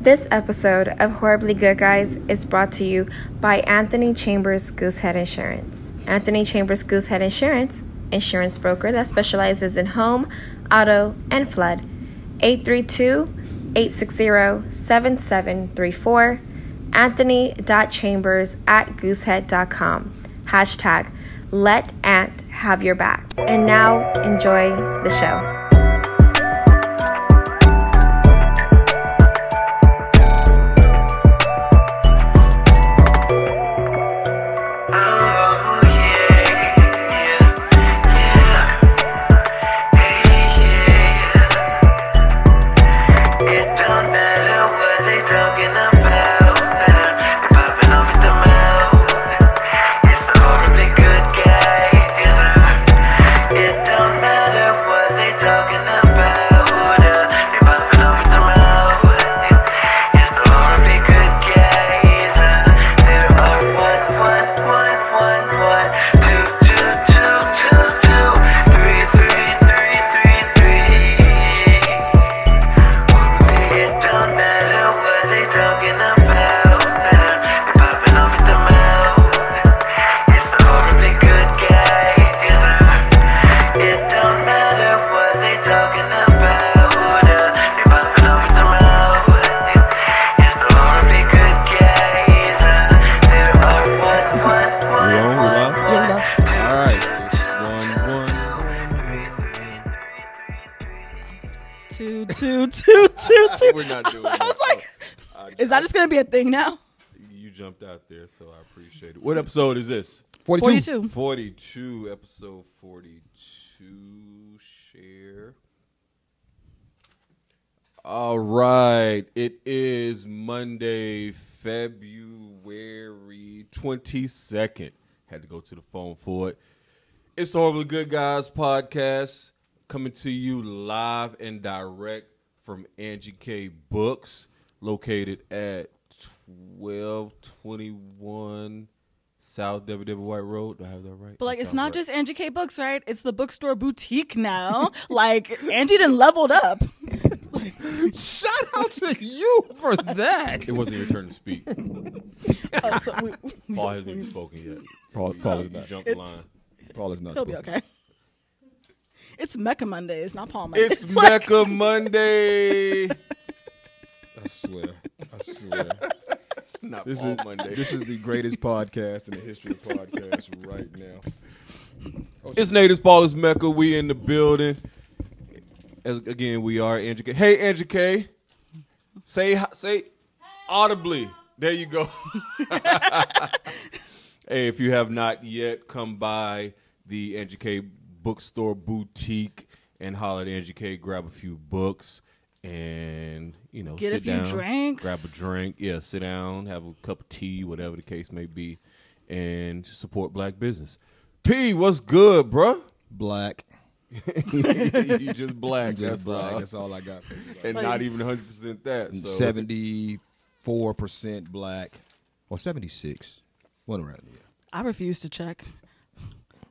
This episode of Horribly Good Guys is brought to you by Anthony Chambers Goosehead Insurance. Anthony Chambers Goosehead Insurance, insurance broker that specializes in home, auto, and flood. 832-860-7734 anthony.chambers at goosehead.com. Hashtag let Ant have your back. And now enjoy the show. It don't matter what they talking about. They're popping off at the mouth. It's a horribly good guy. It's a- It don't matter what they talking about. They're popping off at the mouth. It's a horribly good guy. It's a- There are one, one, one, one, one, two, two, two, two, two, three, three, three, three, three. It don't matter what they talking about. They're popping off at the mouth. It's a horribly good guy. It's a- It don't matter what they talking about. They're popping off at the mouth. It's a horribly good guy. It's a- There are one, one, one, We on? We one, live? one, two, All right. It's one, one. two, two, two, two, two. We're not doing that. Oh, I was like, is that just gonna be a thing now? you jumped out there, so I appreciate it. What episode is this? 42. 42. 42, episode 42. Share. All right. It is Monday, February 22nd. Had to go to the phone for it. It's the Horribly Good Guys podcast coming to you live and direct from Angie K Books, located at 1221 South WW White Road. Do I have that right? But like, That it's sounds not right. just Angie K Books, right? It's the bookstore boutique now. like, Angie done leveled up. Shout out to you for that. It wasn't your turn to speak. Oh, so we, Paul hasn't even spoken yet. Paul, Paul is You not. jumped the line. it's Paul is not. he'll be spoken. okay. It's Mecca Monday. It's not Paul Monday. It's Mecca Monday. I swear. I swear. Not This Paul is This is the greatest podcast in the history of podcasts right now. It's Natives Paul is Mecca. We in the building. As again, we are Andrew K. Hey, Andrew K. Say hi- say audibly. There you go. hey, if you have not yet, come by the Andrew K. Bookstore boutique and holler at Andrew K. Grab a few books and you know Get a sit few down, drinks. Grab a drink. Yeah, sit down, have a cup of tea, whatever the case may be, and support black business. P, what's good, bruh? Black. you just black. Just that's black. all. That's all I got. and not even 100% that. So. Seventy-four percent black, or seventy-six. What around here? I refuse to check.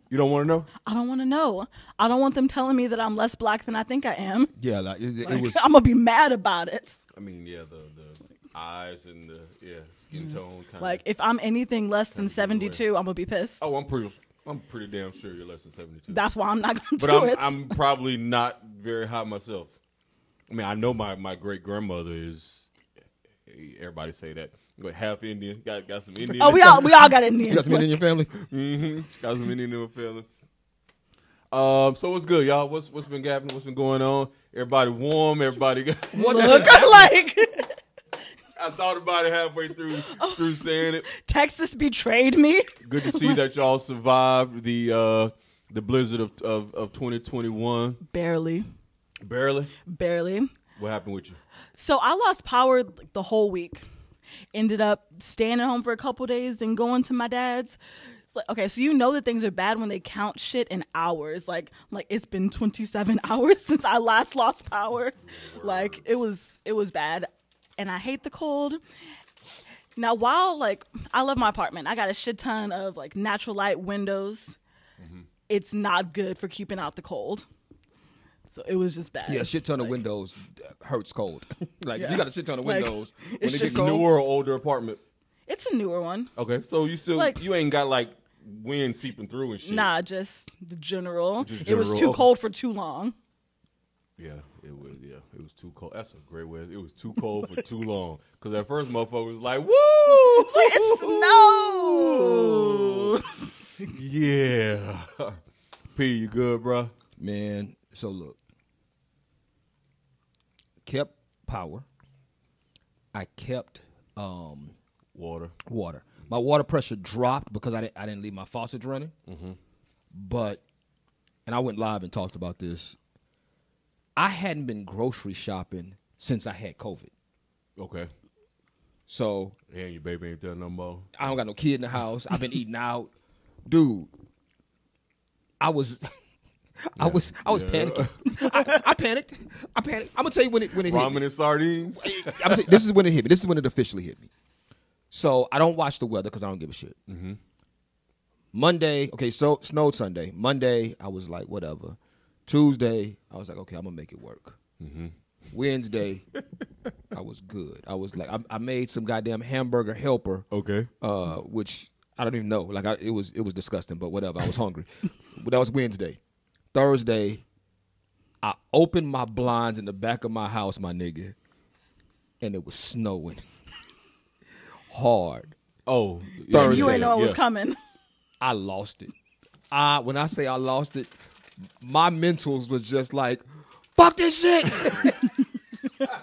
You don't want to know? I don't want to know. I don't want them telling me that I'm less black than I think I am. Yeah, like it, it Like, was. I'm gonna be mad about it. I mean, yeah, the, the eyes and the yeah skin tone kind Mm-hmm. Like, if I'm anything less than 72, I'm gonna be pissed. Oh, I'm pretty I'm pretty damn sure you're less than 72. That's why I'm not gonna but do I'm it. I'm probably not very high myself. I mean, I know my my great grandmother is everybody say that. But half Indian, got got some Indian. oh, we all we all got it in the you got some in your family? hmm Got some Indian in my family. Um, so what's good, y'all? What's what's been happening? What's been going on? Everybody warm. Everybody. Got, what the- Look, like. I thought about it halfway through Oh, through saying it. Texas betrayed me. Good to see that y'all survived the uh, the blizzard of, of of 2021. Barely. Barely. Barely. What happened with you? So I lost power like, the whole week. Ended up staying at home for a couple days and going to my dad's. It's like, okay, so you know that things are bad when they count shit in hours. Like, like it's been 27 hours since I last lost power. Like it was, it was bad, and I hate the cold. Now, while like I love my apartment, I got a shit ton of like Mm-hmm. natural light windows. It's not good for keeping out the cold. So it was just bad. Yeah, a shit ton of Like, windows hurts cold. like Yeah. you got a shit ton of Like, windows when it's it just Newer gets cold. or older apartment. It's a newer one. Okay, so you still Like- you ain't got like wind seeping through and shit. Nah, just the general. Just It was general, too okay. cold for too long. Yeah, it was. Yeah, it was too cold. That's a great way. It was too cold for too long. Cause at first, motherfucker was like, "Woo!" Like it snowed. yeah. P, you good, bruh? Man, so look. Kept power. I kept um, Water. water. My water pressure dropped because I didn't, I didn't leave my faucets running. But, and I went live and talked about this. I hadn't been grocery shopping since I had COVID. Okay. So And your baby ain't there no more. I don't got no kid in the house. I've been eating out, dude. I was, I was, I was Yeah. panicking. I, I panicked. I panicked. I'm gonna tell you when it when it hit. me. Ramen and sardines. I'm gonna tell you- this is when it hit me. This is when it officially hit me. So I don't watch the weather because I don't give a shit. Mm-hmm. Monday, okay, so snowed Sunday. Monday, I was like, whatever. Tuesday, I was like, okay, I'm gonna make it work. Mm-hmm. Wednesday, I was good. I was like, I, I made some goddamn hamburger helper Okay. uh, which I don't even know. Like I, it was it was disgusting, but whatever. I was hungry. but that was Wednesday. Thursday, I opened my blinds in the back of my house, my nigga, and it was snowing hard. Oh, Thursday. You ain't know it was yeah. coming. I lost it. I when I say I lost it, my mentals was just like, fuck this shit.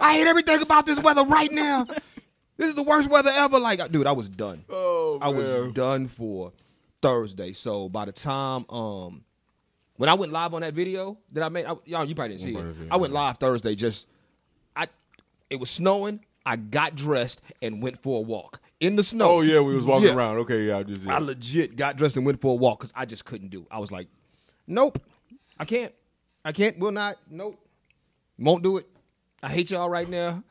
I hate everything about this weather right now. This is the worst weather ever. Like, dude, I was done. Oh, I was man. done for Thursday. So by the time um when I went live on that video that I made, I, y'all you probably didn't see probably it. didn't, I went yeah. live Thursday. Just I, it was snowing. I got dressed and went for a walk in the snow. Oh yeah, we was walking Yeah. around. Okay, yeah, I just yeah. I legit got dressed and went for a walk because I just couldn't do. it. I was like, nope, I can't, I can't, will not, nope, won't do it. I hate y'all right now.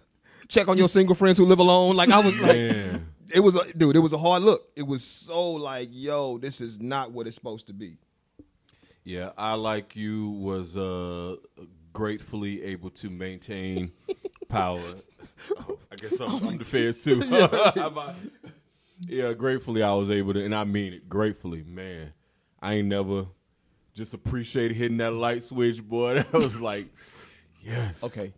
Check on your single friends who live alone. Like I was like, Man. it was a dude. It was a hard look. It was so like, yo, this is not what it's supposed to be. Yeah, I like you was uh gratefully able to maintain power. Oh, I guess I'm, I'm the feds too. How about- yeah, gratefully I was able to, and I mean it gratefully, man. I ain't never just appreciated hitting that light switch, boy. That was like, yes. Okay,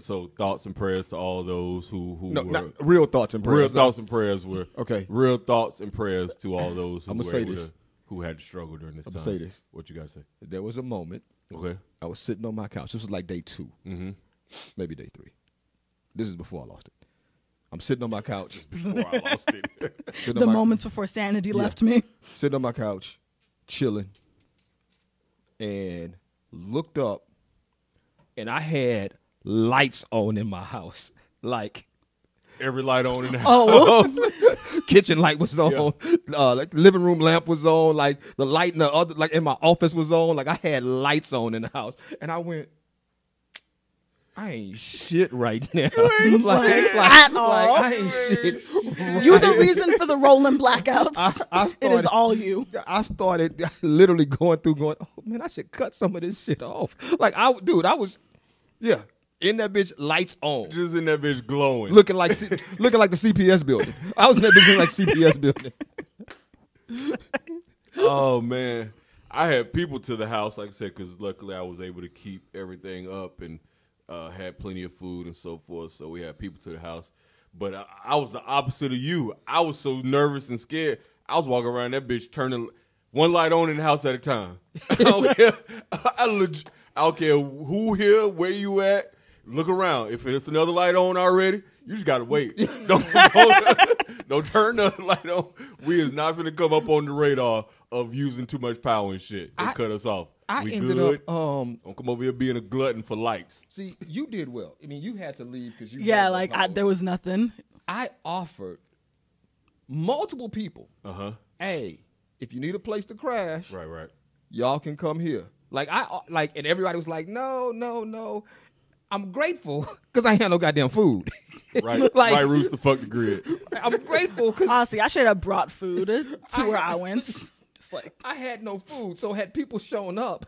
So thoughts and prayers to all those who who no, were not real thoughts and real prayers. thoughts and prayers were Okay. Real thoughts and prayers to all those who I'ma were say able this. to- who had to struggle during this I'ma time. say this. What you gotta say? There was a moment Okay. I was sitting on my couch. This was like day 2 maybe day three. This is before I lost it. I'm sitting on my couch. before I lost it. sitting on the my- moments before sanity left me. sitting on my couch, chilling, and looked up, and I had lights on in my house. Like Every light on in the house. Oh, kitchen light was on, uh, like living room lamp was on, like the light in the other, like in my office was on. Like I had lights on in the house, and I went. I ain't shit right now. like, like, at like, all. I ain't shit you the reason for the rolling blackouts. I it is started- all you. I started literally going through, going, "Oh man, I should cut some of this shit off." Like I, dude, I was, yeah, in that bitch, lights on, Just in that bitch glowing. looking like C- looking like the CPS building. I was in that bitch looking like CPS building. Oh man. I had people to the house, like I said, because luckily I was able to keep everything up and uh, had plenty of food and so forth. So we had people to the house. But I, I was the opposite of you. I was so nervous and scared. I was walking around that bitch turning one light on in the house at a time. I don't care. I, leg- I don't care who here, where you at. Look around. If it's another light on already, you just gotta wait. Don't don't, don't turn the light on. We is not gonna come up on the radar of using too much power and shit. They I- cut us off. I we ended good. up, um, don't come over here being a glutton for lights. see, you did well. I mean, you had to leave because you, had Yeah, no like I, power. there was nothing. I offered multiple people, Uh huh. "Hey, if you need a place to crash, Right, right. y'all can come here. Like I uh, like, and everybody was like, no, no, no. I'm grateful because I ain't had no goddamn food. Right, Like- right. Roots the fuck the grid. I'm grateful because Honestly, I should have brought food to where I went. Just like I had no food. So had people shown up,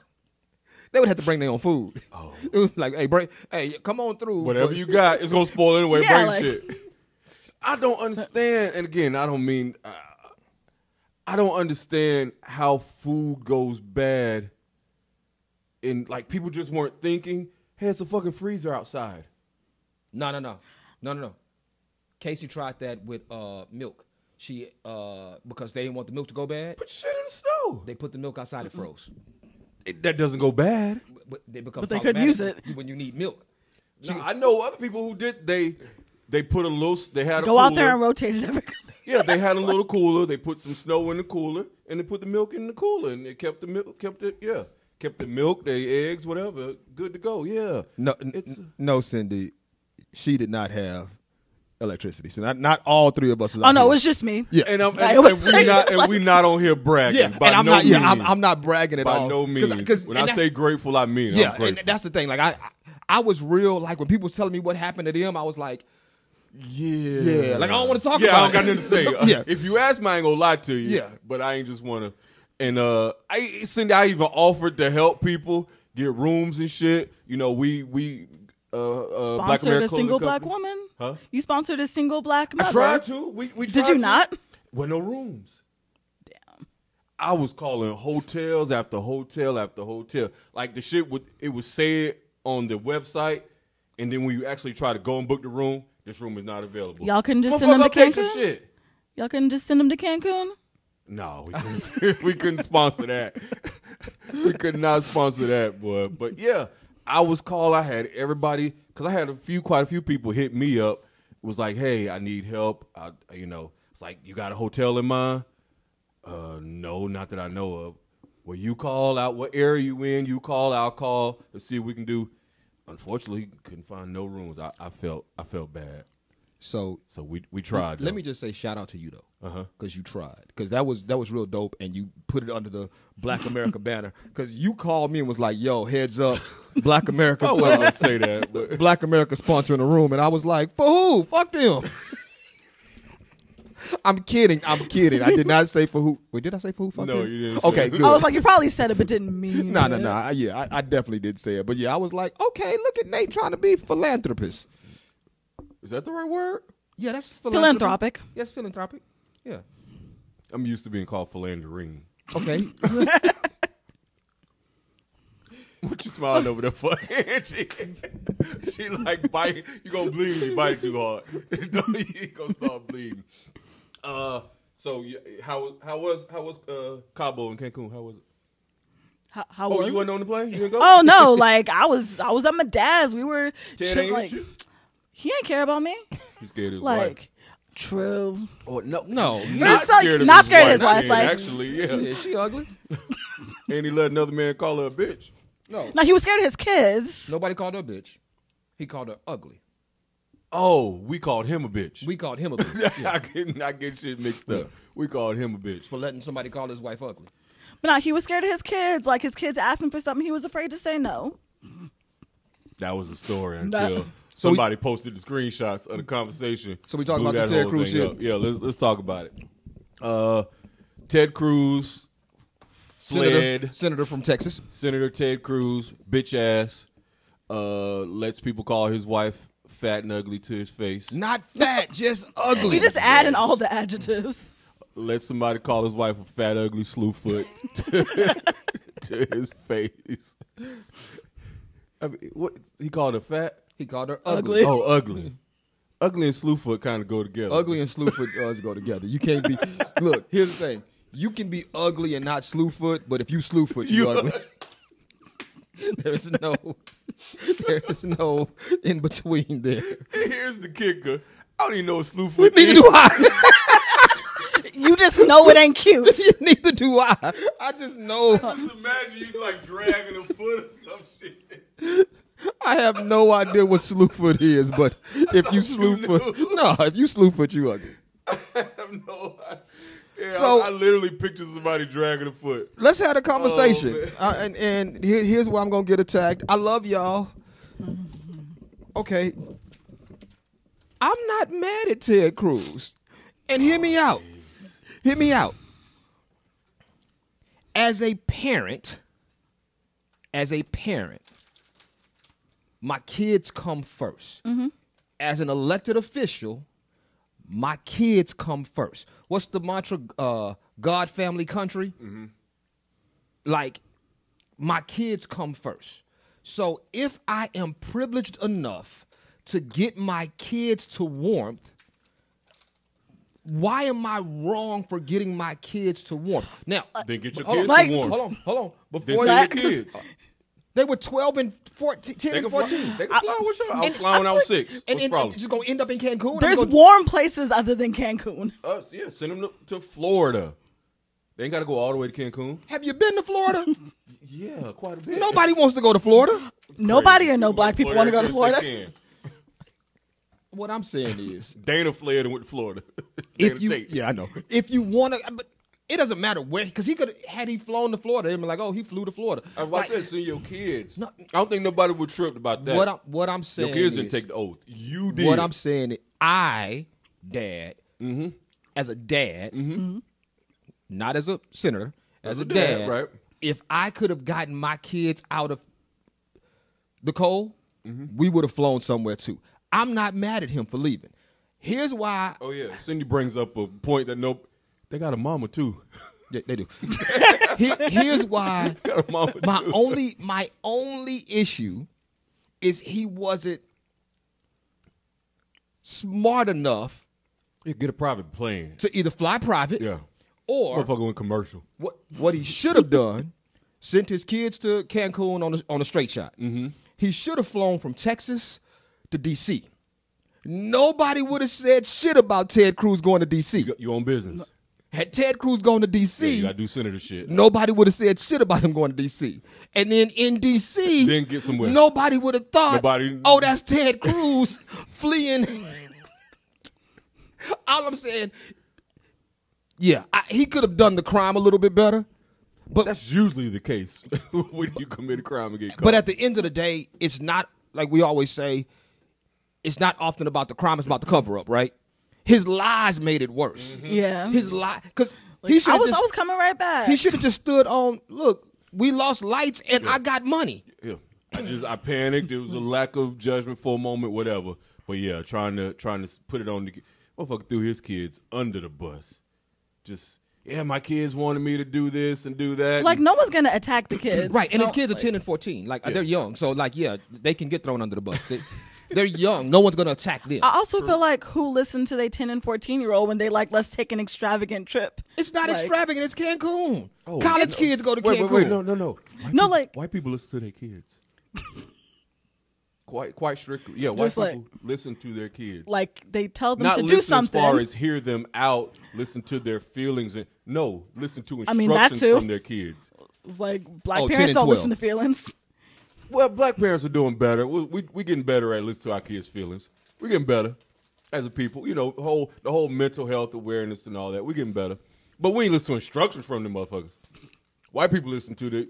They would have to bring their own food. Oh. It was like, hey, bring, hey, come on through. Whatever but- you got, it's gonna spoil anyway. Yeah, Bring like- shit. I don't understand, and again, I don't mean. Uh, I don't understand how food goes bad, and like people just weren't thinking. Hey, it's a fucking freezer outside. No, no, no, no, no, no. Casey tried that with uh, milk. She uh, because they didn't want the milk to go bad. Put shit in the snow. They put the milk outside and froze. It- that doesn't go bad. But- But they become But they couldn't problematic use it. when you need milk. No, I know other people who did. They they put a little. They had a Go out there cooler. and rotate it every. Yeah, they had a little cooler. They put some snow in the cooler, and they put the milk in the cooler, and they kept the milk, kept it, yeah, kept the milk, the eggs, whatever, good to go. Yeah, No, n- it's n- no, Cindy, she did not have electricity. So not, not all three of us. Was Oh out no, it here. was just me. Yeah. and I'm and, Like, it was and we like- not and we not on here bragging. yeah. by and I'm no not. means. Yeah, I'm, I'm not bragging at by all. no 'Cause- means. 'cause- when and I that's- say grateful, I mean yeah, I'm and grateful. that's the thing. Like I, I was real. Like when people was telling me what happened to them, I was like, yeah, yeah. Like I don't want to talk yeah, I about. don't got nothing it. to say. Uh, yeah, If you ask me, I ain't gonna lie to you. Yeah. But I ain't just wanna and uh I Cindy, I even offered to help people get rooms and shit. You know, we we uh, uh Black Sponsored America a Clothing single Company. black woman. Huh? You sponsored a single black. I Mother. tried to. We, we Did tried you to. not? Well, no rooms. Damn. I was calling hotels after hotel after hotel. Like the shit would it was said on the website, and then when you actually try to go and book the room, this room is not available. Y'all couldn't just send them to Motherfucker, update your Cancun? shit. Y'all couldn't just send them to Cancun. No, we couldn't, we couldn't sponsor that. we could not sponsor that, boy. But yeah, I was called. I had everybody because I had a few, quite a few people hit me up. It was like, hey, I need help. I, you know, it's like you got a hotel in mind. Uh, no, not that I know of. Well, you call out what area you in. You call, I'll call. Let's see what we can do. Unfortunately, couldn't find no rooms. I, I felt, I felt bad. So So we we tried. Let though. Uh-huh. me just say shout out to you though, because you tried, because that was that was real dope, and you put it under the Black America banner, because you called me and was like, "Yo, heads up, Black America, I wasn't gonna say that, but Black America sponsoring the room," and I was like, "For who? Fuck them." I'm kidding. I'm kidding. I did not say for who. Wait, did I say for who? Fuck No, them? you didn't say Okay, it. good. I was like, you probably said it, but didn't mean. No, no, it. no. I- Yeah, I, I definitely did say it, but yeah, I was like, okay, look at Nate trying to be philanthropist. is that the right word? Yeah, that's Philanthropic. Yes, philanthropic. Yeah. I'm used to being called philandering. Okay. What you smiling over there for? she, she like bite. You gonna bleed if you bite too hard. no, you gonna start bleeding. Uh, so yeah, how how was how was uh, Cabo and Cancun? How was it? How, how Oh, was you it? wasn't on the plane. You didn't go. Oh no! Like I was, I was at my dad's. We were Ted chill- ain't like hit you. he ain't care about me. He's scared of his wife. Like true. Oh, no, no, He's like- not scared of his wife, Yeah, like- actually, yeah. Shit, she ugly. And he let another man call her a bitch. No, No, he was scared of his kids. nobody called her a bitch. He called her ugly. Oh, we called him a bitch. We called him a bitch I get I get shit mixed up. We called him a bitch. for letting somebody call his wife ugly. But no, he was scared of his kids. Like his kids asked him for something, he was afraid to say no. That was the story Nah. until somebody posted the screenshots of the conversation. So we talking Blew about that the Ted whole Cruz thing shit? up. Yeah, let's let's talk about it. Uh, Ted Cruz fled. Senator, senator from Texas. Senator Ted Cruz, bitch ass, uh, lets people call his wife fat and ugly to his face. Not fat, just ugly. You just add in all the adjectives. Let somebody call his wife a fat, ugly slewfoot to, to his face. I mean, what he called her fat? he called her Ugly. ugly. Oh, Oh, ugly. ugly and slewfoot kind of go together. Ugly and slewfoot does go together. You can't be. Look, here's the thing. You can be ugly and not slewfoot, but if you slewfoot, You- you, ugly. There's no, there's no in between there. Here's the kicker. I don't even know what slewfoot Neither is. do I. You just know it ain't cute. Neither do I. I just know. Just imagine you like dragging a foot or some shit. I have no idea what slewfoot is, but if you slewfoot, no, if you slewfoot, you ugly. I have no idea. Yeah, So- I, I literally picture somebody dragging a foot. Let's have a conversation. man. Uh, and and here, here's where I'm gonna get attacked. I love y'all. Okay, I'm not mad at Ted Cruz, and hear me out. Hear me out. As a parent, as a parent, my kids come 1st As an elected official, my kids come first. What's the mantra? Uh, God, family, country. Mm-hmm. Like, my kids come first. So if I am privileged enough to get my kids to warmth, why am I wrong for getting my kids to warmth? Now, Then get your hold kids on, to Like- warm. hold on, hold on. Then Before send your Like- kids. they were 12 and 14, 10 They and can fly. 14. They can fly. What's your? I was And flying I out feel- six. What's And, the and, and problem? just gonna end up in Cancun. and There's go- warm places other than Cancun. Us, yeah. Send them to, to Florida. They ain't got to go all the way to Cancun. Have you been to Florida? Yeah, quite a bit. Nobody wants to go to Florida. Nobody or no black people want to go to Florida. What I'm saying is, Dana fled and went to Florida. Dana if you, Tate. yeah, I know. If you want to, but it doesn't matter where, because he could had he flown to Florida, they'd be like, oh, he flew to Florida. I, Uh, I Like, said, send your kids. No- I don't think nobody would trip about that. what I'm what I'm saying. your kids is, didn't take the oath. You did. Mm-hmm. What I'm saying, is, I, dad, as a dad, not as a senator, as, a dad, right. If I could have gotten my kids out of the cold, Mm-hmm. we would have flown somewhere too. I'm not mad at him for leaving. Here's why Oh yeah, Cindy brings up a point that nope, they got a mama too. Yeah, they do. Here- here's why got a mama. my too. only my only issue is he wasn't smart enough You get a private plane. to either fly private Yeah, or motherfucker went commercial. what what he should have done sent his kids to Cancun on a, on a straight shot. Mm-hmm. He should have flown from Texas to D.C. Nobody would have said shit about Ted Cruz going to D.C. You own business. Had Ted Cruz gone to Yeah, D.C., you gotta do senator shit. Nobody would have said shit about him going to DC. And then in DC, Then get somewhere. Nobody would have thought, Nobody- oh, that's Ted Cruz fleeing. All I'm saying, yeah, I, he could have done the crime a little bit better. But That's usually the case when you commit a crime and get caught. but at the end of the day, it's not like we always say. It's not often about the crime; it's about the cover up, right? His lies made it worse. Yeah. His lie, because Mm-hmm. Like, he should. I was just, I was coming right back. he should have just stood on. Look, we lost lights and I got money. yeah, I just I panicked. It was a lack of judgment for a moment, whatever. But yeah, trying to trying to put it on the motherfucker threw his kids under the bus. Just yeah, my kids wanted me to do this and do that. like no one's gonna attack the kids. right, and No, his kids are like, ten and fourteen. Like they're young, so like yeah, they can get thrown under the bus. They, they're young. No one's gonna attack them. I also feel like who listened to their ten and fourteen year old when they like let's take an extravagant trip. it's not like- extravagant. It's Cancun. College kids go to Oh, wait, Cancun. wait, wait, no, no, no. White No, people- like- white people listen to their kids. quite, quite strictly. Yeah, white Just like- people listen to their kids. Like they tell them Not to listen do something. as far as hear them out, listen to their feelings, and no, listen to I instructions mean, that too. from their kids. It's like black Oh, 10 parents and don't listen to 12. feelings. Well, black parents are doing better. We we, we getting better at listening to our kids' feelings. We're getting better as a people. You know, whole the whole mental health awareness and all that. We're getting better, but we ain't listen to instructions from them motherfuckers. White people listen to the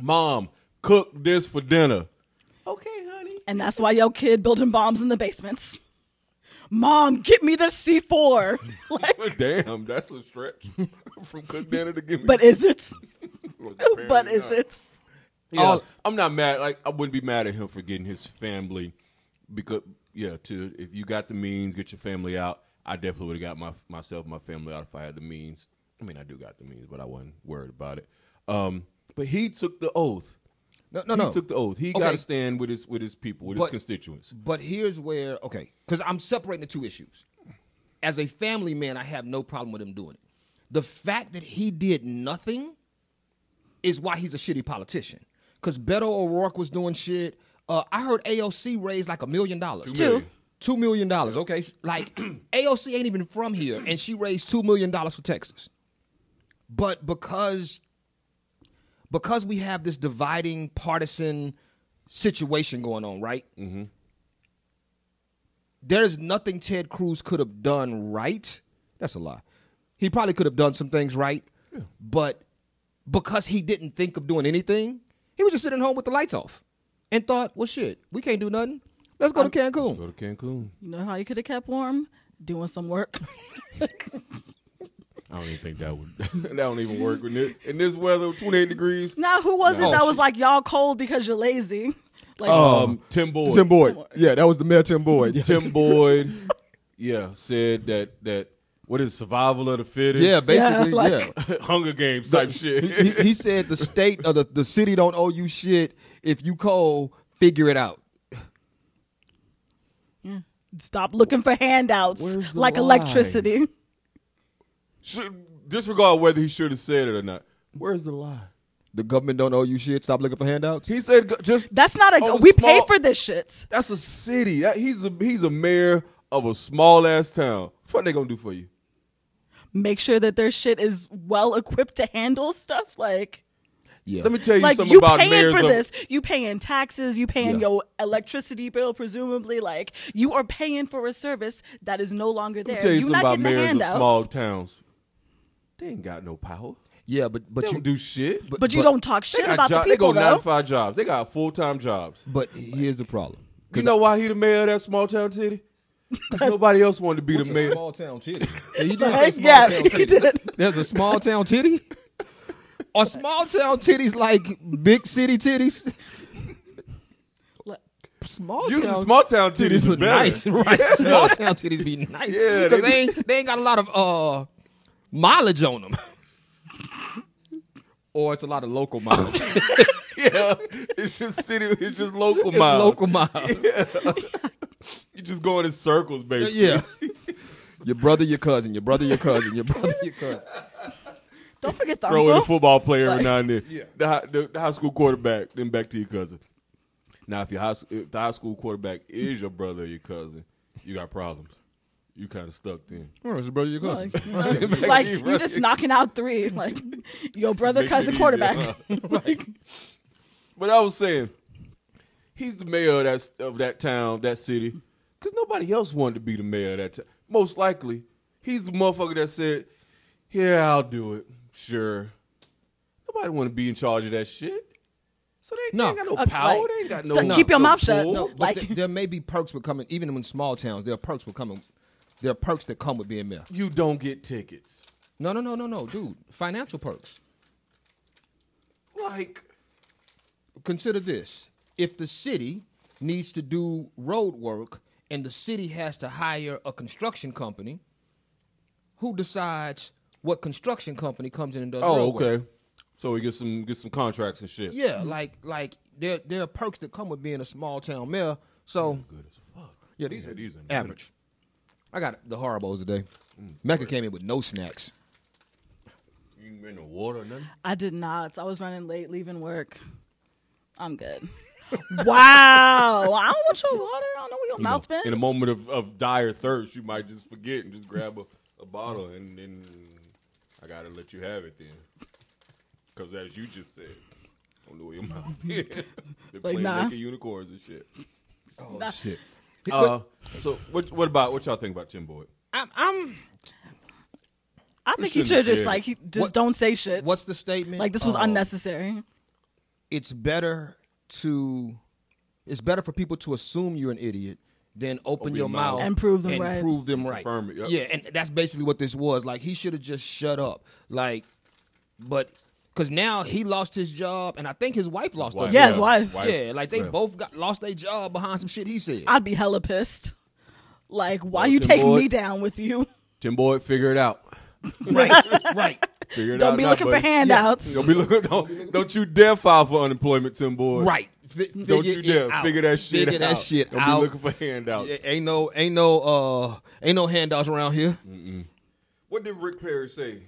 mom cook this for dinner. Okay, honey. And that's why your kid building bombs in the basements. Mom, get me the C four. like, Damn, that's a stretch from cook dinner to give me. but is it? Apparently But is not. it? Yeah, All- I'm not mad. Like I wouldn't be mad at him for getting his family, because yeah, to if you got the means, get your family out. I definitely would have got my myself, my family out if I had the means. I mean, I do got the means, but I wasn't worried about it. Um, but he took the oath. no, no, he no. took the oath. He Okay. got to stand with his with his people, with his But- constituents. But here's where okay, because I'm separating the two issues. As a family man, I have no problem with him doing it. The fact that he did nothing is why he's a shitty politician. Because Beto O'Rourke was doing shit. Uh, I heard AOC raised like a million dollars. Two Two. million. Two million dollars. Okay, S- like AOC ain't even from here, and she raised two million dollars for Texas. But because because we have this dividing partisan situation going on, right? There's nothing Ted Cruz could have done right. That's a lie. He probably could have done some things right, but because he didn't think of doing anything, he was just sitting home with the lights off and thought, "Well, shit, we can't do nothing. Let's go to Cancun." Go to Cancun. You know how you could have kept warm? Doing some work. I don't even think that would that don't even work with it. In this weather, 28 degrees. Now, who was it Oh, that was shit. like y'all cold because you're lazy? Like, Oh, Um, Tim Boyd. Tim Boyd. Yeah, that was the mayor, Tim Boyd. Yeah, Tim Boyd. Yeah, said that that what is survival of the fittest? yeah basically, Yeah, like- yeah. Hunger Games type shit. he, he said the state or the, the city don't owe you shit. If you cold, figure it out. stop looking for Where's handouts the like line? electricity. Should, disregard whether he should have said it or not. Where's the lie? The government don't owe you shit. Stop looking for handouts. He said go- just That's not a. Oh, we pay small- for this shit. That's a city. That, he's a he's a mayor of a small ass town. What they gonna do for you? Make sure that their shit is well equipped to handle stuff. Like, Yeah. Let me tell you like something you about paying mayors for of- this. You paying taxes. You paying Yeah. your electricity bill, presumably. Like, you are paying for a service that is no longer there. Let me tell you You're something not about getting the mayors of handouts. small towns. They ain't got no power. yeah, but They but you don't do shit. but- but you don't talk they shit got about job, the people They go though. nine to five jobs. They got full time jobs. But here's the problem. You know why he the mayor of that small town city? 'Cause nobody else wanted to be the mayor. small town titty. He did Like, say small yeah, town he titty. did. There's a small town titty. Are small town titties like big city titties? Look, Small Usually, town small town titties are be nice, better. right? Small town titties be nice. Yeah, because they they ain't they ain't got a lot of uh mileage on them. or it's a lot of local mileage. Yeah, it's just city. It's just local It's miles. Local miles. You just going in circles, basically. Yeah. your brother, your cousin, your brother, your cousin, your brother, your cousin. Don't forget the Throw in a Uh-huh. uncle. football player every Like- now and then. The, high, the, the high school quarterback, then back to your cousin. Now, if your high, if the high school quarterback is your brother or your cousin, you got problems. You kind of stuck then. Oh, it's your brother, your cousin. Like, like you're just knocking out three. Like your brother, Makes it cousin, easier. quarterback. But I was saying, he's the mayor of that of that town, that city, because nobody else wanted to be the mayor of that town. Most likely, he's the motherfucker that said, "Yeah, I'll do it." Sure. Nobody want to be in charge of that shit. So they, No. they ain't got no Okay, power. like, they ain't got so no. keep your no mouth shut. pull. No. But Like- th- there may be perks with coming, even in small towns. There are perks with coming. There are perks that come with being mayor. You don't get tickets. No, no, no, no, no, dude. Financial perks. Like Consider this: if the city needs to do road work and the city has to hire a construction company, who decides what construction company comes in and does? road oh, work? okay. So we get some get some contracts and shit. Yeah, like like there there are perks that come with being a small town mayor. So Good as fuck. yeah, these are these are Mm. average. I got the horribles today. Mecca came in with no snacks. You ain't been in the water or nothing. I did not. I was running late, leaving work. I'm good. wow. I don't want your water. I don't know where your mouth been. in a moment of, of dire thirst, you might just forget and just grab a, a bottle, and then I gotta let you have it then, because as you just said, I don't know where your mouth is. They're playing nah. naked unicorns and shit. Oh shit! Uh, so what what about what y'all think about Tim Boyd? I'm, I'm I think he shouldn't should have just said like it. he just What- don't say shit. what's the statement? like this was Uh, unnecessary. It's better to it's better for people to assume you're an idiot than open, Open your your mouth. mouth And prove them and right. prove them right. Confirm it, yep. Yeah, and that's basically what this was. Like he should have just shut up. Like, but because now he lost his job, and I think his wife lost her. Wife. job. Yeah, his wife. wife. Yeah, like they Yeah. both got lost their job behind some shit he said. I'd be hella pissed. Like, why you Bulletin taking board. me down with you? Tim Boyd, figure it out. right, right, Figure it Don't out be now, looking for buddy. handouts. Don't be looking. Don't, don't you dare file for unemployment, Tim Boyd. right. Fi- Don't figure you dare it out. figure that shit Figure out. that shit Don't out. be looking for handouts. Yeah, ain't no, ain't no, uh, ain't no handouts around here. What did Rick Perry say,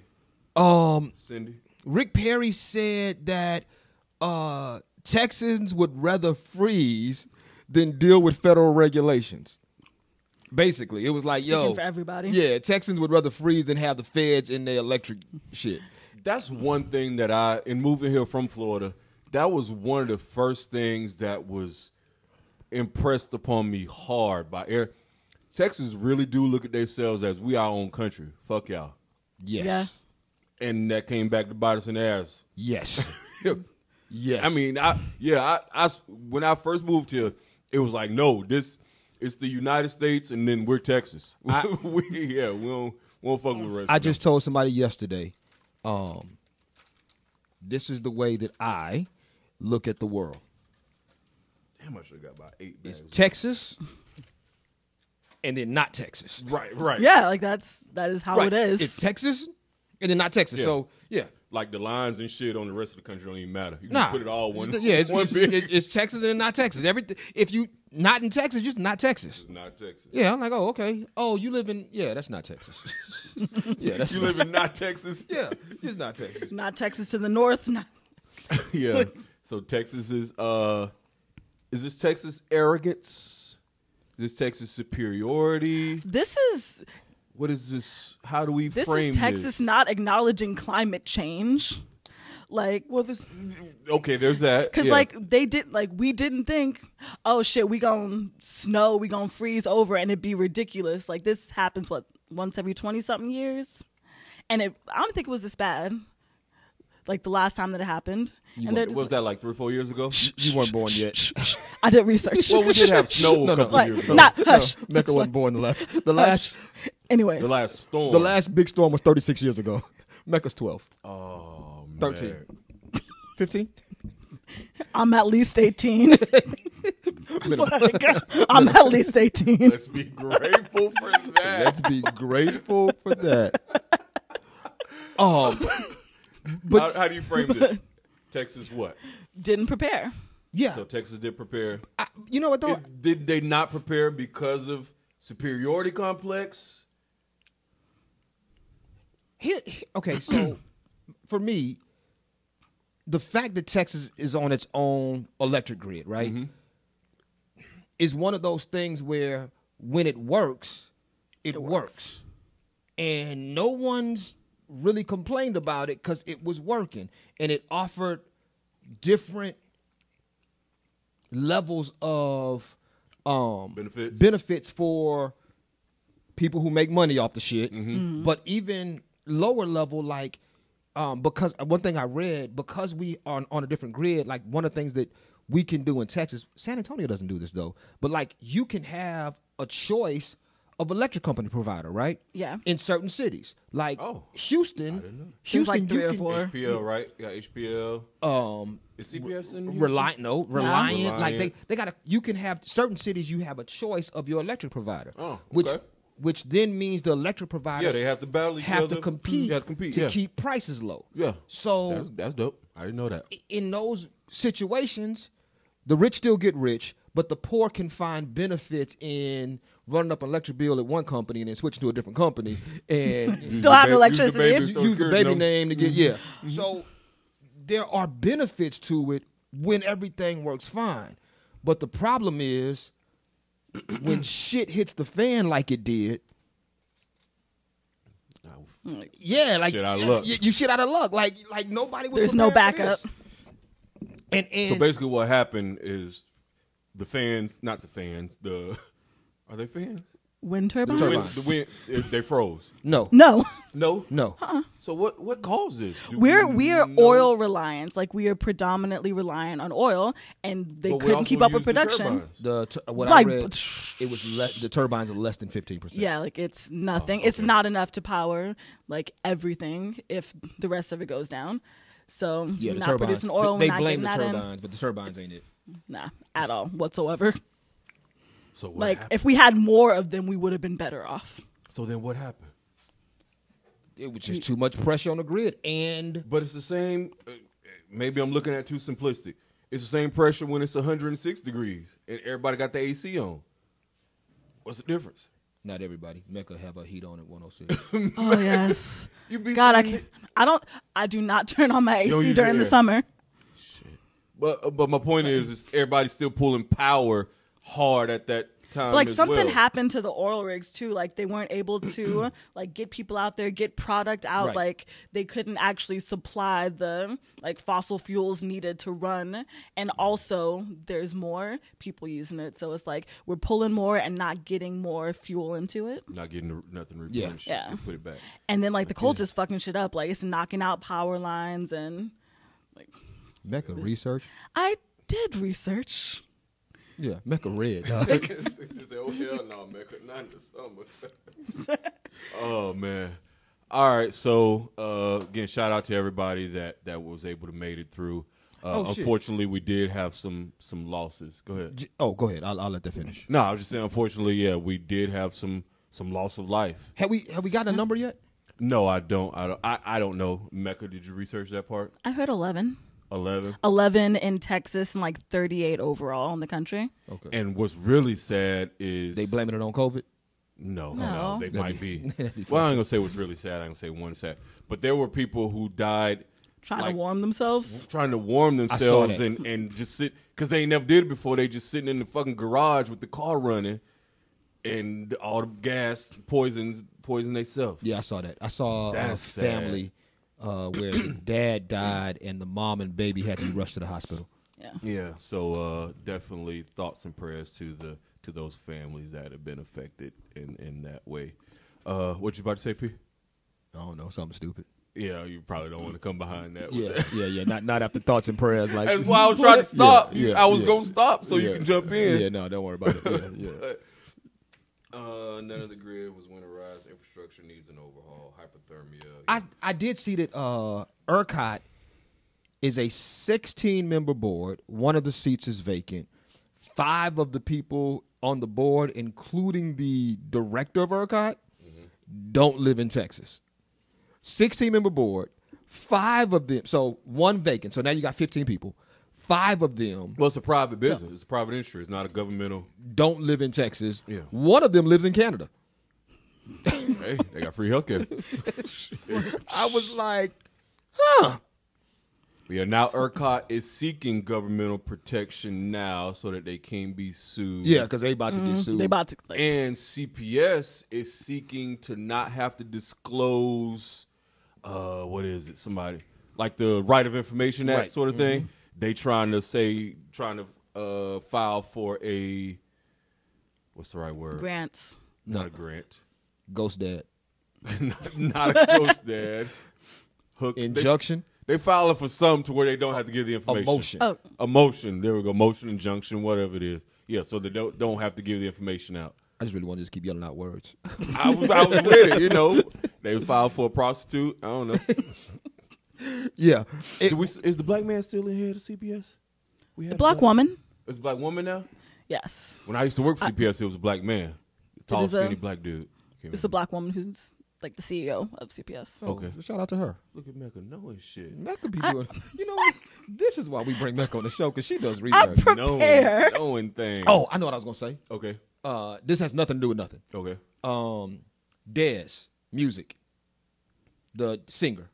Um, Cindy? Rick Perry said that uh, Texans would rather freeze than deal with federal regulations. Basically, it was like, yo, Speaking for everybody. Yeah, Texans would rather freeze than have the feds in their electric shit. That's one thing that I, in moving here from Florida, that was one of the first things that was impressed upon me hard by air. Texans really do look at themselves as we our own country. Fuck y'all, Yes, Yeah. and that came back to bite us in the ass. yes, yes. I mean, I yeah, I, I s- when I first moved here, it was like no, this It's the United States, and then we're Texas. I- we, yeah, we don't, we don't fuck with racism. I just told somebody yesterday, um, this is the way that I look at the world. damn, I should have got about eight It's bags. Texas, and then not Texas. right, right. Yeah, like that's that is how Right. it is. It's Texas, and then not Texas. Yeah. So yeah, Like the lines and shit on the rest of the country don't even matter. You can nah. put it all one. Yeah, it's, one it's, big. it's- it's Texas and then not Texas. Everything. If you not in Texas, just not Texas. not Texas. Yeah, I'm like, oh okay. Oh, you live in yeah, that's not Texas. yeah, that's You not- live in not Texas. yeah, it's not Texas. not Texas to the north. Not yeah. So Texas is uh, is this Texas arrogance? Is this Texas superiority? this is What is this? How do we this frame is Texas This? not acknowledging climate change. Like Well, this okay. There's that Cause Yeah. like they did, like we didn't think, oh shit, we gonna snow, we gonna freeze over, and it'd be ridiculous. Like this happens what once every twenty something years, and it I don't think it was this bad. Like the last time that it happened, and they're What just was like, that like three, four years ago? You weren't born yet. I did research. well, we did have snow a No, no. couple Like, years ago. not hush. Uh, Mecca wasn't born the last. The last. Anyways, the last storm. The last big storm was 36 years ago. Mecca's 12. Oh, 13. man. 15? I'm at least eighteen. I'm at least eighteen. Let's be grateful for that. Let's be grateful for that. Um, how, how do you frame this? Texas, what? Didn't prepare. yeah. So Texas did prepare. I- you know what, though? Is- did they not prepare because of superiority complex? Here- okay, so for me, the fact that Texas is on its own electric grid, right, is one of those things where when it works, it, works. And no one's really complained about it because it was working and it offered different levels of um, Benefits. benefits for people who make money off the shit, Mm-hmm. but even lower level, like um, because one thing I read, because we are on, on a different grid, like one of the things that we can do in Texas, San Antonio doesn't do this though, but like you can have a choice of electric company provider, right? Yeah. In certain cities, like Oh. Houston, There's, Houston, like, three you or can four. HPL, right? Yeah, HPL. Uh, um Is CPS in Houston? reliant no reliant like they Reliant. they got to you can have certain cities you have a choice of your electric provider Oh, which okay. which then means the electric providers Yeah, they have to battle each have other. to compete, They have to compete, yeah. keep prices low Yeah. so that's, that's dope. I didn't know that. in those situations, the rich still get rich, but the poor can find benefits in running up an electric bill at one company and then switching to a different company and Still the having ba- use the electricity. baby you So use the good, baby no- name to get yeah. So there are benefits to it when everything works fine, but the problem is when shit hits the fan like it did. Oh, Yeah, like Shit out of luck. You, you shit out of luck. Like like nobody was. There's no prepared for backup. this. And and So basically, what happened is the fans, not the fans, the are they fans? Wind turbines. When the wind, if they froze. no No. Uh-uh. No, no. So what? What caused this? Do We're we we are know? oil reliance. Like we are predominantly reliant on oil, and they But we couldn't also keep up use with the production. turbines. The tur- what Like, I read, but- it was le- the turbines are less than fifteen percent. Yeah, like it's nothing. Oh, It's not enough to power like everything if the rest of it goes down. So yeah. we're The not turbines. producing oil. they we're not getting blame the that turbines, but the turbines ain't it. in. Nah, at all whatsoever. So what like happened? if we had more of them, we would have been better off. so then what happened? It was just too much pressure on the grid, and But it's the same. uh, Maybe I'm looking at it too simplistic. It's the same pressure when it's 106 degrees and everybody got the AC on. What's the difference? not everybody. Mecca have a heat on at one hundred six. Oh yes. You be God, I sitting can't. I don't. I do not turn on my AC No, you during the can't. summer. But but my point is, is everybody's still pulling power hard at that time. like as something well. happened to the oil rigs too like they weren't able to like get people out there get product out Right. like they couldn't actually supply the like fossil fuels needed to run and also there's more people using it so it's like we're pulling more and not getting more fuel into it Not getting the- nothing replenished. Yeah. They Put it back. and then like the cold's just fucking shit up like it's knocking out power lines and Mecca research. i did research Yeah, Mecca red. dog. Just say, oh hell no, man, could not in the summer. oh man. All right, so uh, again, shout out to everybody that that was able to made it through. Uh, Oh, shit. unfortunately, we did have some some losses. Go ahead. J- oh, go ahead. I'll, I'll let that finish. No, I was just saying. Unfortunately, yeah, we did have some some loss of life. Have we have we got a number yet? No, I don't. I don't. I, I don't know. Mecca, did you research that part? I heard 11. Eleven. 11 in Texas and like 38 overall in the country. Okay. And what's really sad is They blaming it on COVID. No, no, No. they might be. well, I ain't gonna say what's really sad. I ain't gonna say one sad, but there were people who died Trying Like- to warm themselves. trying to warm saw themselves that. and and just sit because they ain't never did it before. They just sitting in the fucking garage with the car running, and all the gas poisons poison themselves. Yeah, I saw that. I saw a That's sad. family uh, where the dad died and the mom and baby had to be rushed to the hospital. Yeah. Yeah. So uh, definitely thoughts and prayers to the to those families that have been affected in in that way. Uh, what you about to say, P? I don't know, something stupid. Yeah, you probably don't want to come behind that. with Yeah, that. yeah, yeah. Not not after thoughts and prayers. Like That's why I was trying to stop. Yeah, You- yeah, I was yeah. gonna stop so you Yeah, can jump in. Yeah, no, don't worry about it. Yeah, yeah. Uh, none of the grid was winterized. Infrastructure needs an overhaul. Hypothermia. I I did see that uh ERCOT is a 16 member board. One of the seats is vacant. Five of the people on the board, including the director of ERCOT, don't live in Texas. 16 member board. Five of them. So one vacant. So now you got 15 people. Five of them well, it's a private business. It's a private industry. It's not a governmental. don't live in Texas. Yeah. One of them lives in Canada. hey, they got free healthcare. I was like, yeah. Now ERCOT is seeking governmental protection now so that they can be sued. yeah, because they about to get sued. Mm-hmm. They about to. Like, And CPS is seeking to not have to disclose, uh, what is it? Somebody like the right of information act Right. Mm-hmm. sort of thing. They trying to say trying to uh, file for a what's the right word? grants. Not a grant. Ghost dad. not, not a ghost dad. Hook Injunction. They, they filing for some to where they don't have to give the A information. motion. Oh, A motion. There we go. Motion, injunction, whatever it is. Yeah, so they don't don't have to give the information out. I just really want to just keep yelling out words. I was I was with it, you know. They filed for a prostitute. I don't know. yeah. It- Do we, is the black man still in here at the CPS? We a had black woman. Is a black woman now? Yes. When I used to work for CPS, it was a black man, tall, is a- skinny black dude. Can't It's remember. a black woman who's like the CEO of CPS. Okay. Shout out to her. Look at Mecca knowing shit. Mecca be doing. you know, what? this is why we bring Mecca on the show because she does I research. prepare. Knowing, knowing things. oh, I know what I was gonna say. Okay. Uh, this has nothing to do with nothing. Okay. Um, Dez music, the singer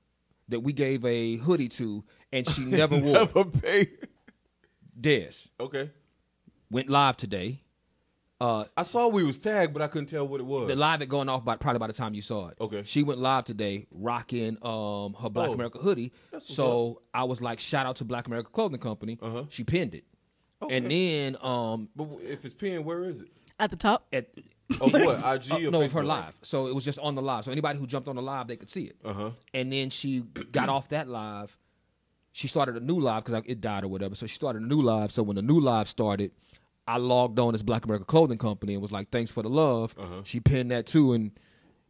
that we gave a hoodie to, and she never wore. Never pay. Dez Okay. went live today. Uh, I saw we was tagged, but I couldn't tell what it was. the live it going off by probably by the time you saw it. Okay. She went live today rocking um her Black Oh. America hoodie. That's what's So I was like, shout out to Black America Clothing Company. Uh-huh. She pinned it. And then um but w- if it's pinned, where is it? At the top. at Of what? IG uh, or no of her Facebook? live. So it was just on the live. So anybody who jumped on the live, they could see it. Uh-huh. And then she got off that live. She started a new live because it died or whatever. So she started a new live. So when the new live started, I logged on as Black America Clothing Company and was like, "Thanks for the love." Uh-huh. She pinned that too, and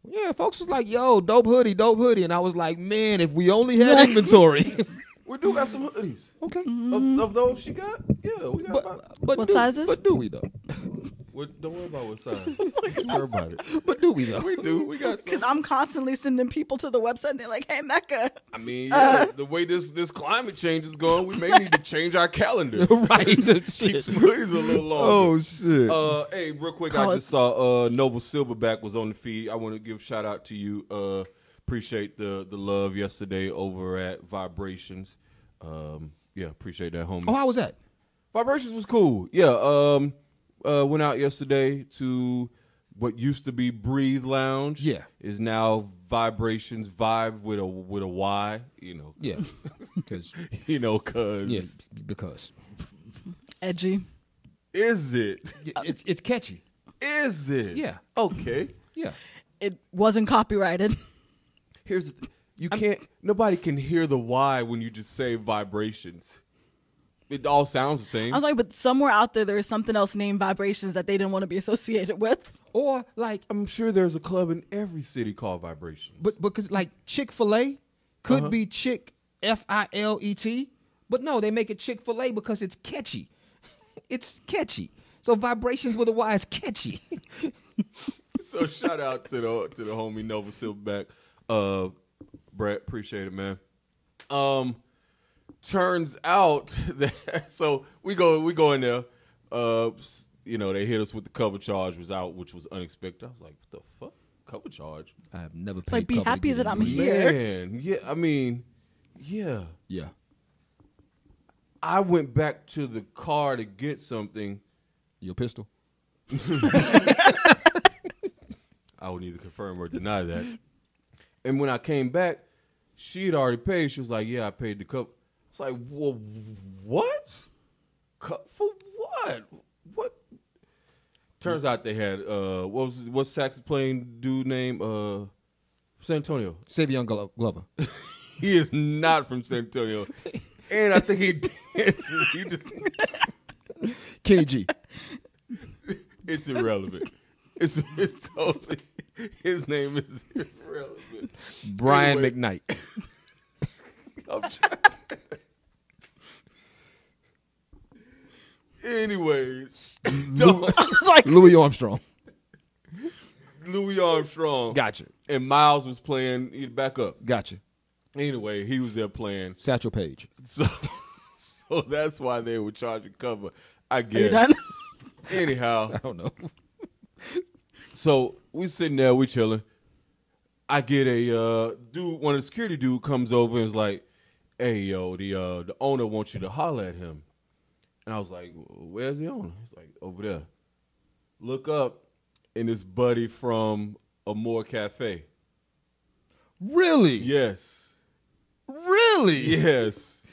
yeah, folks was like, "Yo, dope hoodie, dope hoodie," and I was like, "Man, if we only had inventory." We do got some hoodies. okay, Of, of those she got? Yeah, we got Mm-hmm. but about. but Mm-hmm. What do, sizes? But do we though? What, don't worry about what size. Don't worry about it. But do we though? We do. We got Because some. I'm constantly sending people to the website and they're like, hey, Mecca. I mean, Uh. yeah, the way this, this climate change is going, we may need to change our calendar. right. Keep Shit. some hoodies a little longer. Oh shit. Uh, hey, real quick, I Call just saw uh, Noble Silverback was on the feed. I want to give shout out to you. Uh, appreciate the the love yesterday over at Vibrations. Um, yeah, appreciate that, homie. oh, how was that? Vibrations was cool. Yeah. Um, uh, went out yesterday to what used to be Breathe Lounge. Yeah. is now Vibrations Vibe with a with a Y. You know. Yeah, because You know, cause yeah, because Edgy. is it? it's it's catchy. Is it? Yeah. Okay. Yeah, It wasn't copyrighted. Here's the th- you can't. nobody can hear the Y when you just say vibrations. It all sounds the same. I was like, but somewhere out there, there's something else named vibrations that they didn't want to be associated with. or like I'm sure there's a club in every city called Vibration. but because like Chick Fil A could be Chick F I L E T, but no, they make it Chick Fil A because it's catchy. it's catchy. So vibrations with a Y is catchy. so shout out to the to the homie Nova Silverback. Uh Brett, appreciate it, man. Um turns out that so we go we go in there. Uh s- you know, they hit us with the cover charge was out, which was unexpected. I was like, what the fuck? Cover charge? I've never. It's like, be happy that I'm here. Man, yeah, I mean, yeah. Yeah. I went back to the car to get something. Your pistol. I would either confirm or deny that. And when I came back, she had already paid. She was like, "Yeah, I paid the cup." I was like, "Well, what? Cup for what? What?" Turns out they had uh, what was what's Sax playing dude name uh, San Antonio. Savion Glo- Glover. He is not from San Antonio, and I think he dances. He just Kenny G. It's irrelevant. It's, it's totally. His name is irrelevant. Brian Anyway. McKnight. I'm trying. Anyways, Lou- I was like, Louis Armstrong. Louis Armstrong Gotcha. and Miles was playing he- back up. Gotcha. Anyway, he was there playing, Satchel Page. so so that's why they were charging cover. I you guess. done? Anyhow, I don't know. So we sitting there, we chilling. I get a uh, dude, one of the security dude comes over and is like, "Hey, yo, the uh, the owner wants you to holler at him." And I was like, "Where's the owner?" He's like, "Over there." Look up, and it's Buddy from Amore Cafe. Really? Yes, Really? yes.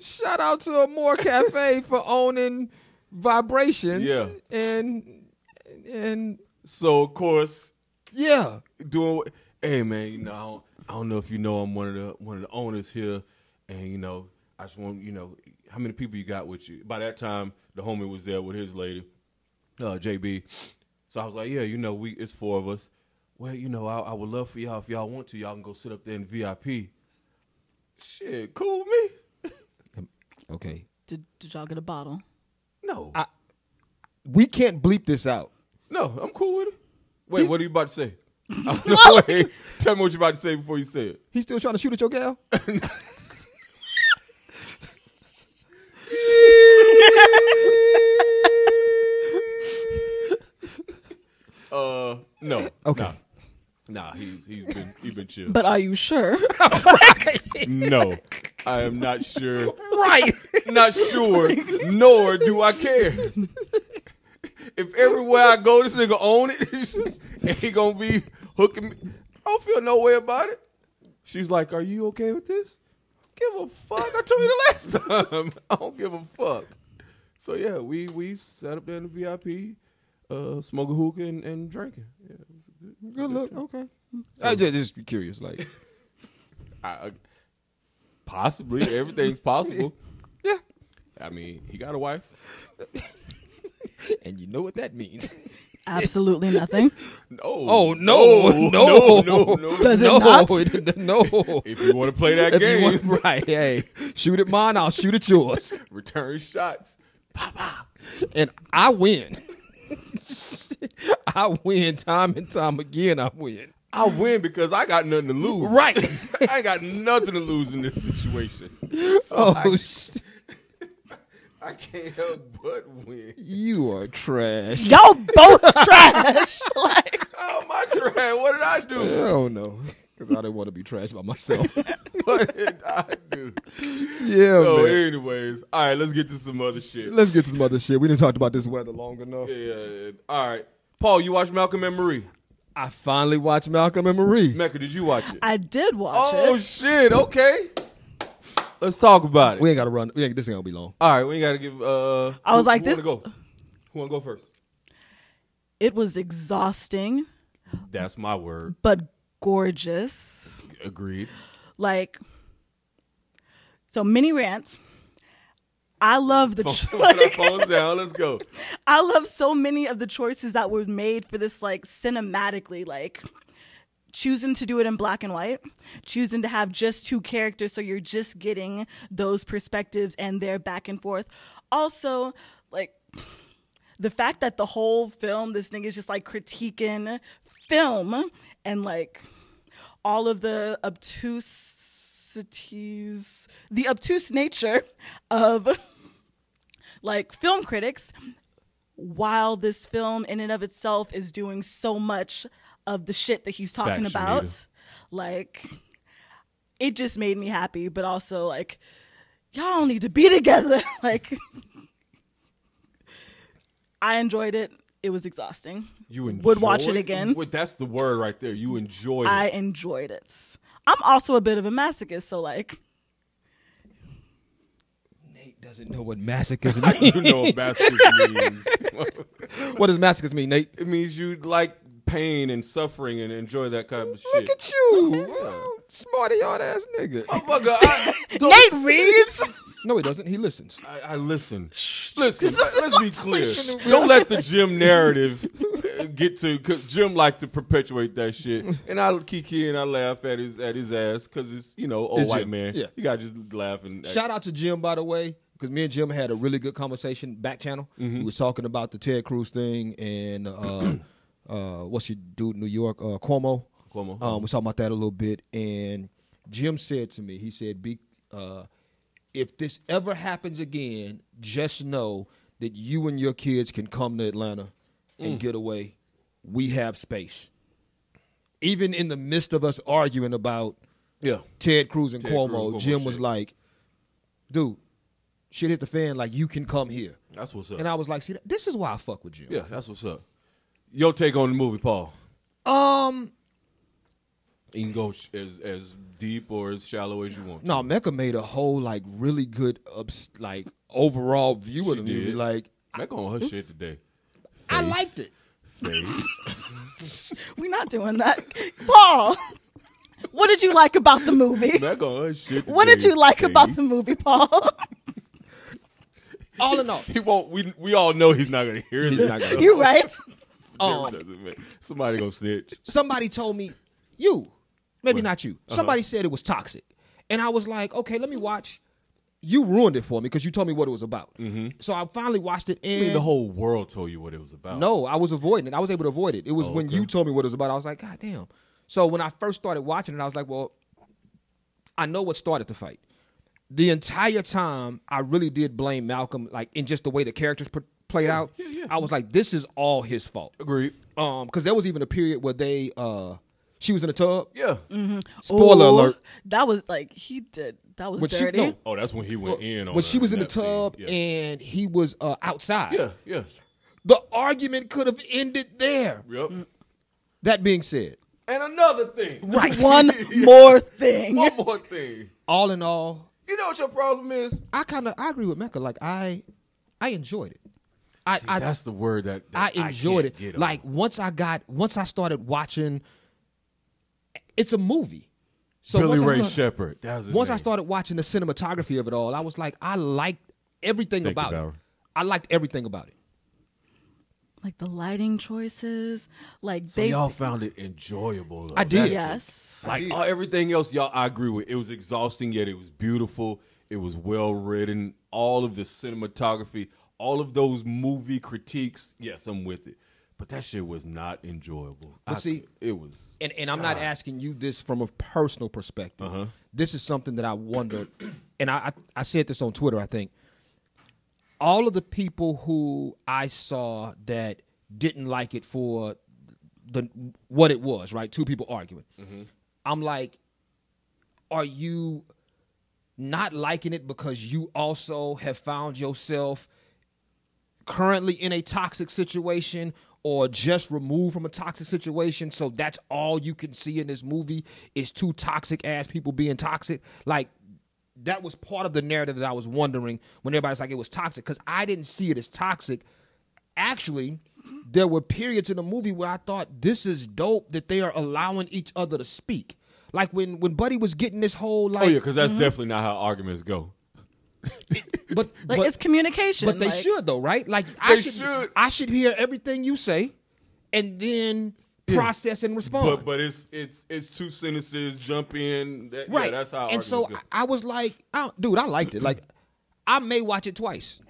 Shout out to Amore Cafe for owning vibrations. Yeah. And and So of course, yeah. doing. wh- Hey man, you know, I don't, I don't know if you know I'm one of the one of the owners here, and you know, I just want you know how many people you got with you. By that time, the homie was there with his lady, uh, JB. So I was like, yeah, you know, we it's four of us. Well, you know, I, I would love for y'all if y'all want to, y'all can go sit up there in VIP. Shit, cool with me? Okay. Did, did y'all get a bottle? No, I- We can't bleep this out. no, I'm cool with it. Wait, He's- what are you about to say? no, wait, tell me what you're about to say before you say it. He's still trying to shoot at your gal? Uh, no. Okay. Nah. Nah, he's he's been he's been chill. But are you sure? no, I am not sure. Right. Not sure. Nor do I care. If everywhere I go, this nigga own it, it's just- and he gonna be hooking me. I don't feel no way about it. She's like, "Are you okay with this?" Give a fuck. I told you the last time. I don't give a fuck. So yeah, we we sat up there in the VIP, uh, smoking hookah and, and drinking. Yeah, it was good. Good luck. Okay. I just, just be curious. Like, I, I- possibly everything's possible. yeah. I mean, he got a wife. And you know what that means. Absolutely nothing. No. Oh, no. no, No. no, no. Does it no. not? it- no. If you want to play that If you game, want- right. Hey, shoot at mine. I'll shoot at yours. return shots. and I win. I win time and time again. I win. I win because I got nothing to lose. Right. I ain't got nothing to lose in this situation. So Oh, sh- I can't help but win. you are trash. Y'all both trash. like, How am I trying? Oh, What did I do? Oh no, because I didn't want to be trash by myself. What did I do? yeah, So, Oh, man. anyways, all right, let's get to some other shit. Let's get to some other shit. We didn't talk about this weather long enough. Yeah, all right. Paul, you watched Malcolm and Marie. I finally watched Malcolm and Marie. Mecca, did you watch it? I did watch Oh it. shit! Okay, let's talk about it. We ain't gotta run. We ain't, this ain't gonna be long. All right, we ain't gotta give. Uh, I was who- like, who this- Wanna go? Who wanna go first? it was exhausting, That's my word. but gorgeous. Agreed. like so mini rants I love the Phone- cho- put our like, phones down. Let's go. I love so many of the choices that were made for this like cinematically like choosing to do it in black and white, choosing to have just two characters so you're just getting those perspectives and their back and forth. Also, like the fact that the whole film this nigga's just like critiquing film and like all of the obtusities, the obtuse nature of like film critics while this film in and of itself is doing so much of the shit that he's talking Facts, about Shanita. like it just made me happy but also like y'all don't need to be together like i enjoyed it it was exhausting You enjoy would watch it again Well, that's the word right there. You enjoy it. i enjoyed it i'm also a bit of a masochist so like Nate doesn't know what masochism means. you know what basket means. what does masochism mean, Nate? it means you like pain and suffering and enjoy that kind of shit. Look at you, well, smarty old ass nigga. Motherfucker, I, nate reads No, he doesn't. He listens. I, I listen. Listen, this is let's be like- clear. Don't let the gym narrative uh, get to because Jim like to perpetuate that shit, and I kiki and I laugh at his at his ass because it's you know old It's white Jim, man. yeah. you gotta just laugh and uh, Shout out to Jim, by the way, because me and Jim had a really good conversation back channel. Mm-hmm. We was talking about the Ted Cruz thing and uh, uh, what's your dude in New York, uh, Cuomo. Cuomo. Um, we was talking about that a little bit, and Jim said to me, he said, "Be uh, if this ever happens again, just know that you and your kids can come to Atlanta and Mm. get away. We have space." Even in the midst of us arguing about yeah. Ted Cruz and Ted Cruz, Cuomo, Cuomo Jim was shit. like, dude, shit hit the fan. Like, you can come here. That's what's up. And I was like, see, that- this is why I fuck with Jim. yeah, that's what's up. Your take on the movie, Paul? Um, You can go sh- as as deep or as shallow as you want. no, Mecca made a whole, like, really good, ups, like, overall view of She the movie. did. Like, Back on her shit today. I Face. liked it. Face. we're not doing that paul what did you like about the movie Back on her shit. what did today. you like about the Face. movie paul All in all, He won't. We we all know he's not gonna hear He's this. not gonna- you're right um, Doesn't matter. Somebody gonna snitch. somebody told me you maybe not you Uh-huh. somebody said it was toxic and i was like okay let me watch you ruined it for me because you told me what it was about so i finally watched it I and Mm-hmm. mean, the whole world told you what it was about. no i was avoiding it i was able to avoid it it was Oh, when you told me what it was about i was like god damn so when i first started watching it i was like well i know what started the fight the entire time i really did blame malcolm like in just the way the characters put, played out i was like this is all his fault agreed. um because there was even a period where they uh she was in a tub Yeah. spoiler Ooh, alert That was like he did. That was When she- dirty. no. Oh, that's when he went in on. when she her was in the that scene. tub yeah. and he was uh outside yeah, yeah, the argument could have ended there yep. that being said And another thing, right One more thing. one more thing. all in all You know what your problem is? i kind of i agree with mecca like i i enjoyed it i i that's the word that, I that enjoyed can't get it. over. Like once I got, once I started watching, it's a movie. So Billy once I Ray started- Shepherd. That was his Once I name. started watching the cinematography of it all, I was like, I liked everything Thank you, about it. Bauer. I liked everything about it. Like the lighting choices. Like so they. y'all found it enjoyable. though. I That's did. the- yes. Like all, everything else, y'all, I agree with. It was exhausting, yet it was beautiful. It was well written. All of the cinematography, all of those movie critiques. Yes, I'm with it. But that shit was not enjoyable. But I- see- it was. And and I'm not asking you this from a personal perspective. This is something that I wondered, and I, I I said this on Twitter. I think all of the people who I saw that didn't like it for the what it was, right? Two people arguing. I'm like, are you not liking it because you also have found yourself currently in a toxic situation or just removed from a toxic situation so that's all you can see in this movie is two toxic ass people being toxic like that was part of the narrative that i was wondering when everybody's like it was toxic because i didn't see it as toxic actually there were periods in the movie where i thought this is dope that they are allowing each other to speak like mm-hmm. when when buddy was getting this whole like Oh yeah, because that's definitely not how arguments go. But Like but, it's communication. but they like, should though, right? Like I They should, should. I should hear everything you say, and then process and respond. But but it's it's it's two sentences. Jump in. That, right. Yeah, that's how. and so arguments go. I, I was like, I, dude, I liked it. Like I may watch it twice.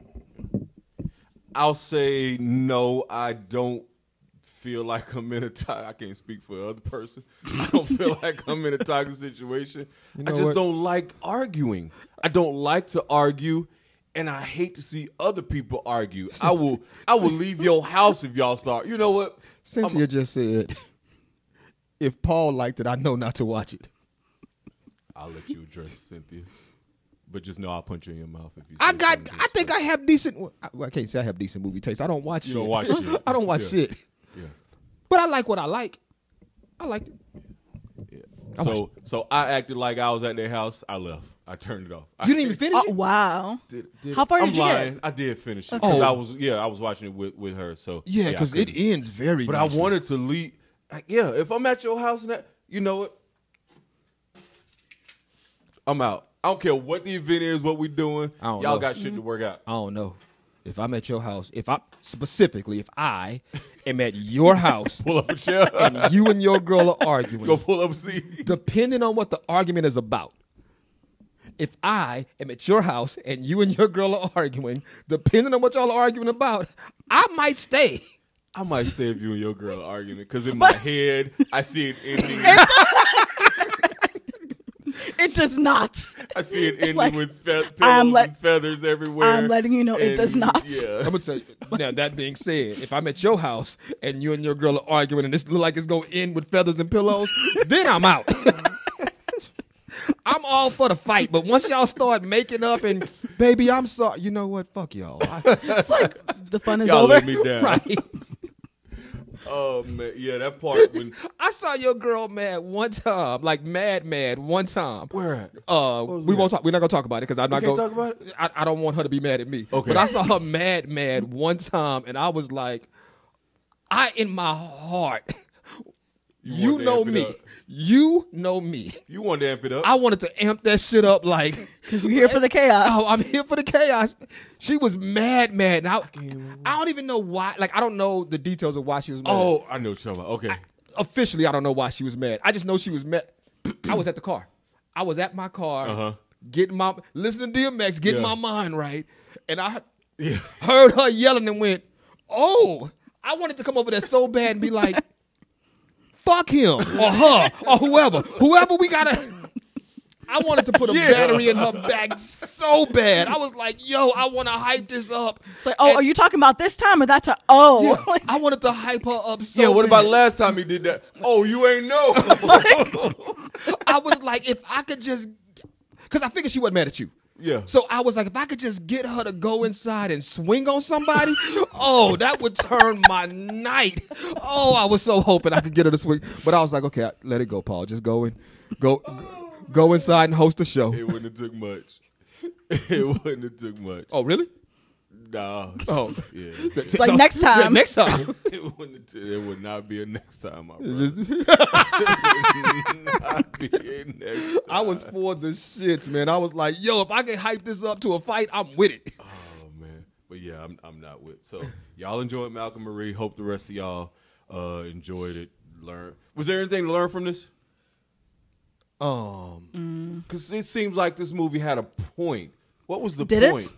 I'll say no. I don't feel like I'm in a tiger. I can't speak for the other person. I don't feel like I'm in a tiger situation. I know just what? don't like arguing. I don't like to argue, and I hate to see other people argue. I will. I will leave your house if y'all start. You know what? Cynthia just said, if Paul liked it, I know not to watch it. I'll let you address Cynthia, but just know I'll punch you in your mouth if you. I say got. something I think I have decent. well, I, well, I can't say I have decent movie taste. I don't watch. You shit. don't watch shit. I don't watch Yeah. shit. Yeah. But I like what I like. I liked it. I So so I acted like I was at their house. I left. I turned it off. I, You didn't even finish Oh, it. wow. Did- did- How far I'm did you lying. get? I did finish it. 'cause Oh. I was yeah, I was watching it with, with her. So Yeah, because I it couldn't. ends very. But nicely. I wanted to leave. I- Yeah, if I'm at your house and that, you know what? I'm out. I don't care what the event is, what we doing. I don't Y'all know. got shit Mm-hmm. to work out. I don't know. If I'm at your house, if I specifically, if I am at your house Pull up a chair. and you and your girl are Go arguing, pull up a seat. depending on what the argument is about. If I am at your house and you and your girl are arguing, depending on what y'all are arguing about, I might stay. I might stay if you and your girl arguing because in my head I see it ending. It does not. I see it ending Like, with fe- pillows I'm let- and feathers everywhere. I'm letting you know it does not. Yeah. I'm gonna tell you. Now that being said, if I'm at your house and you and your girl are arguing and this look like it's gonna end with feathers and pillows, then I'm out. I'm all for the fight, but once y'all start making up and baby, I'm sorry. You know what? Fuck y'all. I- It's like the fun is Y'all over. let me down. right. Oh man, yeah, that part when I saw your girl mad one time, like mad, mad one time. Where at? Uh, was we we won't talk. We're not gonna talk about it because I'm not can't gonna talk about it? I, I don't want her to be mad at me. Okay. But I saw her mad, mad one time, and I was like, I in my heart, you, wanted to know amp it me, up. you know me. you wanted to amp it up. I wanted to amp that shit up, like, Because you're here for the chaos. oh, I'm here for the chaos. She was mad, mad, and I, I don't even know why. Like, I don't know the details of why she was mad oh, I know what you're talking about. Okay, officially I don't know why she was mad. I just know she was mad. I was at the car. I was at my car, Uh-huh. getting my listening to DMX, getting Yeah. my mind right, and I heard her yelling and went, "Oh!" I wanted to come over there so bad and be like, "Fuck him or her or whoever, whoever we gotta." I wanted to put a battery in her back so bad. I was like, "Yo, I want to hype this up." It's like, oh, are you talking about this time or that time? Oh, Yeah, like, I wanted to hype her up so yeah. What bad. about last time he did that? Oh, you ain't know. I was like, if I could just, because I figured she wasn't mad at you. Yeah. So I was like, if I could just get her to go inside and swing on somebody, oh, that would turn my night. Oh, I was so hoping I could get her to swing, but I was like, okay, let it go, Paul. Just go and go, go, go inside and host a show. it wouldn't have took much. It wouldn't have took much. Oh, really? Nah. Oh, Yeah. It's like next time. Yeah, next time. It wouldn't. Have, it would not be a next time, my brother. Just- It would not be a next time. I was for the shits, man. I was like, yo, if I can hype this up to a fight, I'm with it. Oh man, but yeah, I'm I'm not with. So y'all enjoyed Malcolm Marie. Hope the rest of y'all uh, enjoyed it. Learn. Was there anything to learn from this? Um, Because it seems like this movie had a point. What was the Did it? point?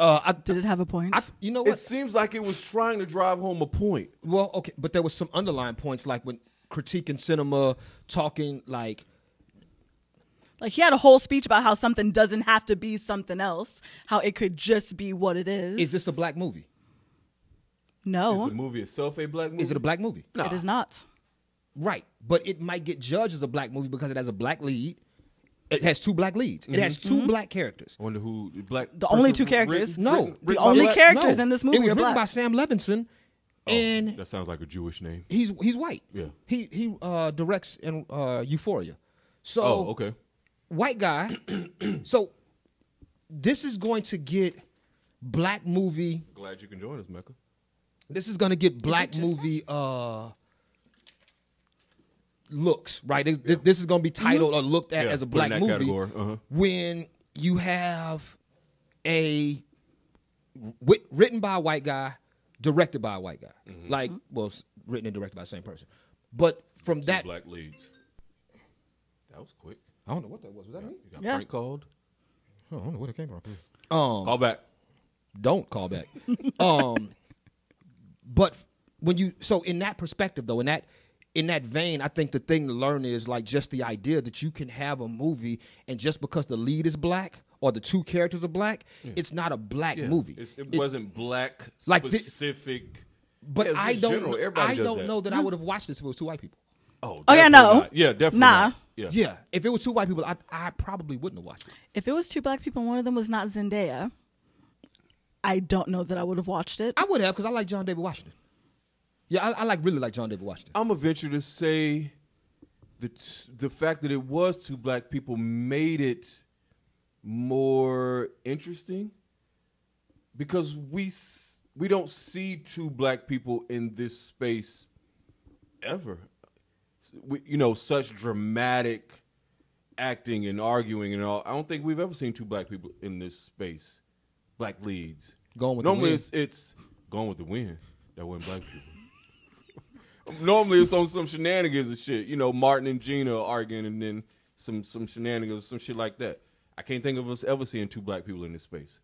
uh, I, did it have a point? I, you know what? It seems like it was trying to drive home a point. Well, okay, but there was some underlying points like when critiquing cinema, talking like like he had a whole speech about how something doesn't have to be something else, how it could just be what it is. is this a black movie? no? Is the movie itself a black movie? Uh-huh. Is it a black movie? No. It is not. Right. But it might get judged as a black movie because it has a black lead. It has two black leads. It has 2 black characters. I wonder who the black. The only person two characters. Mm-hmm. written- No. written- The written by only black- char- characters No, in this movie It was are written black. by Sam Levinson and Oh, That sounds like a Jewish name. he's he's white. Yeah. He he uh directs in uh Euphoria. So Oh, okay. white guy. so this is going to get black movie Glad you can join us, Mecca. this is gonna get black movie uh looks right this, this- this is gonna be titled or looked at Yeah, as a put it in black that movie category, uh-huh. when you have a writ- written by a white guy, directed by a white guy. Mm-hmm. Like, well, s- written and directed by the same person. But from Two that, black leads. That was quick. I don't know what that was. Was that me? You got Yeah. prank called. Oh, I don't know where that came from. Um, Call back. don't call back. um, but when you so in that perspective though, in that in that vein, I think the thing to learn is like just the idea that you can have a movie and just because the lead is black or the two characters are black, it's not a black movie. It's- it, It- wasn't black Like thi- specific. but Yeah, it's I just don't. general. know- Everybody I does don't that. know that I would have watched this if it was two white people. Oh, Oh, yeah, definitely no. not. Yeah, definitely. Nah. not. Yeah. Yeah, if it was two white people, I I probably wouldn't have watched it. If it was two black people and one of them was not Zendaya, I don't know that I would have watched it. I would have because I like John David Washington. Yeah, I, I like really like John David Washington. I'm gonna venture to say the t- the fact that it was two black people made it more interesting because we s- we don't see two black people in this space ever. We, you know, such dramatic acting and arguing and all. I don't think we've ever seen two black people in this space. Black leads. Gone with the normally Wind. it's it's gone with the wind. That wasn't black people. Normally it's on some shenanigans and shit. You know, Martin and Gina are arguing and then some some shenanigans, some shit like that. I can't think of us ever seeing two black people in this space.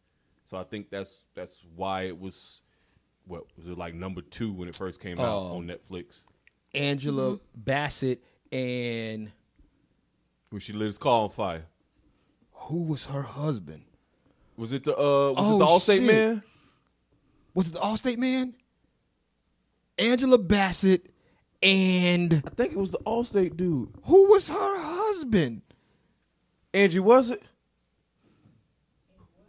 So I think that's that's why it was what was it like number two when it first came out Oh. on Netflix. Angela Bassett and When she lives call on fire. who was her husband? Was it the uh was it the Oh, Allstate shit. man? was it the Allstate man? Angela Bassett and I think it was the Allstate dude. who was her husband? Angie was it?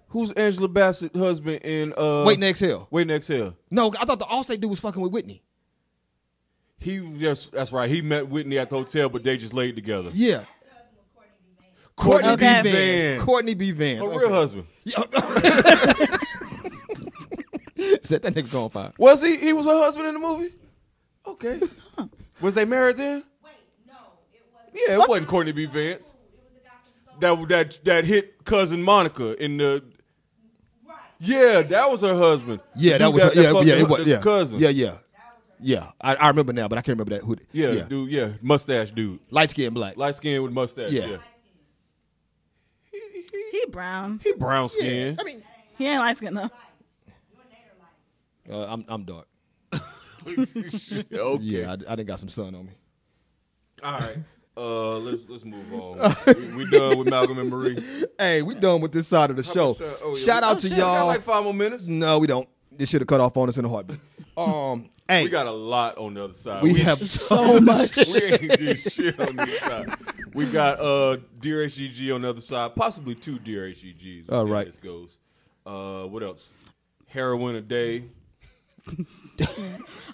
Who's Angela Bassett husband in uh Wait next hell. Wait next hell. No, I thought the Allstate dude was fucking with Whitney. He just that's right. He met Whitney at the hotel, but they just laid together. Yeah. Courtney Okay. B. Vance. Courtney B. Vance. Her Okay. real husband. Set that nigga on fire. Was he? He was her husband in the movie. Okay. Was they married then? Yeah, it wasn't Courtney B. Vance. That that that hit cousin Monica in the. Yeah, that was her husband. Yeah, The that dude was yeah, fucked yeah, the- it was the yeah. cousin. Yeah, yeah. Yeah. I, I remember now, but I can't remember that who yeah, dude, yeah, mustache dude, Light skin black. light skin with mustache. Yeah. Yeah, he brown. he brown skin. I mean He ain't light skinned though. uh, I'm I'm dark. okay. Yeah, I, I done got some sun on me. All right. Uh, let's let's move on. we, we done with Malcolm and Marie. Hey, we done with this side of the show. much time- oh, yeah, Shout we- out oh, to shit, we got y'all. like five more minutes. No, we don't. This should have cut off on us in a heartbeat. Um, hey, We got a lot on the other side. we have So much. we ain't did shit on this side. We got uh Dear HGG on the other side, possibly two Dear HGGs. We'll All see how right. this goes. Uh, what else? Heroin a day. I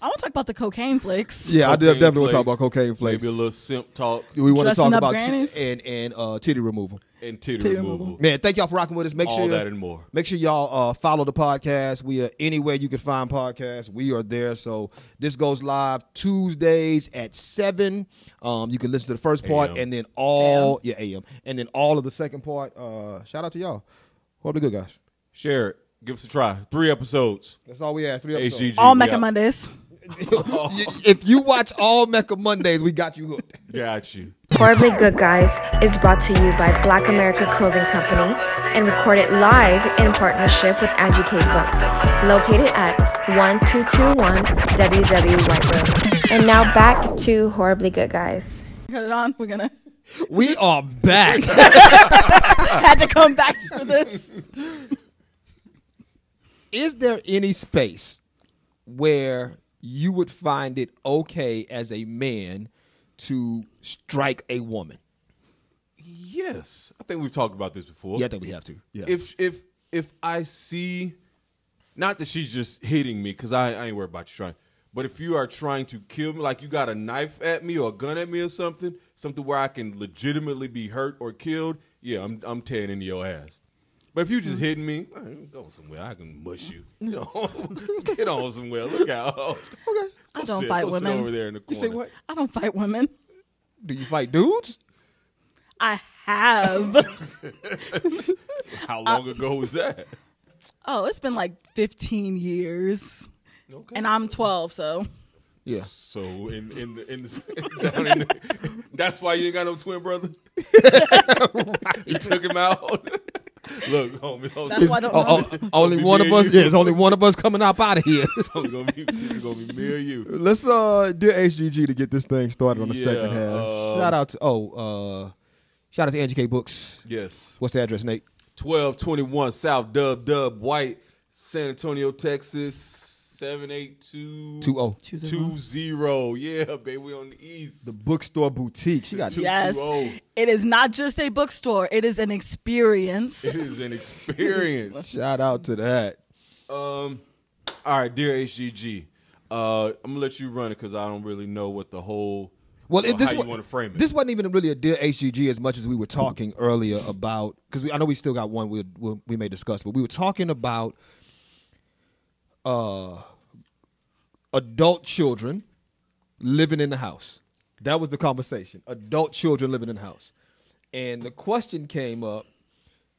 want to talk about the cocaine flakes. yeah, I did- cocaine definitely want to talk flakes, about cocaine flakes. Maybe a little simp talk we want to Dressing talk up about grannies? t- and and uh, titty removal. and titty, Titty removal. removal. Man, thank y'all for rocking with us. Make All sure that and more. Make sure y'all uh, follow the podcast. We are anywhere you can find podcasts. We are there. So this goes live Tuesdays at seven. Um, you can listen to the first part AM. and then all yeah am and then all of the second part. Uh, shout out to y'all. Hope the good guys. Share it. Give us a try. Three episodes. That's all we asked. Three episodes. HGG. All we Mecca out. Mondays. Y- if you watch all Mecca Mondays, we got you hooked. Got you. Horribly Good Guys is brought to you by Black America Clothing Company and recorded live in partnership with Angie K Books, located at 1221 WW White Road. And now back to Horribly Good Guys. Cut it on. We're gonna We are back. had to come back for this. Is there any space where you would find it okay as a man to strike a woman? Yes, I think we've talked about this before. Yeah, I think we have to. Yeah. If if if I see, not that she's just hitting me because I, I ain't worried about you trying, but if you are trying to kill me, like you got a knife at me or a gun at me or something, something where I can legitimately be hurt or killed, yeah, I'm I'm tearing into your ass. But if you Mm. just hitting me, "All right, I'm going somewhere. I can mush you. you know, get on somewhere. Look out. Okay. I don't fight women. over there in the you corner. say what? I don't fight women. Do you fight dudes? I have. How long ago was that? oh, it's been like 15 years. Okay. And I'm 12, so Yeah. So in in the in the, down in the that's why you ain't got no twin brother. You took him out. Look, homie, I was- That's why I don't Oh, know. oh, only one of us. Yeah, there's only one of us coming up out of here. it's only gonna be it's gonna be me or you. Let's uh do HGG to get this thing started on the second Yeah, half. uh, shout out to oh uh shout out to Angie K Books. Yes, What's the address, Nate? twelve twenty one South Dub Dub White, San Antonio, Texas, seven eight two Two O. Two zero. two zero. Yeah, baby, we on the east. The bookstore boutique. She got Two- oh. yes, 220. it is not just a bookstore; it is an experience. it is an experience. shout out to that. Um, all right, dear HGG, uh, I'm gonna let you run it because I don't really know what the whole Well, or if this how wa- you want to frame it. this wasn't even really a dear HGG as much as we were talking earlier about because I know we still got one we we we may discuss, but we were talking about uh adult children living in the house. That was the conversation. Adult children living in the house, and the question came up: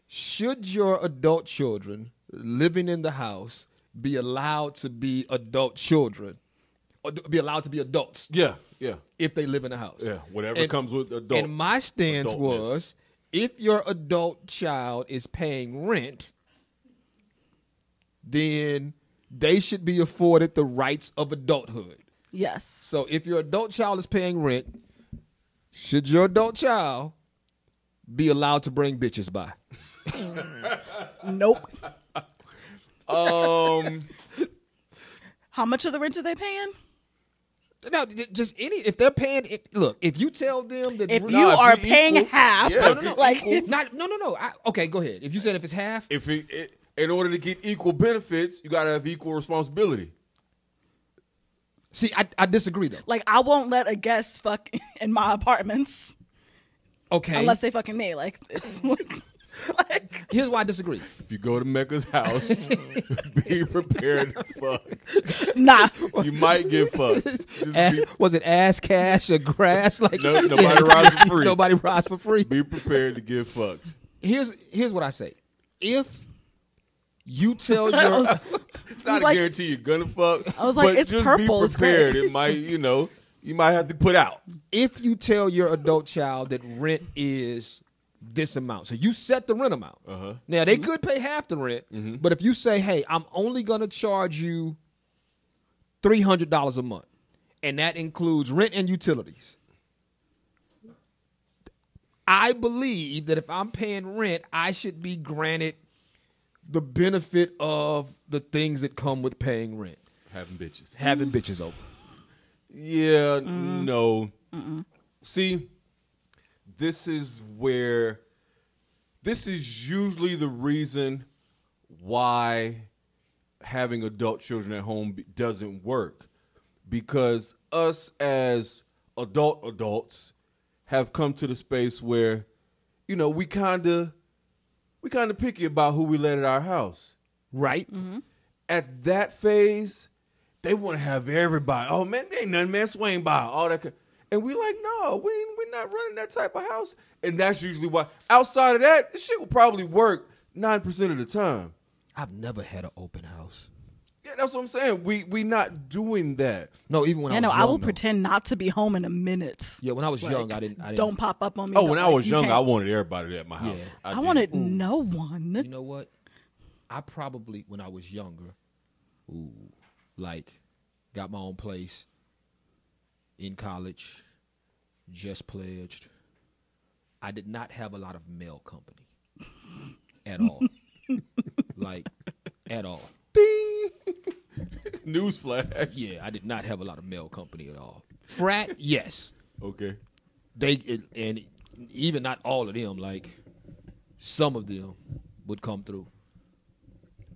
Should your adult children living in the house be allowed to be adult children, or be allowed to be adults? yeah, yeah, if they live in a house. Yeah, whatever comes with adult- And my stance adultness. was if your adult child is paying rent, then they should be afforded the rights of adulthood. yes, So if your adult child is paying rent, should your adult child be allowed to bring bitches by? nope. um, How much of the rent are they paying? No, j- just any if they're paying. It, look, if you tell them that If we're- you if are we paying equal- half, Yeah, if it's like not, no, no, no. I, okay, go ahead. If you said if it's half, if it, it in order to get equal benefits, you gotta have equal responsibility. see, I, I disagree though. like I won't let a guest fuck in my apartments Okay, unless they fucking me. Like it's like, like here's why I disagree. If you go to Mecca's house, be prepared to fuck. nah. You might get fucked. Just Ass, be, was it ass cash or grass? Like No- nobody rides for free. Nobody rides for free. be prepared to get fucked. Here's here's what I say. If you tell your It's not was a like- guarantee you're gonna fuck. I was like, but it's just purple, Be it's great. prepared. It might, you know, you might have to put out. if you tell your adult child that rent is this amount, so you set the rent amount. Uh-huh. Now they could pay half the rent, but if you say, "Hey, I'm only going to charge you three hundred dollars a month," and that includes rent and utilities. I believe that if I'm paying rent, I should be granted the benefit of the things that come with paying rent. Having bitches. Having bitches over. Yeah, no. See, this is where this is usually the reason why having adult children at home be- doesn't work because us as adult adults have come to the space where you know we kind of we kind of picky about who we let at our house Right? Mm-hmm. at that phase, they want to have everybody. Oh man, they ain't nothing, man. Swing by all that. ki- And we like, no, we ain't, we're not running that type of house. And that's usually why. Outside of that, this shit will probably work nine percent of the time. I've never had an open house. Yeah, that's what I'm saying. We we not doing that. No, even when I I was know. young, I will though. pretend not to be home in a minute. Yeah, when I was Like, young, I didn't. I didn't Don't pop up on me. Oh, Don't- when I like, was you young, can't- I wanted everybody at my house. Yeah. I, did. wanted no one. You know what? I probably when I was younger, ooh, like got my own place in college, just pledged. I did not have a lot of male company at all. like at all. newsflash. Yeah, I did not have a lot of male company at all. Frat, yes. Okay. they it, and even not all of them like some of them would come through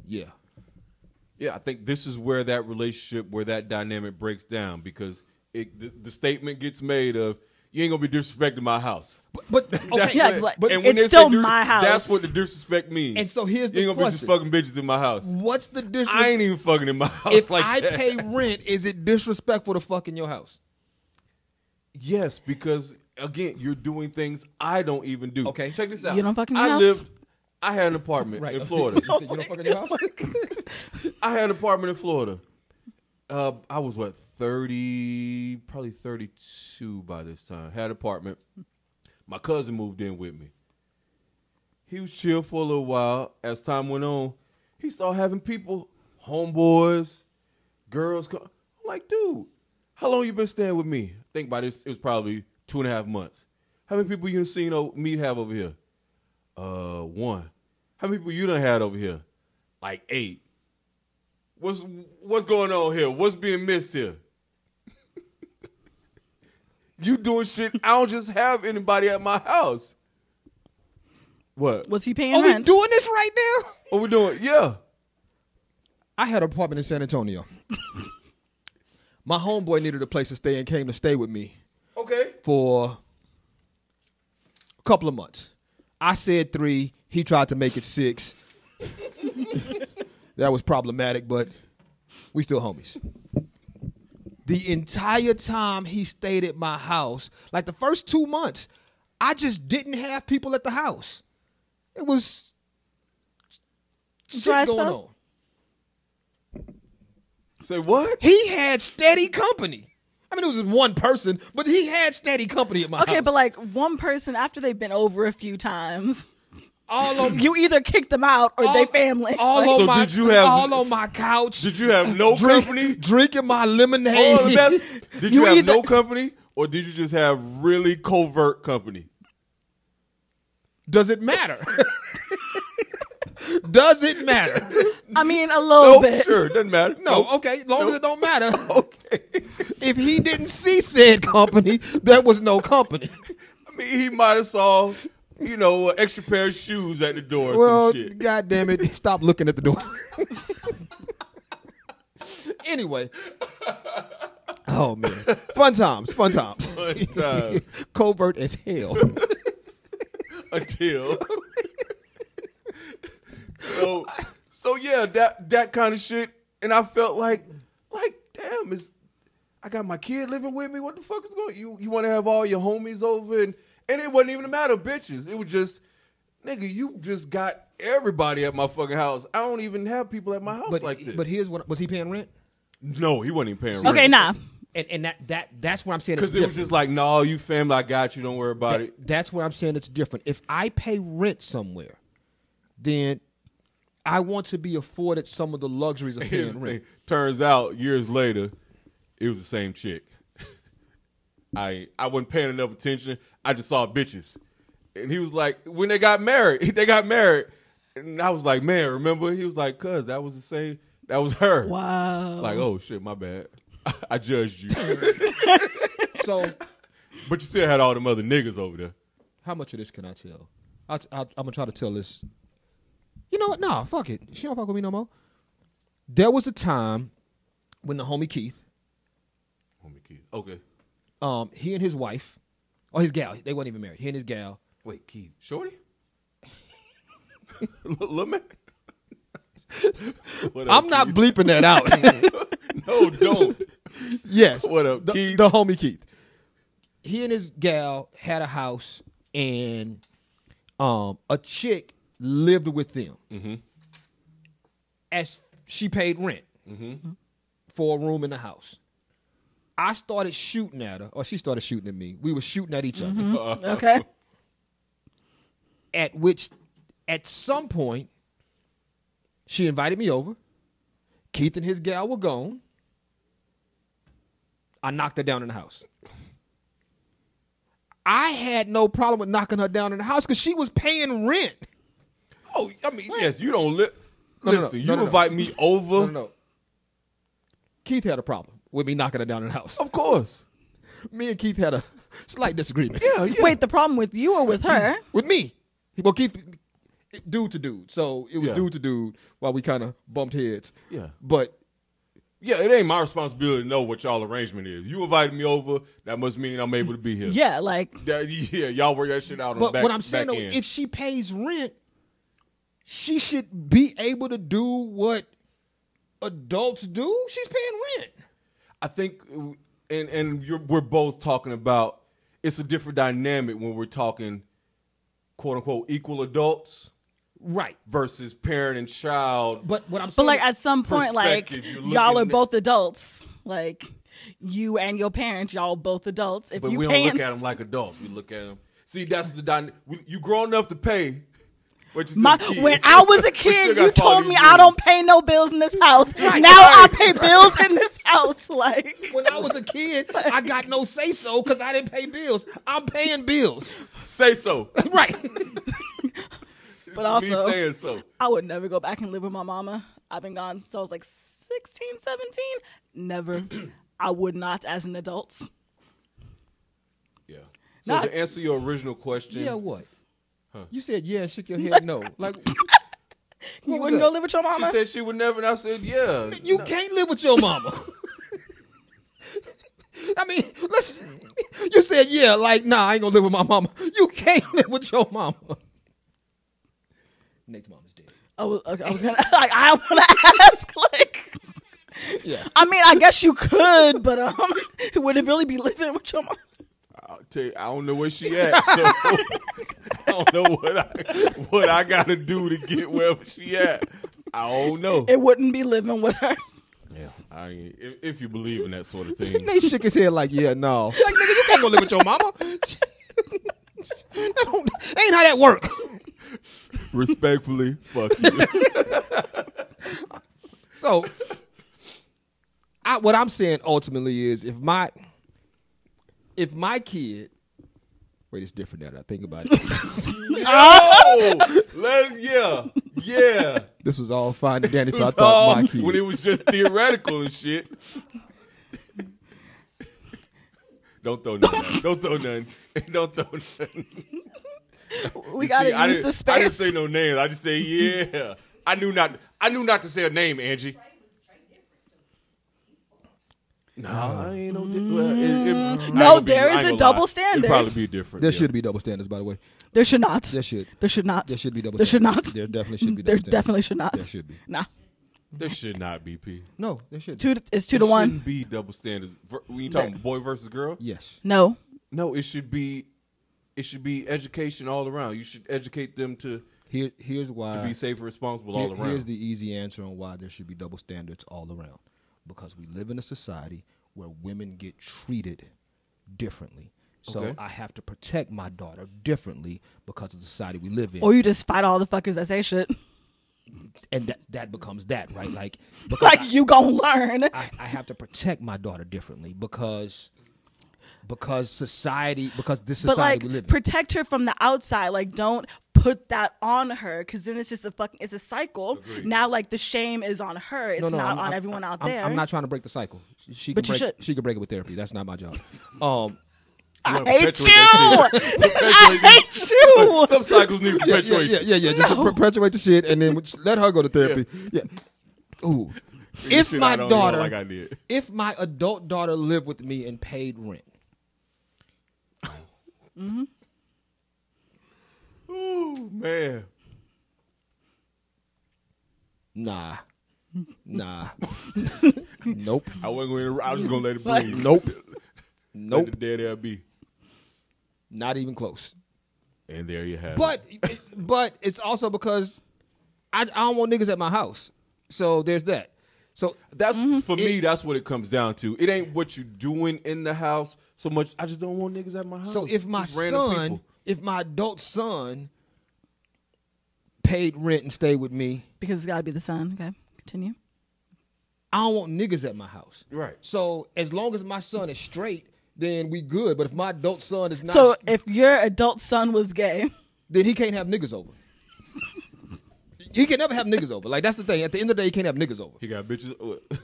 yeah Yeah, I think this is where that relationship, where that dynamic breaks down because it the, the statement gets made of you ain't gonna be disrespecting my house. but, but okay Yeah, what- it's like- but and when it's they say still dis- my house. That's what the disrespect means. And so here's the you ain't gonna be question. just fucking bitches in my house. what's the disrespect I ain't even fucking in my house if like i that. pay rent is it disrespectful to fuck in your house yes, because again, you're doing things I don't even do. Okay. check this out. You don't fuck Oh in my I house? lived I had an apartment in Florida. You said you don't fuck in your house? I had an apartment in Florida. Uh, I was what thirty, probably thirty-two by this time. Had an apartment. My cousin moved in with me. He was chill for a little while. As time went on, he started having people, homeboys, girls. Come. I'm like, dude, how long you been staying with me? I think by this it was probably two and a half months. How many people you done seen o- me have over here? Uh, one. How many people you done had over here? Like eight. What's what's going on here? What's being missed here? you doing shit? I don't just have anybody at my house. What? Was he paying Are we rent? doing this right now? What we doing? Yeah. I had an apartment in San Antonio. My homeboy needed a place to stay and came to stay with me Okay. for a couple of months. I said three. He tried to make it six. that was problematic, but we still homies. The entire time he stayed at my house, like the first two months, I just didn't have people at the house. It was shit Dry going spell? on. Say what? He had steady company. I mean, it was just one person, but he had steady company at my house. okay, but like one person after they've been over a few times, all on you either kick them out or all- they family. All Like, on So my, did you have- all on my couch? Did you have no drink- company? Drinking my lemonade. All the best. Did you, You have either- no company, or did you just have really covert company? Does it matter? Does it matter? I mean, a little Oh, bit. sure, doesn't matter. No, Nope. okay. Long as it don't matter. okay. If he didn't see said company, there was no company. I mean, he might have saw, you know, an extra pair of shoes at the door or Well, some shit. God damn it! Stop looking at the door. anyway, oh man, fun times, fun times. One time Covert as hell. until. so, so yeah, that that kind of shit, and I felt like, like, damn, is I got my kid living with me. What the fuck is going? You you want to have all your homies over, and and it wasn't even a matter of bitches. It was just, nigga, you just got everybody at my fucking house. I don't even have people at my house But like this. but here's what was he paying rent? no, he wasn't even paying. Okay, nah. And and that that that's where I'm saying it's Because it was different. just like, no, you family, I got you. Don't worry about it. That- that's where I'm saying it's different. If I pay rent somewhere, then I want to be afforded some of the luxuries of Here's paying the rent. thing. Turns out years later, it was the same chick. I I wasn't paying enough attention. I just saw bitches, and he was like, when they got married, they got married, and I was like, man, remember? He was like, cuz that was the same. That was her. Uh, Wow. Like, oh shit, my bad. I judged you, So but you still had all them other niggas over there. How much of this can I tell? I, I, am gonna try to tell this. You know what? Nah, fuck it. She don't fuck with me no more. There was a time when the homie Keith, Homie Keith. Okay. um, he and his wife, or his gal, they weren't even married. He and his gal, Wait, Keith. Shorty. Little man. What up, I'm not bleeping that out. No, don't. yes. What up, the, Keith? The homie Keith. He and his gal had a house, and um, a chick lived with them. Mm-hmm. As she paid rent Mm-hmm. for a room in the house. I started shooting at her, or she started shooting at me. We were shooting at each other. Uh, uh, Okay. At which, at some point, she invited me over. Keith and his gal were gone. I knocked her down in the house. I had no problem with knocking her down in the house because she was paying rent. Oh, I mean, yes, you don't li- No, no, no. listen. No, you no, no. invite me over, No, no, no. Keith had a problem with me knocking her down in the house. of course. Oh, Me and Keith had a slight disagreement. Yeah, yeah. Wait, the problem with you or with her? with me. Well, Keith, dude to dude. So it was Yeah. dude to dude while we kind of bumped heads. Yeah. But yeah, it ain't my responsibility to know what y'all arrangement is. You invited me over, that must mean I'm able to be here. Yeah, like That- yeah, y'all work that shit out on but the back. what I'm saying back though, end. if she pays rent, she should be able to do what adults do. She's paying rent. I think, and and you're, we're both talking about it's a different dynamic when we're talking, quote unquote, equal adults Right. versus parent and child. But what I'm But saying, like at some point, like Perspective, you're y'all are looking at- both adults. Like you and your parents, y'all both adults. If but you we can't, don't look at them like adults. We look at them. See, that's the dyna- we You grown enough to pay. But you still my, a kid. when I was a But still kid, gotta you follow told these me I rules. don't pay no bills in this house. now I pay bills in this house. Like when I was a kid, I got no say so because I didn't pay bills. I'm paying bills. say so. Right. but me also- saying so. I would never go back and live with my mama. I've been gone since I was like 16, 17. Never. I would not as an adult. Yeah. So Not- to answer your original question, yeah, what? You said yeah and shook your head no. Like You was wouldn't that? go live with your she mama? said she would never, and I said yeah. you can't live with your mama. I mean, let's. You said yeah, like nah, I ain't gonna live with my mama. You can't live with your mama. Nate's mama's dead. I was, okay, I was gonna, like, I don't want to ask. Like, Yeah. I mean, I guess you could, but um, would it really be living with your mom? I'll tell you, I don't know where she at, so I don't know what I what I gotta do to get wherever she at. I don't know. It wouldn't be living with her. I mean, if, if you believe in that sort of thing, Nate shook his head like, yeah, no. Like, nigga, you can't go live with your mama. that don't, that ain't how that work. respectfully, fuck you. So, I, what I'm saying ultimately is, if my if my kid, wait, it's different now that I think about it. oh, let yeah, yeah. this was all fine and dandy It till I was thought all- my kid. when it was just theoretical and shit. Don't throw nothing. Don't throw nothing. Don't throw nothing. We gotta See, I use didn't, the I didn't space. say no names. I just say yeah. I knew not. I knew not to say a name, Angie. No, I ain't no. Di- well, it- it- I ain't gonna be- Mm. I there is ain't a gonna double lie. standard. It'd probably be different. there yeah. should be double standards, by the way. There should not. There should. There should not. There should be double There should not. standards. There definitely should be There double standards. definitely should not. There should be. Nah. There should not be P. No, there should. Be. Two. To, it's two There to one. shouldn't be double standards. Ver- When you talking boy versus girl, Yes. No. no, it should be. It should be education all around. You should educate them to Here, here's why. be safe and responsible Here- all around. Here's the easy answer on why there should be double standards all around. Because we live in a society where women get treated differently. So Okay. I have to protect my daughter differently because of the society we live in. Or you just fight all the fuckers that say shit. and that, that becomes that, right? Like, because I- Like you gonna learn. I, I have to protect my daughter differently because because society because this but society like we live in. protect her from the outside like don't put that on her because then it's just a fucking it's a cycle now like the shame is on her it's No, no, not I'm- on I'm- everyone out I'm- there I'm not trying to break the cycle. She, she But can you break, should. she can break it with therapy. That's not my job. Um, i wanna hate you perpetuate that i hate you Some cycles need yeah, yeah, perpetuation. yeah, yeah, yeah. Just perpetuate the shit and then let her go to therapy. Yeah. Ooh. If shit my out on y'all daughter, like I did. if my adult daughter lived with me and paid rent, Ooh, man. nah, nah, nope, I wasn't going to. I was just going to let it breathe. nope, Nope. nope, Let the dead air be. not even close. And there you have But it. but it's also because I, I don't want niggas at my house, so there's that. So That's Mm-hmm. for me. That's what it comes down to. It ain't what you doing in the house so much. I just don't want niggas at my house. So if my Just random son, people. if my adult son paid rent and stayed with me, because it's gotta be the sun okay continue I don't want niggas at my house. Right. So as long as my son is straight, then we good. But if my adult son is not, so if your adult son was gay then he can't have niggas over. he can never have niggas over. Like that's the thing. At the end of the day, he can't have niggas over. he got bitches, uh,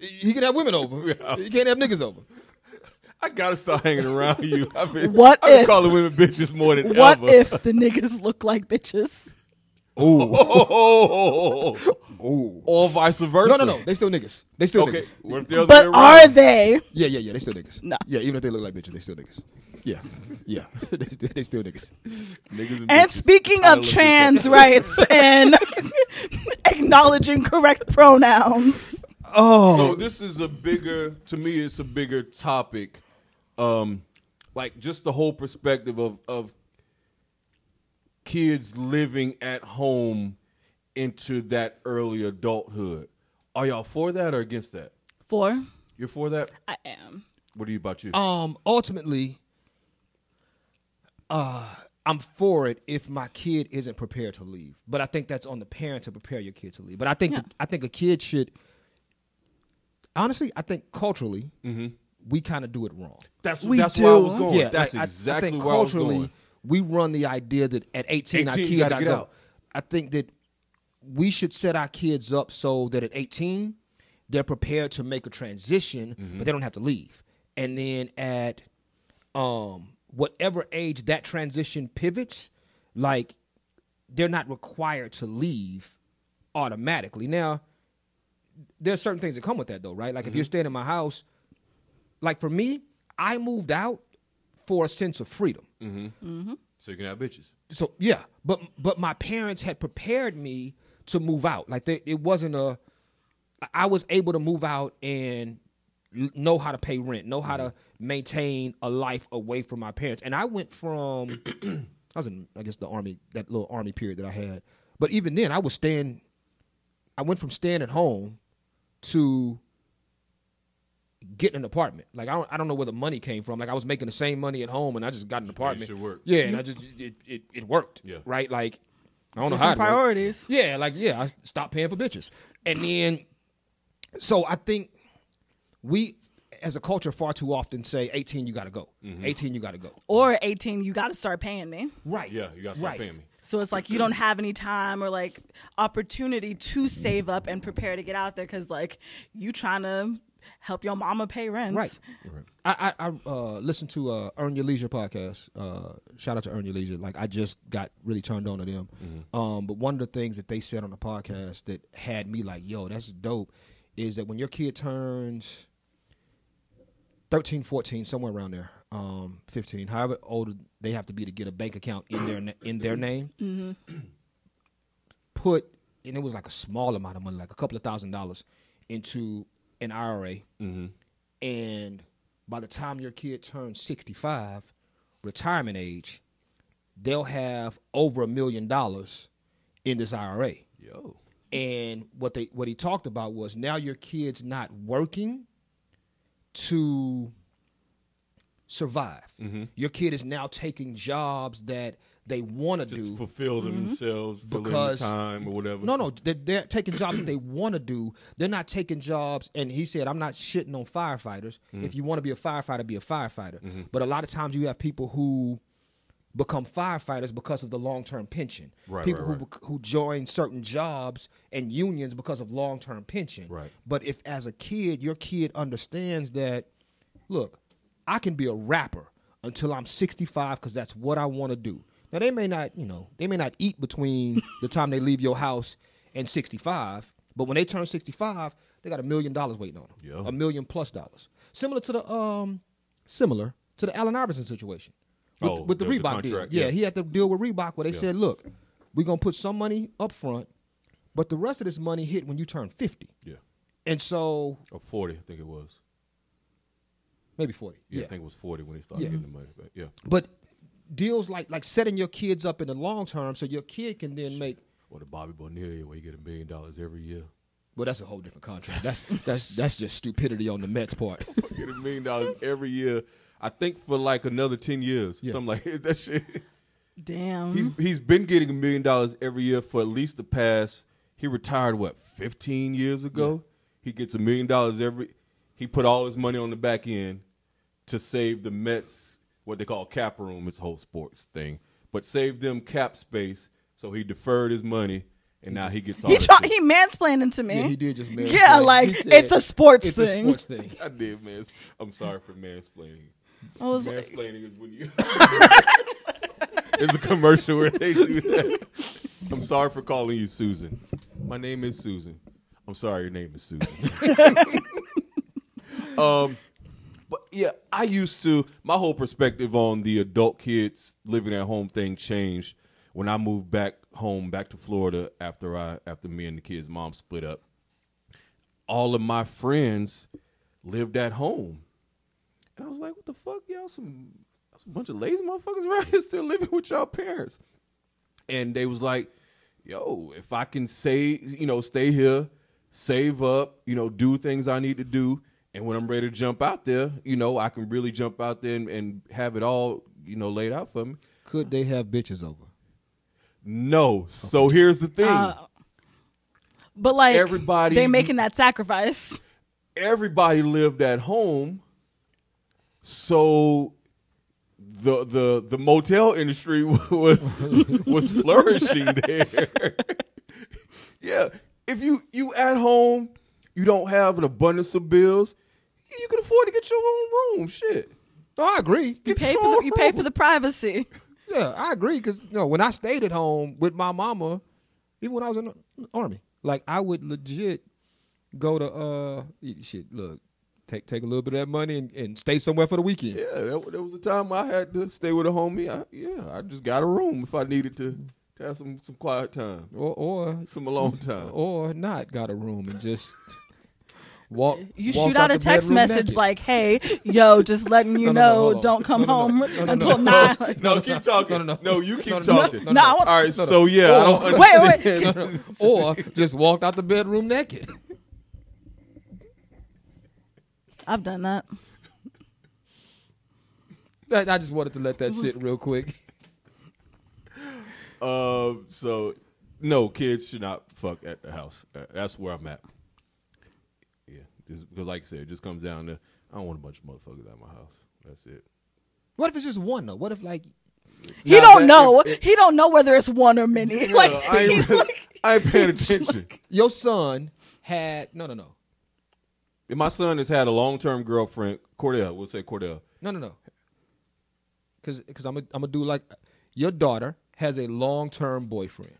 He can have women over. He can't have niggas over. I gotta start hanging around you. I've been, What I've been if- calling women bitches more than what ever. if the niggas look like bitches Oh, oh, oh, oh. or vice versa? No, no, no. They still niggas. They still okay, niggas. what if the other but way around? are they Yeah, yeah, yeah. They still niggas. No. Yeah, even if they look like bitches, they still niggas. Yeah, yeah. they, still- they still niggas. Niggas and, bitches. and speaking Title of this trans episode. rights and acknowledging correct pronouns Oh. So this is a bigger to me it's a bigger topic. Um like just the whole perspective of of kids living at home into that early adulthood. Are y'all for that or against that? Four. You're for that? I am. What are you about you? Um, ultimately, uh, I'm for it if my kid isn't prepared to leave. But I think that's on the parent to prepare your kid to leave. But I think Yeah. I think a kid should. Honestly, I think culturally, Mm-hmm. we kind of do it wrong. that's we that's where I do. was going. Oh, that's like, I- exactly I think where I was culturally going. we run the idea that at 18, our 18, you kids gotta gotta get go. out. I think that we should set our kids up so that at 18 they're prepared to make a transition, Mm-hmm. but they don't have to leave. And then at um whatever age that transition pivots, like they're not required to leave automatically. Now, there's certain things that come with that though, right? Like if Mm-hmm. you're staying in my house, like for me, I moved out for a sense of freedom. So you can have bitches. So yeah, but but my parents had prepared me to move out. Like they, it wasn't a, I was able to move out and l- know how to pay rent, know how to maintain a life away from my parents. And I went from, I was in I guess the army that little army period that I had. But even then, I was staying. I went from staying at home to getting an apartment. Like I don't, I don't know where the money came from. Like I was making the same money at home, and I just got an apartment. should work. Yeah, and I just it it, it worked. Yeah. right. Like I don't know how Different it worked. priorities. Yeah, like yeah, I stopped paying for bitches, and then so I think we as a culture far too often say 18 you got to go, Mm-hmm. 18 you got to go. Or 18, you got to start paying me. Right. Yeah, you gotta start Right. paying me. So it's like you don't have any time or like opportunity to save up and prepare to get out there because like you trying to help your mama pay rent. Right. I I, I uh, listened to uh, Earn Your Leisure podcast. Uh, shout out to Earn Your Leisure. Like I just got really turned on to them. Um, but one of the things that they said on the podcast that had me like, yo, that's dope, is that when your kid turns 13, 14, somewhere around there, um, 15, however old they have to be to get a bank account in their na- in their name, put and it was like a small amount of money, like a couple of thousand dollars, into an IRA. And by the time your kid turns 65, retirement age, they'll have over a million dollars in this IRA. Yo. And what they what he talked about was now your kid's not working to survive. Your kid is now taking jobs that they want to Just do. Mm-hmm. to fulfill themselves, fill in the Because- time or whatever. No, no, they're, they're taking jobs that they want to do. They're not taking jobs. And he said, "I'm not shitting on firefighters. Mm. If you want to be a firefighter, be a firefighter." Mm-hmm. But a lot of times, you have people who become firefighters because of the long term pension. Right, people right, who right. bec- who join certain jobs and unions because of long term pension. Right. But if as a kid, your kid understands that, look, I can be a rapper until I'm 65 because that's what I want to do. Now they may not, you know, they may not eat between the time they leave your house and 65, but when they turn 65, they got a million dollars waiting on them. Yeah. A million plus dollars. Similar to the um, similar to the Allen Iverson situation with, Oh, with the, the- the Reebok deal. contract, Yeah, yeah. he had to deal with Reebok where they said, look, we're gonna put some money up front, but the rest of this money hit when you turn 50. Yeah. And so Or 40, I think it was. maybe 40. Yeah, Yeah. I think it was 40 when he started getting the money. But yeah. But deals like like setting your kids up in the long term so your kid can then make Or the Bobby Bonilla where you get a million dollars every year. well, that's a whole different contract. That's that's that's just stupidity on the Mets part. Get a million dollars every year. I think for like another 10 years. Yeah. Something like that shit. Damn. He's he's been getting a million dollars every year for at least the past he retired what, 15 years ago? He gets a million dollars every he put all his money on the back end to save the Mets what they call cap room, it's a whole sports thing. But save them cap space, so he deferred his money and now he gets all he that try- shit. he mansplaining to me. yeah, he did just marry Yeah, Frank. like He said, it's a sports it's thing. a sports thing. I did, man. I'm sorry for mansplaining. I was like, Mansplaining is when you. It's a commercial where they do that. I'm sorry for calling you Susan. My name is Susan. I'm sorry, your name is Susan. um, but yeah, I used to. My whole perspective on the adult kids living at home thing changed when I moved back home, back to Florida after I after me and the kids' mom split up all of my friends lived at home. And I was like, what the fuck? Y'all some, some bunch of lazy motherfuckers around here still living with y'all parents. and they was like, "Yo, if I can say, you know, stay here, save up, you know, do things I need to do, and when I'm ready to jump out there, you know, I can really jump out there and, and have it all, you know, laid out for me." Could they have bitches over? No. So here's the thing. But like Everybody- they making that sacrifice. everybody lived at home, so the the the motel industry was was flourishing there. yeah, if you you at home, you don't have an abundance of bills, you can afford to get your own room. Shit, No, Oh, I agree. You Get pay your for the, own you pay room. for the privacy. Yeah, I agree. Cause you know, when I stayed at home with my mama, even when I was in the army, like I would legit go to uh shit. Look, take take a little bit of that money and, and stay somewhere for the weekend. yeah, that, that was a time I had to stay with a homie. I, yeah, I just got a room if I needed to, to have some some quiet time, Or or some alone time. or not got a room and just walk. You walk shoot out the a text bedroom message naked. like, "Hey, yo, just letting you No, no, no, know, hold on. don't come No, no, home no, no, no, until no. nine. No, keep talking. No, no, no. you keep No, no, no, talking. no, no. No, I want- All right, so yeah, I don't understand. Wait, wait. or just walked out the bedroom naked. I've done that. That- I just wanted to let that sit real quick. Oh. Um, so no, kids should not fuck at the house. Uh, That's where I'm at. Yeah, because like I said, it just comes down to I don't want a bunch of motherfuckers at my house. That's it. What if it's just one though? What if like He don't know. he don't know whether it's one or many. Yeah, like I, he's ain't, like, I ain't paying attention. your son had no no no And my son has had a long term girlfriend, Cordell. We'll say Cordell. No, no, no. Because because I'm a, I'm gonna do like your daughter has a long term boyfriend.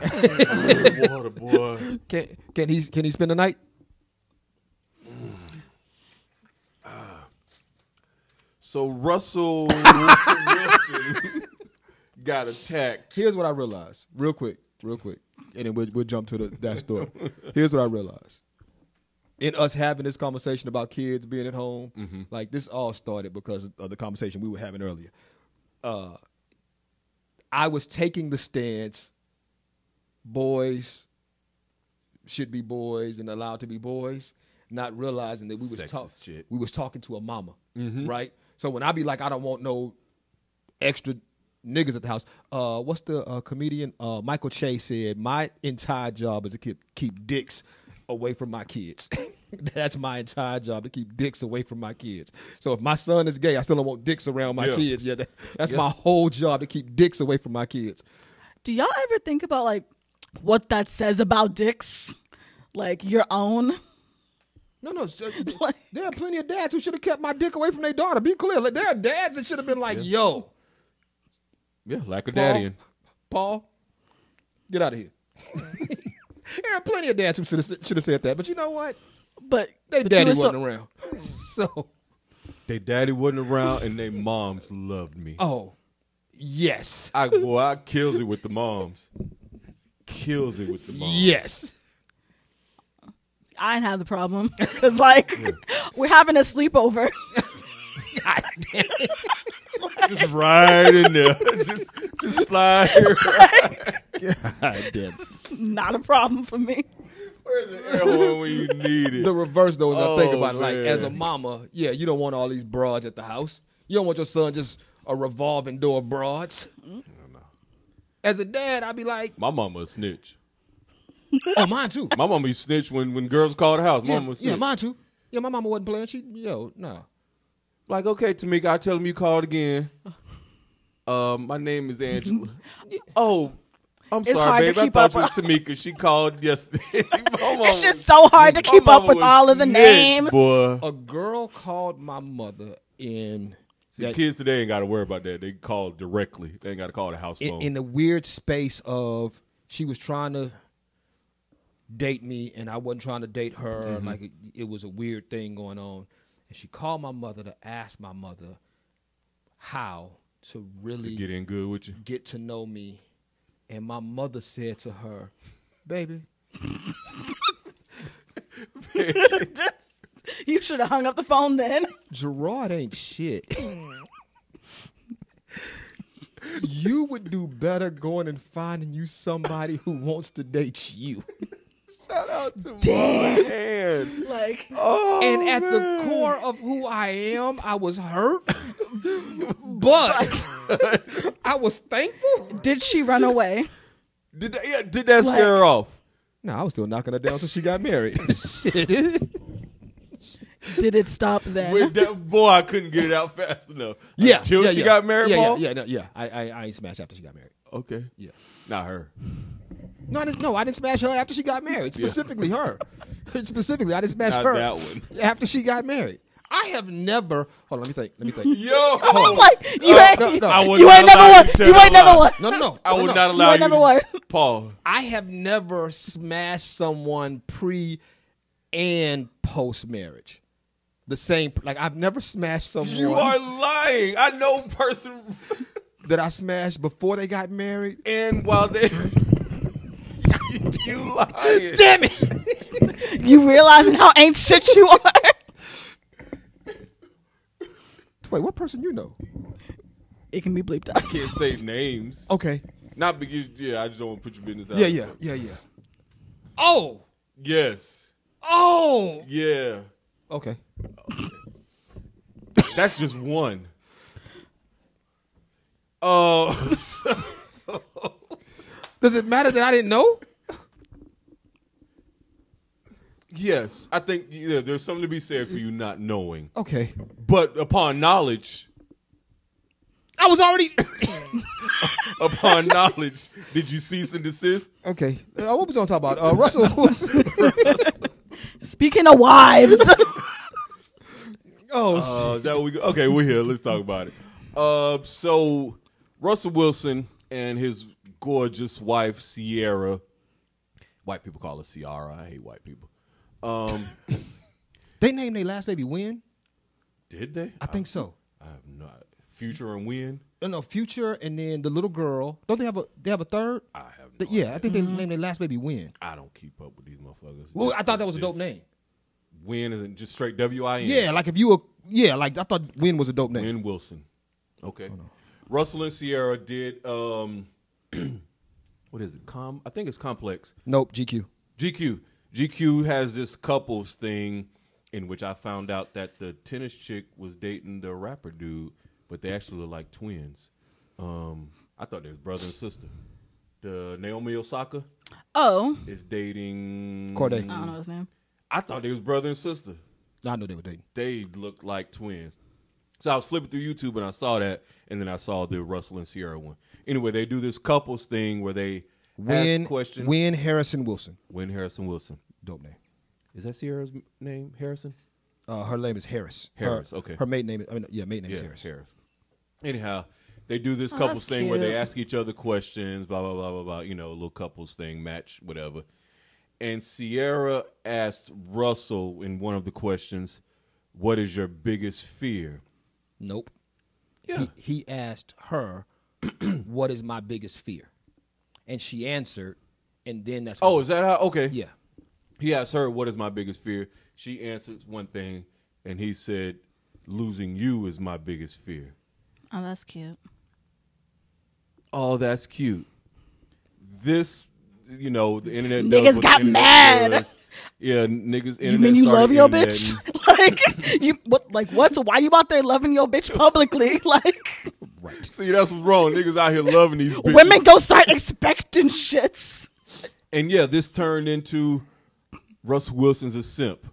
Water boy. Can can he can he spend the night? So Russell Wilson got attacked. Here's what I realized, real quick, real quick, and then we'll, we'll jump to the, that story. Here's what I realized. In us having this conversation about kids being at home, Mm-hmm. like this all started because of the conversation we were having earlier. Uh, I was taking the stance boys should be boys and allowed to be boys, not realizing that we was Sexist talking shit. Mm-hmm. we was talking to a mama, right? So when I be like, I don't want no extra niggas at the house. Uh, what's the uh, comedian uh, Michael Che said? My entire job is to keep keep dicks away from my kids. That's my entire job to keep dicks away from my kids. So if my son is gay, I still don't want dicks around my Yeah. kids. Yeah, that, that's Yeah. my whole job to keep dicks away from my kids. do y'all ever think about like what that says about dicks? Like your own. No, no. so- Like- there are plenty of dads who should have kept my dick away from their daughter. Be clear. Like, there are dads that should have been like, yo, Yeah, Paul, lackadaddian. Paul, get out of here. there are plenty of dads who should have, should have said that. But you know what? But Their but you daddy were so- wasn't around. so, They daddy wasn't around and they moms loved me. oh, yes. I boy, I kills it with the moms. Kills it with the moms. yes. I didn't have the problem because like we're having a sleepover. Just right in there. just just slide here. Not a problem for me. Where's the air horn when you need it? The reverse, though, is I think Oh, about it, like, man. as a mama, yeah, you don't want all these broads at the house. You don't want your son just a revolving door of broads. As a dad, I'd be like, My mama a snitch. oh, mine too. My mama used to snitch when, when girls called the house. Yeah, mama was yeah, snitch. mine too. Yeah, my mama wasn't playing. She, yo, nah. like, okay, Tamika, I tell him you called again. Uh, my name is Angela. oh, I'm It's hard sorry, to babe. I keep thought up you was Tamika. She called yesterday. It's just so hard to keep up with all of the names. Boy. A girl called my mother in See, kids today ain't got to worry about that. They call directly. They ain't got to call the house in, phone. in the weird space of she was trying to date me and I wasn't trying to date her. Mm-hmm. Like it, it was a weird thing going on. And she called my mother to ask my mother how to really to get in good with you. get to know me. And my mother said to her, Baby, Just You should have hung up the phone then. Gerard ain't shit. you would do better going and finding you somebody who wants to date you. Shout out to Damn. Like, Oh, and at the man. core of who I am, I was hurt, but I was thankful. did she run away? did that, yeah, did that scare her off? No, I was still knocking her down till she got married. Shit. Did it stop then? With that boy, I couldn't get it out fast enough. Yeah, till yeah, she yeah. got married. Yeah, Paul? yeah, yeah, no, yeah. I, I, I ain't smashed after she got married. Okay. Yeah. Not her. No, I didn't, no, I didn't smash her after she got married. Specifically her. Specifically, I didn't smash Not her that one. after she got married. I have never. Hold on, let me think. Let me think. Yo, I I'm like, Oh you Oh, No, ain't, no, no. I would you not ain't number allow one. you to You tell ain't a number lie. one. No, no, no. I no, would no. not allow you. number to- one. Paul. I have never smashed someone pre and post marriage. The same, like I've never smashed someone You are lying. I know person that I smashed before they got married. and while they you lying. Damn it! You realizing how ancient you are? Wait, what person you know? It can be bleeped out. Can't say names. Okay, Not because yeah, I just don't want to put your business out. yeah, yeah, yeah, yeah. Oh, Yes. oh. Yeah. Okay, That's just one. Oh, does it matter that I didn't know? yes. I think yeah, there's something to be said for you not knowing. Okay, But upon knowledge, I was already. upon knowledge, did you cease and desist? okay, uh, what was I talking about? Uh, Russell. was- Speaking of wives, oh, shit. Uh, is that what we go? Okay, we're here. Let's talk about it. Uh, so Russell Wilson and his gorgeous wife Sierra. White people call her Ciara. I hate white people. Um, they named their last baby Win. did they? I think so. I have not. Future and Win. No, no, Future, and then the little girl. Don't they have a? They have a third. I have. No Th- yeah, I think they named their last baby Win. I don't keep up with these motherfuckers. Well, Just I thought that was a this. dope name. Win isn't just straight W I N. Yeah, like if you were, yeah, like I thought Win was a dope name. Win Wilson. Okay. Russell and Sierra did. Um, what is it? Com. I think it's complex. Nope, GQ. GQ. GQ has this couples thing in which I found out that the tennis chick was dating the rapper dude, but they actually look like twins. Um, I thought they was brother and sister. The Naomi Osaka oh, is dating Corday. I don't know his name. I thought they was brother and sister. I knew they were dating. They look like twins. So I was flipping through YouTube and I saw that, and then I saw the Russell and Sierra one. Anyway, they do this couples thing where they Win, ask questions. Win Harrison Wilson. Win Harrison Wilson. Dope name. Is that Sierra's m- name? Harrison. Uh, her name is Harris. Her- Harris, okay. Her maiden name is, I mean, yeah, maiden name is Harris. Anyhow, they do this Oh, couples that's thing where they cute. ask each other questions, blah blah blah blah blah. You know, a little couples thing, match, whatever. And Sierra asked Russell in one of the questions, "What is your biggest fear?" Nope. Yeah. He, he asked her, "What is my biggest fear?" And she answered, and then that's Oh, is that how? Okay. yeah. He asked her, "What is my biggest fear?" She answers one thing, and he said, "Losing you is my biggest fear." Oh, that's cute. Oh, that's cute. This, you know, the internet Niggas does what the got internet mad. does. Yeah, niggas. Internet you mean you started love your internet bitch? and- like you what? Like what? So why you out there loving your bitch publicly? Like See, that's what's wrong. Niggas out here loving these bitches. women go start expecting shits. And yeah, this turned into Russell Wilson's a simp.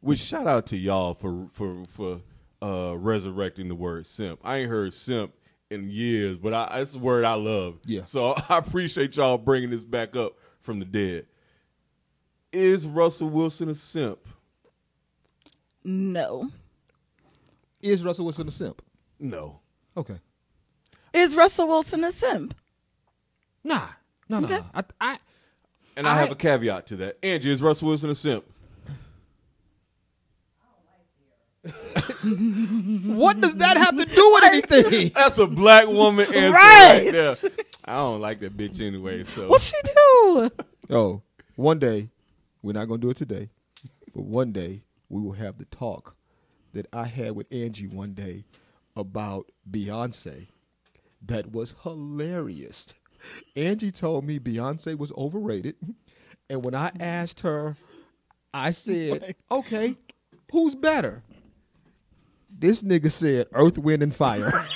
Which shout out to y'all for for for uh, resurrecting the word simp. I ain't heard simp in years, but I it's a word I love. Yeah. So I appreciate y'all bringing this back up from the dead. Is Russell Wilson a simp? No. Is Russell Wilson a simp? No. Okay. Is Russell Wilson a simp? Nah, no, no. Okay. I, I, And I, I- have a caveat to that. Angie, is Russell Wilson a simp? what does that have to do with anything? That's a black woman answer right, Right. there. I don't like that bitch anyway. So What she do? Oh, one day, we're not gonna do it today, but one day we will have the talk that I had with Angie one day about Beyonce. That was hilarious. Angie told me Beyonce was overrated. And when I asked her, I said, okay, who's better? This nigga said Earth, Wind, and Fire.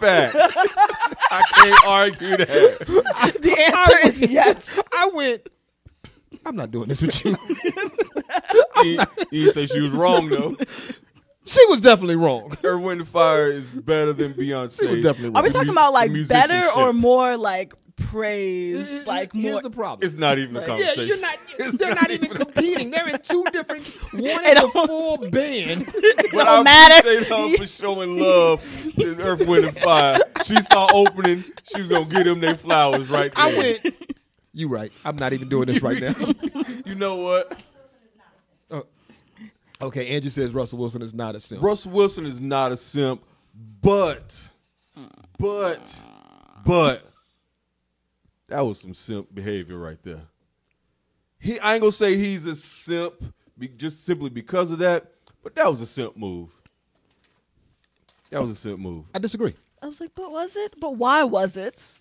Facts. I can't argue that. The answer is yes. I went, I'm not doing this with you. He, he said she was wrong though. she was definitely wrong. Her Wind Fire is better than Beyonce. She was definitely Are wrong. we talking about like Musicianship. better or more like praise? Like Here's more. the problem. It's not even a Yeah, conversation. you're not. They're not, even competing. They're in two different. One It is a don't- full band. But don't I matter. appreciate her for showing love to Earth, Wind, and Fire. She saw opening. She was gonna give them their flowers right there. I went. You right. I'm not even doing this right now. You know what? Okay, Angie says Russell Wilson is not a simp. Russell Wilson is not a simp, but, but, but that was some simp behavior right there. He, I ain't gonna say he's a simp be, just simply because of that, but that was a simp move. That was a simp move. I disagree. I was like, but was it? But why was it?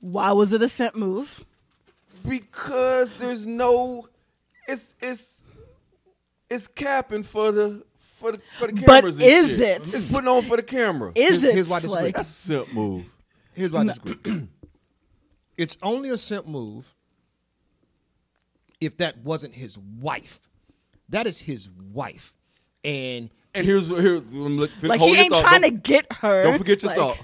Why was it a scent move? because there's no it's it's it's capping for the for the for the But cameras. and is shit. it? It's putting on for the camera. Is Here's- it here's why I disagree. like That's a simp move. Here's why I disagree. it's only a simp move if that wasn't his wife. That is his wife, and And here's here. Let me fin- like hold he your ain't thought. trying to don't, get her? Don't forget your Like, thought.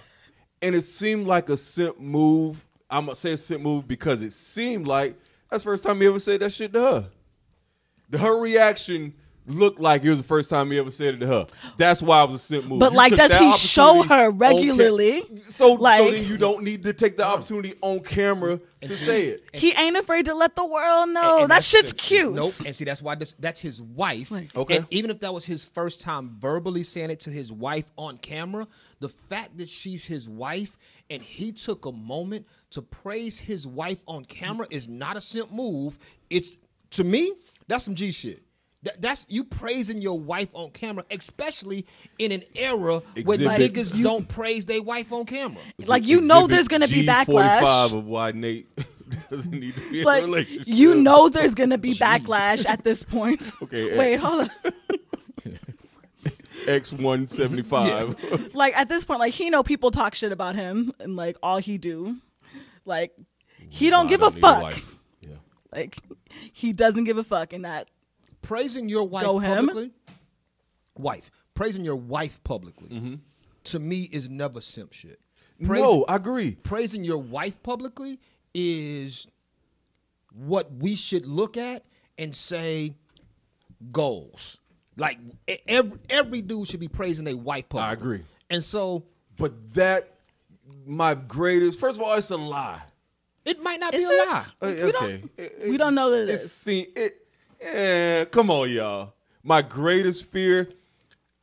And it seemed like a simp move. I'm gonna say a simp move because it seemed like that's the first time he ever said that shit to her. The- Her reaction looked like it was the first time he ever said it to her. That's why it was a simp move. But You like, took does that he show opportunity her on cam- regularly? So, so Like- then you don't need to take the opportunity on camera to say it. He ain't afraid to let the world know. and that that's- shit's cute. Nope. And see, that's why this, that's his wife. Okay. And even if that was his first time verbally saying it to his wife on camera, the fact that she's his wife and he took a moment to praise his wife on camera is not a simp move. It's to me, that's some G shit. That, that's you praising your wife on camera, especially in an era where Exhibit- niggas don't praise their wife on camera. Like you know, Exhibit there's gonna be G45 backlash. of why Nate doesn't need to be It's in a Like relationship. you know, there's gonna be backlash at this point. Okay, wait, X. hold on. X175. like at this point, like he know people talk shit about him and like all he do, like he don't I give don't a need fuck. wife. Yeah. Like he doesn't give a fuck in that. praising your wife Go him. publicly, wife praising your wife publicly, to me is never simp shit. Praising, Mm-hmm. No, I agree. praising your wife publicly is what we should look at and say goals. Like e- every every dude should be praising their wife publicly. agree. and so But that, my greatest, first of all, it's a lie. it might not Is be a it? lie. Uh, We don't- okay. It- it we don't know that it it's is. Seen, it, yeah, come on, y'all. My greatest fear,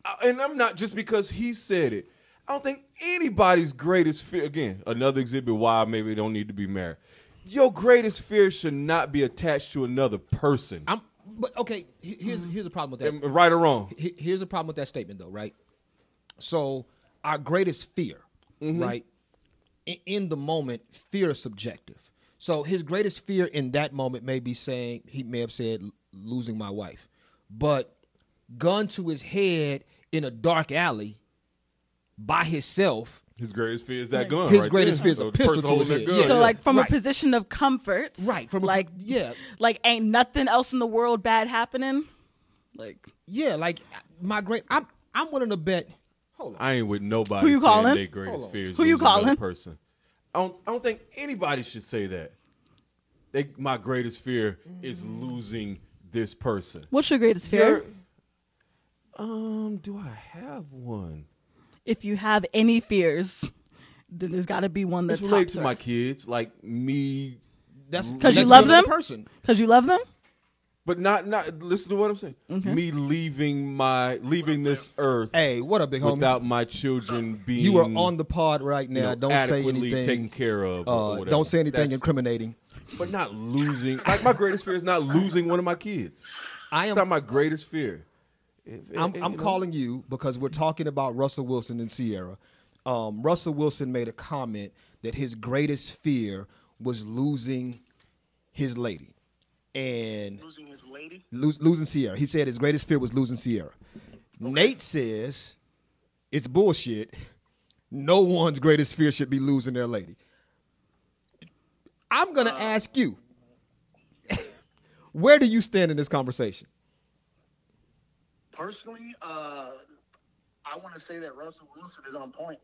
I- and I'm not just because he said it. I don't think anybody's greatest fear. Again, another exhibit why maybe don't need to be married. Your greatest fear should not be attached to another person, I'm but okay. he- Here's here's the problem with that. Am I right or wrong. he- here's the problem with that statement though, right? So our greatest fear, right? In, in the moment, fear is subjective. So his greatest fear in that moment may be saying he may have said "L- losing my wife, but gun to his head in a dark alley by himself. His greatest fear is that gun. His right greatest there. fear is a The pistol person to his holding head. that gun, so yeah. like from Right. a position of comfort, Right, from a- like yeah. like ain't nothing else in the world bad happening. Like Yeah, like my great. I'm I'm willing to bet. I ain't with nobody. Who you saying calling? Their greatest fear is Who you losing another calling? Person. I don't. I don't think anybody should say that. They, my greatest fear is losing this person. What's your greatest fear? Um, do I have one? if you have any fears, then there's got to be one that's It's related to my kids, like me, That's Because you that's love another them? person. Because you love them? but not not. Listen to what I'm saying. Me leaving my leaving this earth Hey, what a big homie. without my children being you are on the pod right now. you know, don't say adequately anything. taken care of. or Uh, whatever. don't say anything That's- incriminating. But not losing. Like my greatest fear is not losing one of my kids. I It's am not my greatest fear. If- if- I'm, I'm Eh, you know, calling you because we're talking about Russell Wilson and Sierra. Um, Russell Wilson made a comment that his greatest fear was losing his lady and Losing his lady. lose, losing Sierra. He said his greatest fear was losing Sierra. Nate says it's bullshit. No one's greatest fear should be losing their lady. I'm Uh, gonna ask you, where do you stand in this conversation? Personally, uh, I want to say that Russell Wilson is on point.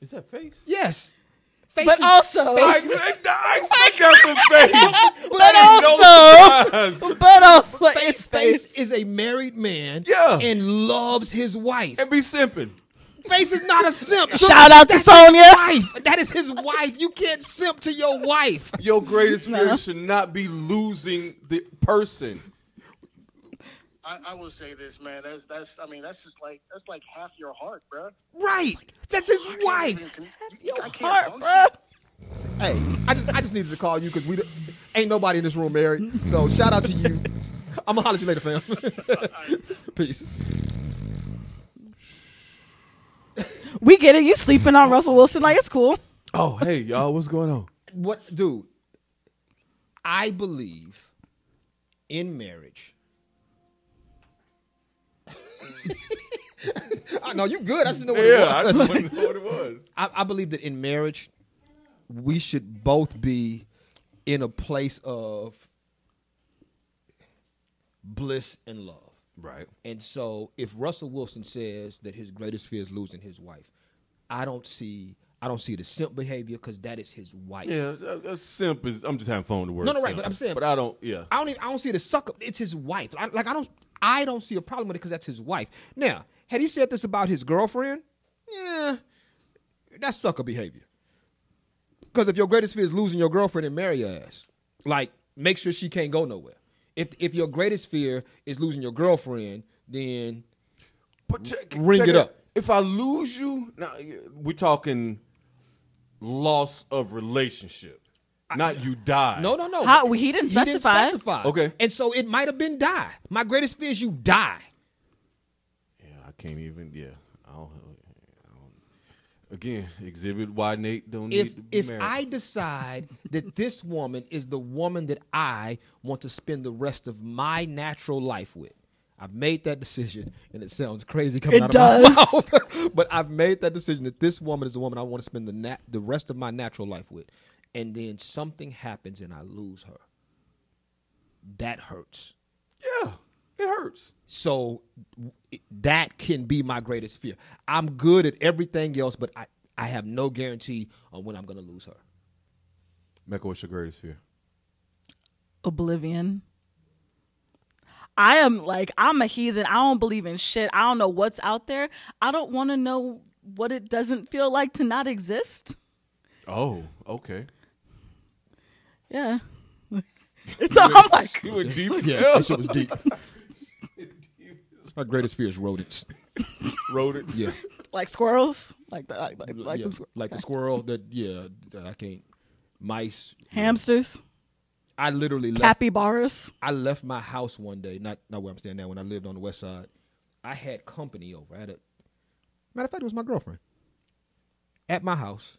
Is that face? Yes. But Faces- also, I expect, I expect that from face. but ain't no also, but also, it's Face, face. face is a married man Yeah. and loves his wife. And be simping. Face is not a simp. Shout out to That's Sonya. his wife. That is his wife. You can't simp to your wife. Your greatest fear should not be losing the person. I, I will say this, man. That's that's. I mean, that's just like that's like half your heart, bruh. Right. That's his wife. Your I can't heart, function. bruh. Hey, I just I just needed to call you because we d- ain't nobody in this room married. So shout out to you. I'm gonna holler at you later, fam. Peace. We get it. You sleeping on Russell Wilson like it's cool. Oh, hey, y'all, what's going on? What, dude? I believe in marriage. I know you good. I just know what it Yeah, I was. just wanted to know what it was. I, I believe that in marriage, we should both be in a place of bliss and love. Right. And so, if Russell Wilson says that his greatest fear is losing his wife, I don't see I don't see the simp behavior because that is his wife. Yeah, a, a Uh, simp is. I'm just having fun with the word. No, no, right, simp. but I'm saying- But I don't. Yeah. I don't even I don't see the suck up. It's his wife. I, like I don't I don't see a problem with it because that's his wife. Now, had he said this about his girlfriend, yeah, that's sucker behavior. Because if your greatest fear is losing your girlfriend and marry her ass, like make sure she can't go nowhere. If if your greatest fear is losing your girlfriend, then But check, Ring check it up. If I lose you, now we're talking loss of relationship, not you die. no, no, no. How- well, he didn't specify. specify. Okay. and so it might have been die. My greatest fear is you die. Yeah, I can't even. Yeah, I don't. I don't again, exhibit why Nate don't need if to be if married. I decide that this woman is the woman that I want to spend the rest of my natural life with, I've made that decision, and it sounds crazy coming It out does. of my mouth, but I've made that decision that this woman is the woman I want to spend the nat- the rest of my natural life with, and then something happens and I lose her. That hurts. yeah, it hurts. So w- it- that can be my greatest fear. I'm good at everything else, but I, I have no guarantee on when I'm going to lose her. Mecca, what's your greatest fear? Oblivion. I am like I'm a heathen. I don't believe in shit. I don't know what's out there. I don't want to know what it doesn't feel like to not exist. Oh, okay. Yeah. It's I'm like You went deep as Yeah, hell. that shit was deep. My greatest fear is rodents. Wrote it. Yeah, like squirrels, like the, like like, like, yeah. them squirrels. like the squirrel. That yeah, that I can't. Mice. hamsters, I literally left. capybaras. I left my house one day. Not not where I'm staying now. When I lived on the west side, I had company over. I had a matter of fact, it was my girlfriend at my house,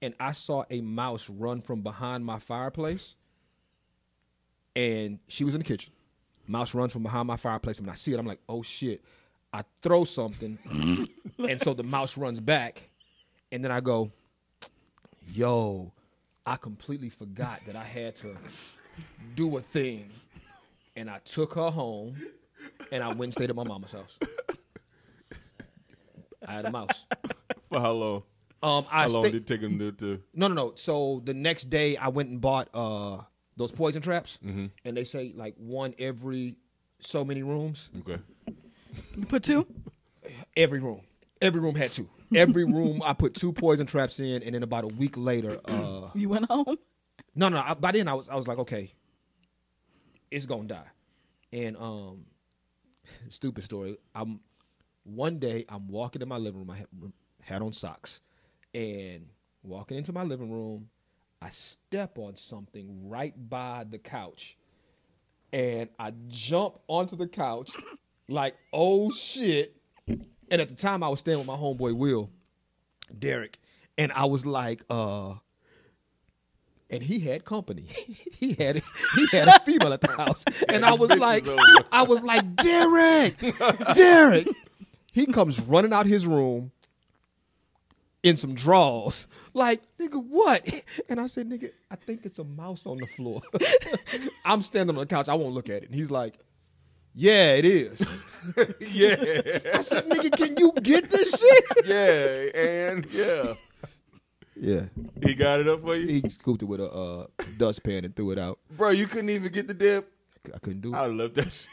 and I saw a mouse run from behind my fireplace. and she was in the kitchen. Mouse runs from behind my fireplace, and when I see it, I'm like, oh shit. I throw something, and so the mouse runs back, and then I go, yo, I completely forgot that I had to do a thing. And I took her home, and I went and stayed at my mama's house. I had a mouse. For how long? Um, I How long stay- did it take him to? to no, no, no. So the next day, I went and bought uh those poison traps, Mm-hmm. and they say like one every so many rooms. okay. You put two. Every room, every room had two. Every room, I put two poison traps in, and then about a week later, uh, You went home. no, no. I, by then, I was, I was like, okay, it's gonna die. And um, stupid story. I'm one day I'm walking in my living room. I had, had on socks, and walking into my living room, I step on something right by the couch, and I jump onto the couch like, oh shit. And at the time I was staying with my homeboy Will, Derek, and I was like, uh, and he had company. he had he had a female at the house, and I was like, I was like, Derek, Derek. He comes running out his room in some drawers, like nigga, what? And I said, nigga, I think it's a mouse on the floor. I'm standing on the couch. I won't look at it. And he's like, Yeah, it is. yeah, I said, nigga, can you get this shit? yeah, and yeah. Yeah, He got it up for you, he scooped it with a uh, dustpan and threw it out. bro. You couldn't even get the dip. I couldn't do it. I love that. Shit.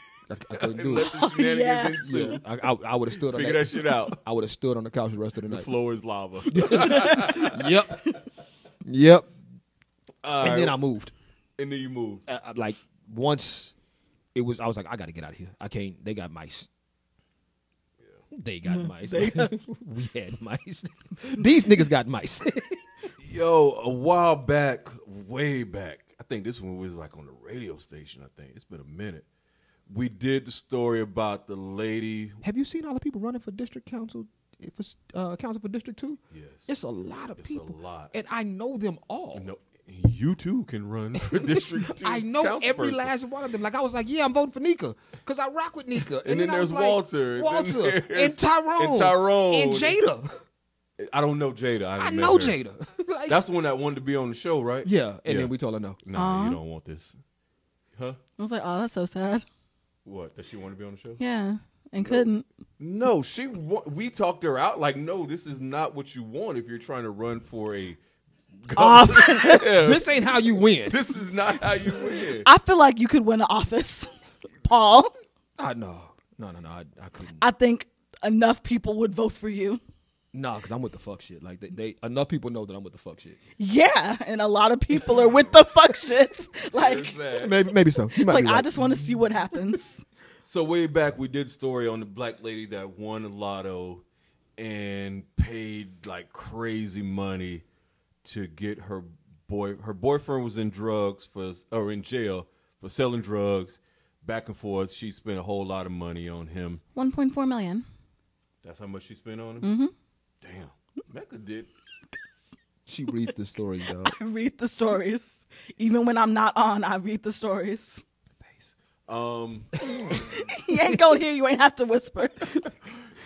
I, I couldn't do Let it. the shenanigans yeah. Yeah, ensue. I, I, would have stood on Figure that, that shit out. I would have stood on the couch the rest of the night. Floor is lava. Yep. yep. All and right. then I moved. and then you move. I- I- like once it was, I was like, I got to get out of here. I can't. They got mice. Mm-hmm. They got mice. we had mice. These niggas got mice. Yo, a while back, way back, I think this one was like on the radio station. I think it's been a minute. We did the story about the lady. Have you seen all the people running for district council? For uh, council for district two? Yes. It's a lot of It's a people. lot. and I know them all. No, you too can run for district. two I know council every person. last one of them. Like I was like, yeah, I'm voting for Nika because I rock with Nika. And, then I was there's like, Walter, and then Walter, and, there's- Tyrone, and Tyrone. and Jada. I don't know Jada. I, haven't I met know her. Jada. like, That's the one that wanted to be on the show, right? yeah. And then we told her no. Nah, you don't want this. Huh? I was like, oh, that's so sad. What? Does she want to be on the show? Yeah, and couldn't. No, she. Wa- we talked her out. Like, no, this is not what you want if you're trying to run for a. This ain't how you win. Uh, This is not how you win. I feel like you could win an office, Paul. I no, no, no, no. I, I couldn't. I think enough people would vote for you. Nah, because I'm with the fuck shit. Like they, they enough people know that I'm with the fuck shit. Yeah, and a lot of people are with the fuck shits. Like, There's that. Maybe, maybe so. You might like be right. I just want to see what happens. So way back we did story on the black lady that won a lotto and paid like crazy money to get her boy her boyfriend was in drugs for or in jail for selling drugs back and forth. She spent a whole lot of money on him. One point four million. That's how much she spent on him? Mm-hmm. Damn. Mecca did she reads the story though. I read the stories, even when I'm not on. I read the stories. face. Um He ain't gonna hear you. Ain't have to whisper.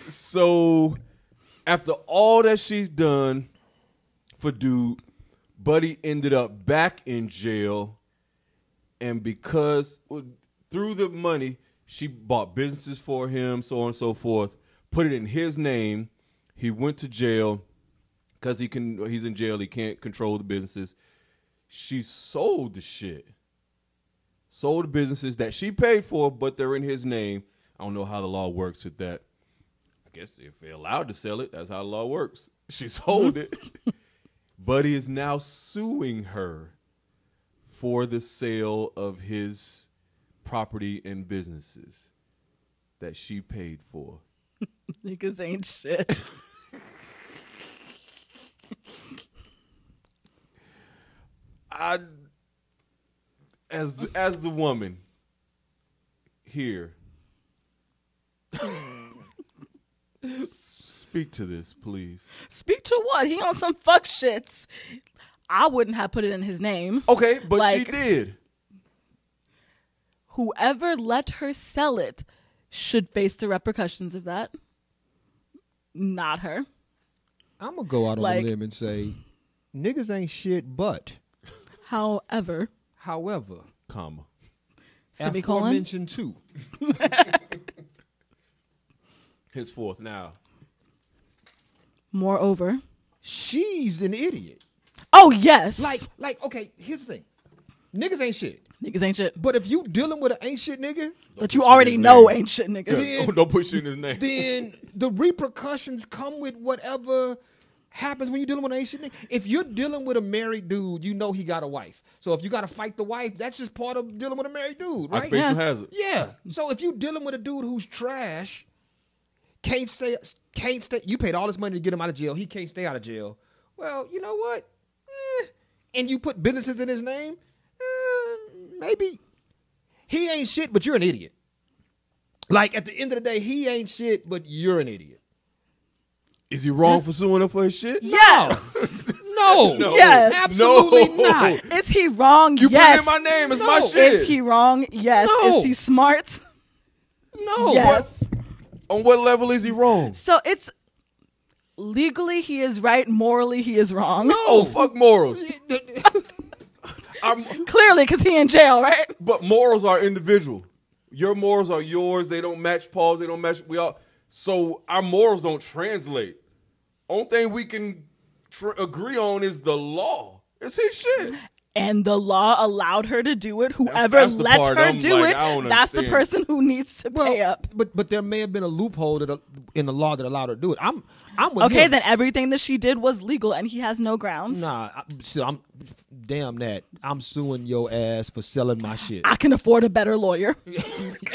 So after all that she's done for dude, Buddy ended up back in jail, and because well, through the money she bought businesses for him, so on and so forth, put it in his name. He went to jail because he can. He's in jail. He can't control the businesses. She sold the shit sold the businesses that she paid for, but they're in his name. I don't know how the law works with that. I guess if they're allowed to sell it, that's how the law works. She sold it. Buddy is now suing her for the sale of his property and businesses that she paid for. Niggas ain't shit. I as as the woman here speak to this, please. Speak to what? He on some fuck shits. I wouldn't have put it in his name. Oh. Okay, but she Like- did. whoever let her sell it should face the repercussions of that. Not her. I'm gonna go out on Like- a limb and say, niggas ain't shit. But However, however, Comma. semicolon. aforementioned too. Henceforth now. Moreover, She's an idiot. oh yes, Like, like, okay. Here's the thing. Niggas ain't shit. niggas ain't shit. But if you dealing with an ain't shit nigga, But you already know ain't shit, nigga. Then- Oh, don't put shit in his name. then the repercussions come with whatever happens when you're dealing with an ain't shit nigga. If you're dealing with a married dude, you know he got a wife. So if you got to fight the wife, that's just part of dealing with a married dude, right? Occupational Yeah. hazard. Yeah. So if you dealing with a dude who's trash, can't stay, can't stay. You paid all this money to get him out of jail. He can't stay out of jail. Well, you know what? Eh. And you put businesses in his name. eh, maybe He ain't shit, but you're an idiot. Like at the end of the day, he ain't shit, but you're an idiot. Is he wrong for suing him for his shit? Yes. No, No. Yes. absolutely No. not. Is he wrong? You yes. put in my name, it's No. my Is shit. Is he wrong? Yes. No. Is he smart? No, yes. On what level is he wrong? So it's legally he is right, morally he is wrong. Oh, fuck morals. I'm- Clearly, because he in jail, right? but morals are individual. Your morals are yours. They don't match Paul's. They don't match. We all. So our morals don't translate. Only thing we can tr- agree on is the law. It's his shit. And the law allowed her to do it. Whoever that's the let part her I'm do like, it, I don't that's the understand. person who needs to pay up. But but there may have been a loophole that uh, in the law that allowed her to do it. I'm I'm with Okay, him. then everything that she did was legal, and he has no grounds. Nah, I, so I'm damn that. I'm suing your ass for selling my shit. I can afford a better lawyer.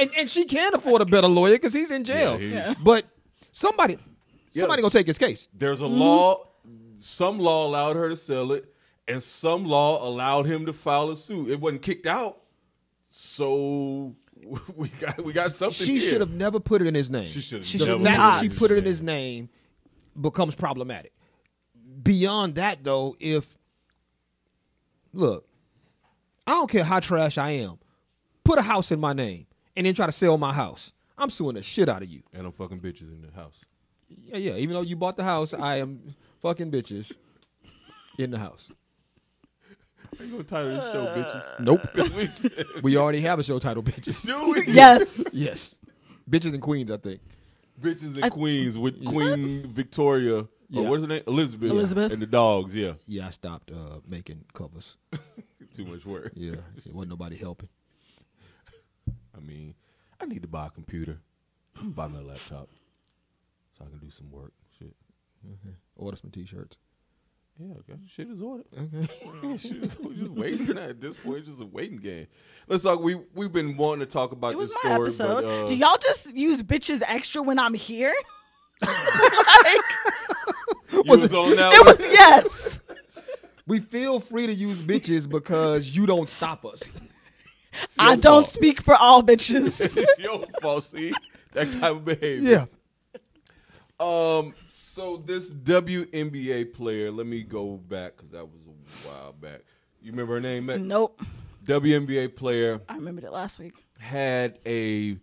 and and she can afford a better lawyer because he's in jail. he- But somebody somebody gonna take his case. There's a law. Some law allowed her to sell it, and some law allowed him to file a suit. It wasn't kicked out. So we got we got something. She here. should have never put it in his name. She should She have. the should've never fact not. that she put it in his name becomes problematic. Beyond that, though, if look, I don't care how trash I am, put a house in my name and then try to sell my house. I'm suing the shit out of you. And I'm fucking bitches in the house. Yeah, yeah. Even though you bought the house, I am fucking bitches in the house. Are you gonna title this show bitches? Nope. We said- we already have a show title, bitches. Do we? yes. Yes, bitches and queens. I think. Bitches and Queens with Queen Victoria. Yeah. Or what's her name? Elizabeth. Elizabeth. And the dogs, yeah. Yeah, I stopped uh, making covers. Too much work. Yeah, it wasn't nobody helping. I mean, I need to buy a computer. buy me a laptop. So I can do some work. Shit. Order some t-shirts. Yeah, okay. shit is ordered. Okay. shit is ordered. Just waiting for that. at this point. It's just a waiting game. Let's talk. We we've been wanting to talk about It was this my story, episode. but uh, Do y'all just use bitches extra when I'm here? like, you Was was it- on that it one? was yes. We feel free to use bitches because you don't stop us. I don't fault. speak for all bitches. It's your fault, see? That type of behavior. Um. So this WNBA player, let me go back because that was a while back. You remember her name? Mac? nope. WNBA player I remembered it last week. had a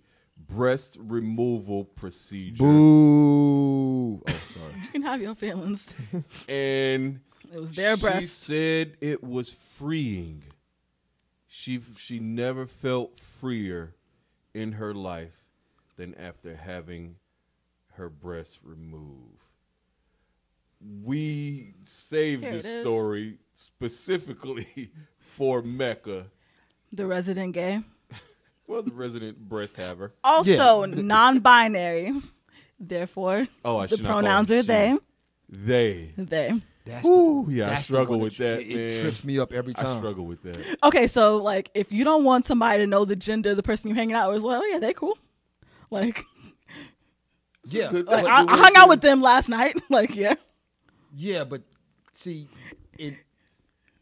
breast removal procedure, Boo. Oh, sorry. You can have your feelings. and It was their she breast. said it was freeing. She she never felt freer in her life than after having her breasts removed. We saved Here this it is. story specifically for Mecca. The resident gay. Well, the resident breast haver. Also non-binary. Therefore, Oh, I the should not call pronouns her are she. they. They. They. That's Ooh, yeah, I that's the struggle one with tr- that, It, it man. trips me up every time. I struggle with that. Okay, so like if you don't want somebody to know the gender of the person you're hanging out with, well, yeah, they cool. Like, Yeah, Good- like that's a I, good I way hung to- out with them last night. Like, yeah. yeah, but see, it.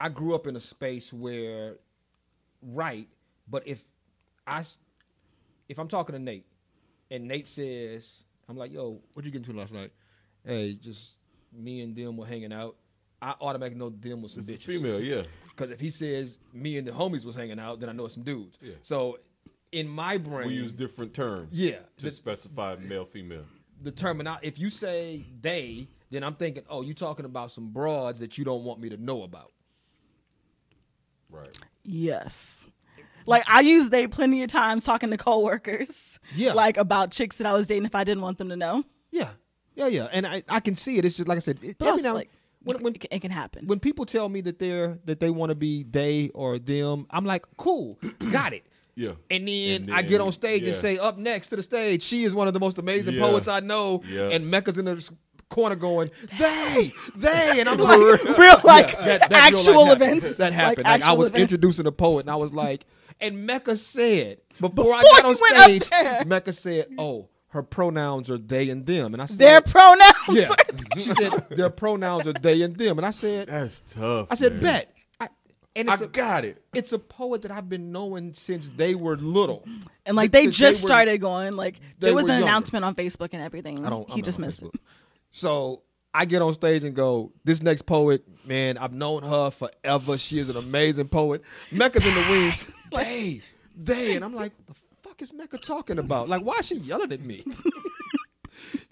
I grew up in a space where, right, but if I, s- if I'm talking to Nate, and Nate says, I'm like, yo, what you get into last night? Hey, just me and them were hanging out. I automatically know them was some It's a bitches. female, yeah. Because if he says me and the homies was hanging out, then I know it's some dudes. Yeah. So in my brain, We use different terms. yeah, to the, specify male, female. the terminology. If you say they, then I'm thinking, oh, you talking about some broads that you don't want me to know about. Right. Yes. Like I use they plenty of times talking to coworkers. Yeah. Like about chicks that I was dating if I didn't want them to know. Yeah, yeah, yeah. And I, I can see it. It's just like I said. It, But every also, now, like when, when it, can, it can happen. when people tell me that they're that they want to be they or them, I'm like, cool, got it. Yeah. And then, And I get then- on stage and yeah. say, up next to the stage, she is one of the most amazing Yeah. poets I know. Yeah. And Mecca's in the s- corner going, they, they. And I'm like, real like Yeah, that- that real life actual happened. events. That happened. Like, I actual was events. introducing a poet and I was like, and Mecca said, before, Before I got on you went up there. stage, Mecca said, oh, her pronouns are they and them. And I said, Their pronouns. yeah. are- she said their pronouns are they and them, and I said, That's tough. I said, man. bet. I, And I it's a- got it. It's a poet that I've been knowing since they were little. And like they Because just were- started going. Like they there was were an younger. announcement on Facebook and everything. I don't. he I'm not just on missed it. Facebook. So I get on stage and go, "This next poet, man, I've known her forever. She is an amazing poet. Mecca's in the wind. They, they, and I'm like, what the fuck is Mecca talking about? Like, why is she yelling at me?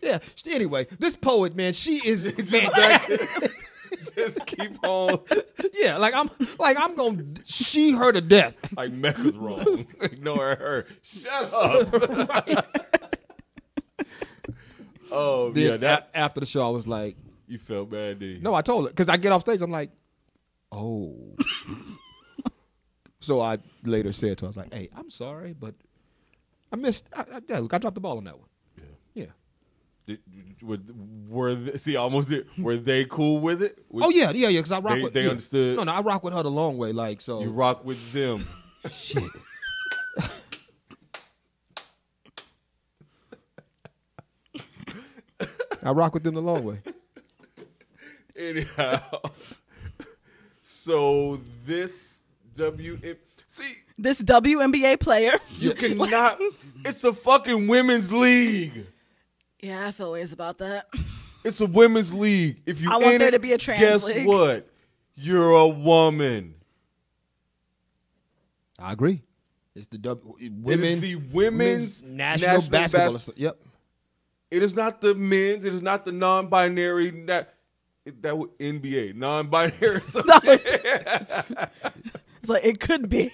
yeah. Anyway, this poet, man, she is fantastic. Just keep on. yeah. Like I'm, like I'm gonna, she her to death. Like Mecca's wrong. Ignore her. Shut up. oh yeah, Then that a- after the show, I was like, you felt bad, did you? No, I told her because I get off stage. I'm like, oh. so I later said to her, I was like, hey, I'm sorry, but I missed. I, I, yeah, look, I dropped the ball on that one. Yeah. Did, were, were th- see I almost did. Were they cool with it? Was- Oh yeah, yeah, yeah. Because I rock They- with. they yeah. understood. No, no, I rock with her the long way. Like so. You rock with them. Shit. I rock with them the long way. Anyhow, so this W. See, This WNBA player. you cannot. it's a fucking women's league. Yeah, I feel ways about that. It's a women's league. If you I want in there it, to be a trans Guess league. what? You're a woman. I agree. It's the w- it is women- the women's, national, basketball. bas- Asso- yep. It is not the men's. It is not the non-binary. That it- that would NBA non-binary. or some shit. It's like it could be.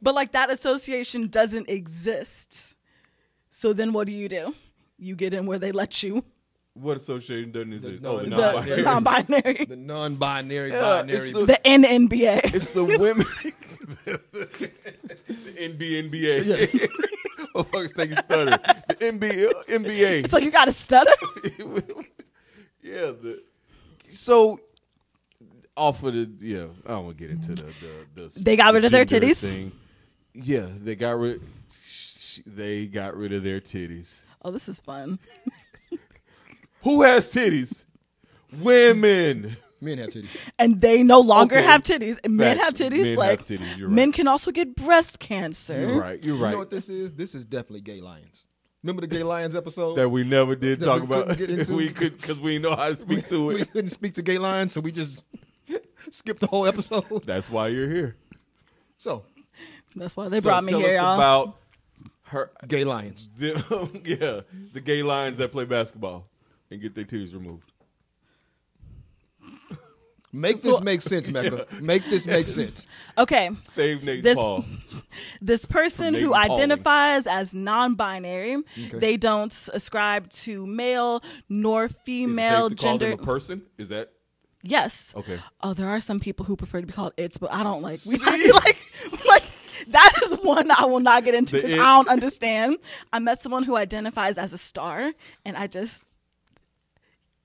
but like that association doesn't exist. So then what do you do? You get in where they let you. What association doesn't exist? The oh, the non- The, the non-binary. non-binary. The non-binary, Yeah, binary. it's the- The NNBA. It's the women. the NBNBA. oh, fuck, thinking stutter. The NBA. NBA. It's like you got to stutter. yeah. The, so, off of the, yeah, I don't want to get into the, the, the. They got rid the of their gender titties? Thing. Yeah, they got rid. sh- They got rid of their titties. Oh, this is fun. Who has titties? Women. Men have titties. And they no longer Okay. have titties. And Men have Facts. titties. Men like have titties, you're men right. can also get breast cancer. You're right. You're You know right. what this is? This is definitely Gay Lions. Remember the Gay Lions episode? That we never did That talk we about. couldn't get into. We could because we know how to speak to we it. couldn't speak to Gay Lions, so we just skipped the whole episode. That's why you're here. So, That's why they So brought me tell here, us y'all. about her. Gay Lions. The, yeah, the gay lions that play basketball and get their titties removed. Make this make sense, Mecca. Make this make sense. okay. Save Nate This- Paul. this person From who Nate Paul. identifies as non-binary they don't ascribe to male nor Is it female safe to call gender them a person? Is that yes okay? oh there are some people who prefer to be called it's but i don't like we I See? feel like like that is one i will not get into The because i it's. don't understand i met someone who identifies as a star and i just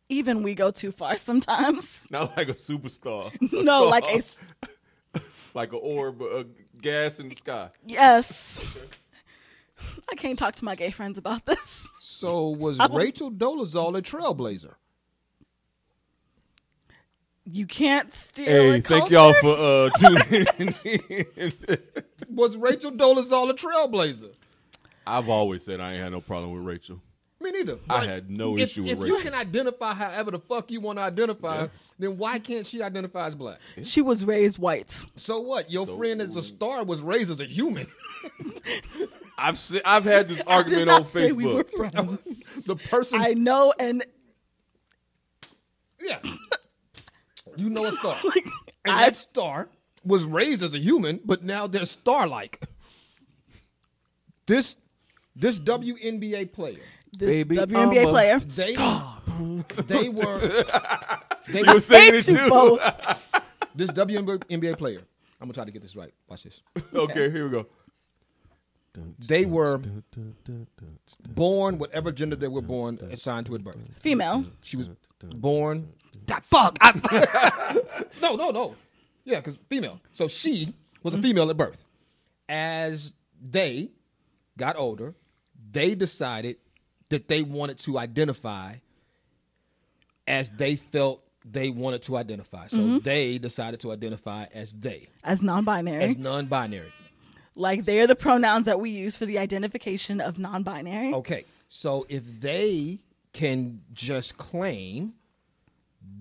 even we go too far sometimes Not like a superstar. A no star. like a s- like an orb, a gas in the sky. yes i can't talk to my gay friends about this So, was Rachel Dolezal a trailblazer? You can't steal. Hey, a thank culture. y'all for uh, tuning in. Was Rachel Dolezal a trailblazer? I've always said I ain't had no problem with Rachel. Me neither. I had no if, issue with If Rachel. you can identify however the fuck you want to identify, then why can't she identify as black? She was raised white. So what? Your friend as a star was raised as a human. I've se- I've had this I did argument not on say we were Facebook. friends. the person I know, and Yeah. You know a star. and I- that star was raised as a human, but now they're star like. This this WNBA player, this Baby, I'm WNBA a- player. they they were they You were was thinking it Thank you too. both. this WNBA player. I'm gonna try to get this right. Watch this. Okay, here we go. They were born whatever gender they were born assigned to at birth. Female. She was born. Ah, fuck. I- no, no, no. Yeah, because female. So she was a female at birth. As they got older, they decided that they wanted to identify as they felt they wanted to identify. So they decided to identify as they, as non-binary. as non binary. like they are the pronouns that we use for the identification of non-binary. Oh. Okay. So if they can just claim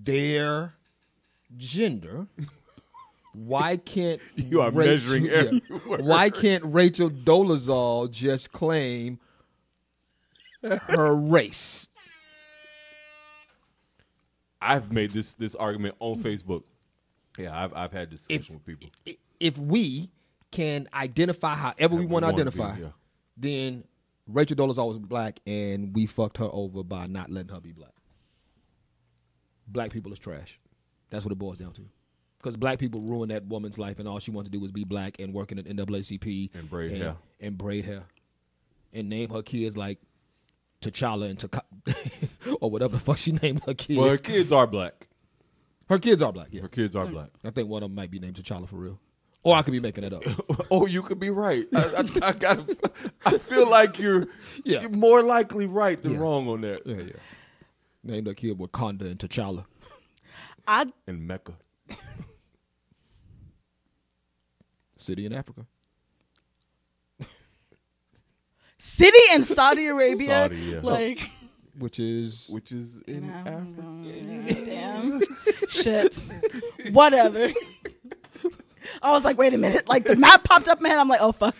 their gender, why can't You are measuring every word. Why can't Rachel Dolezal just claim her race? I've made this this argument on Facebook. Yeah, I've I've had this discussion with people. I- If we can identify however we we want to wanna be, identify, yeah. then Rachel Dolezal was black, and we fucked her over by not letting her be black. Black people is trash. That's what it boils down to. Because black people ruined that woman's life, and all she wanted to do was be black and work in an NAACP And braid and, hair. and braid hair, and name her kids like T'Challa and T'Ka- or whatever the fuck she named her kids. Well, her kids are black. Her kids are black. Yeah, Her kids are black. I think one of them might be named T'Challa for real, or I could be making that up. Oh, you could be right. I, I, I gotta, I feel like you're, Yeah. you're more likely right than Yeah. wrong on that. yeah, yeah. Named her kid Wakanda and T'Challa. I In Mecca, City in Africa. city in Saudi Arabia, Saudi, yeah. like which is which is in Africa. Oh. damn shit, whatever. I was like, wait a minute, like the map popped up, man. I'm like, oh fuck.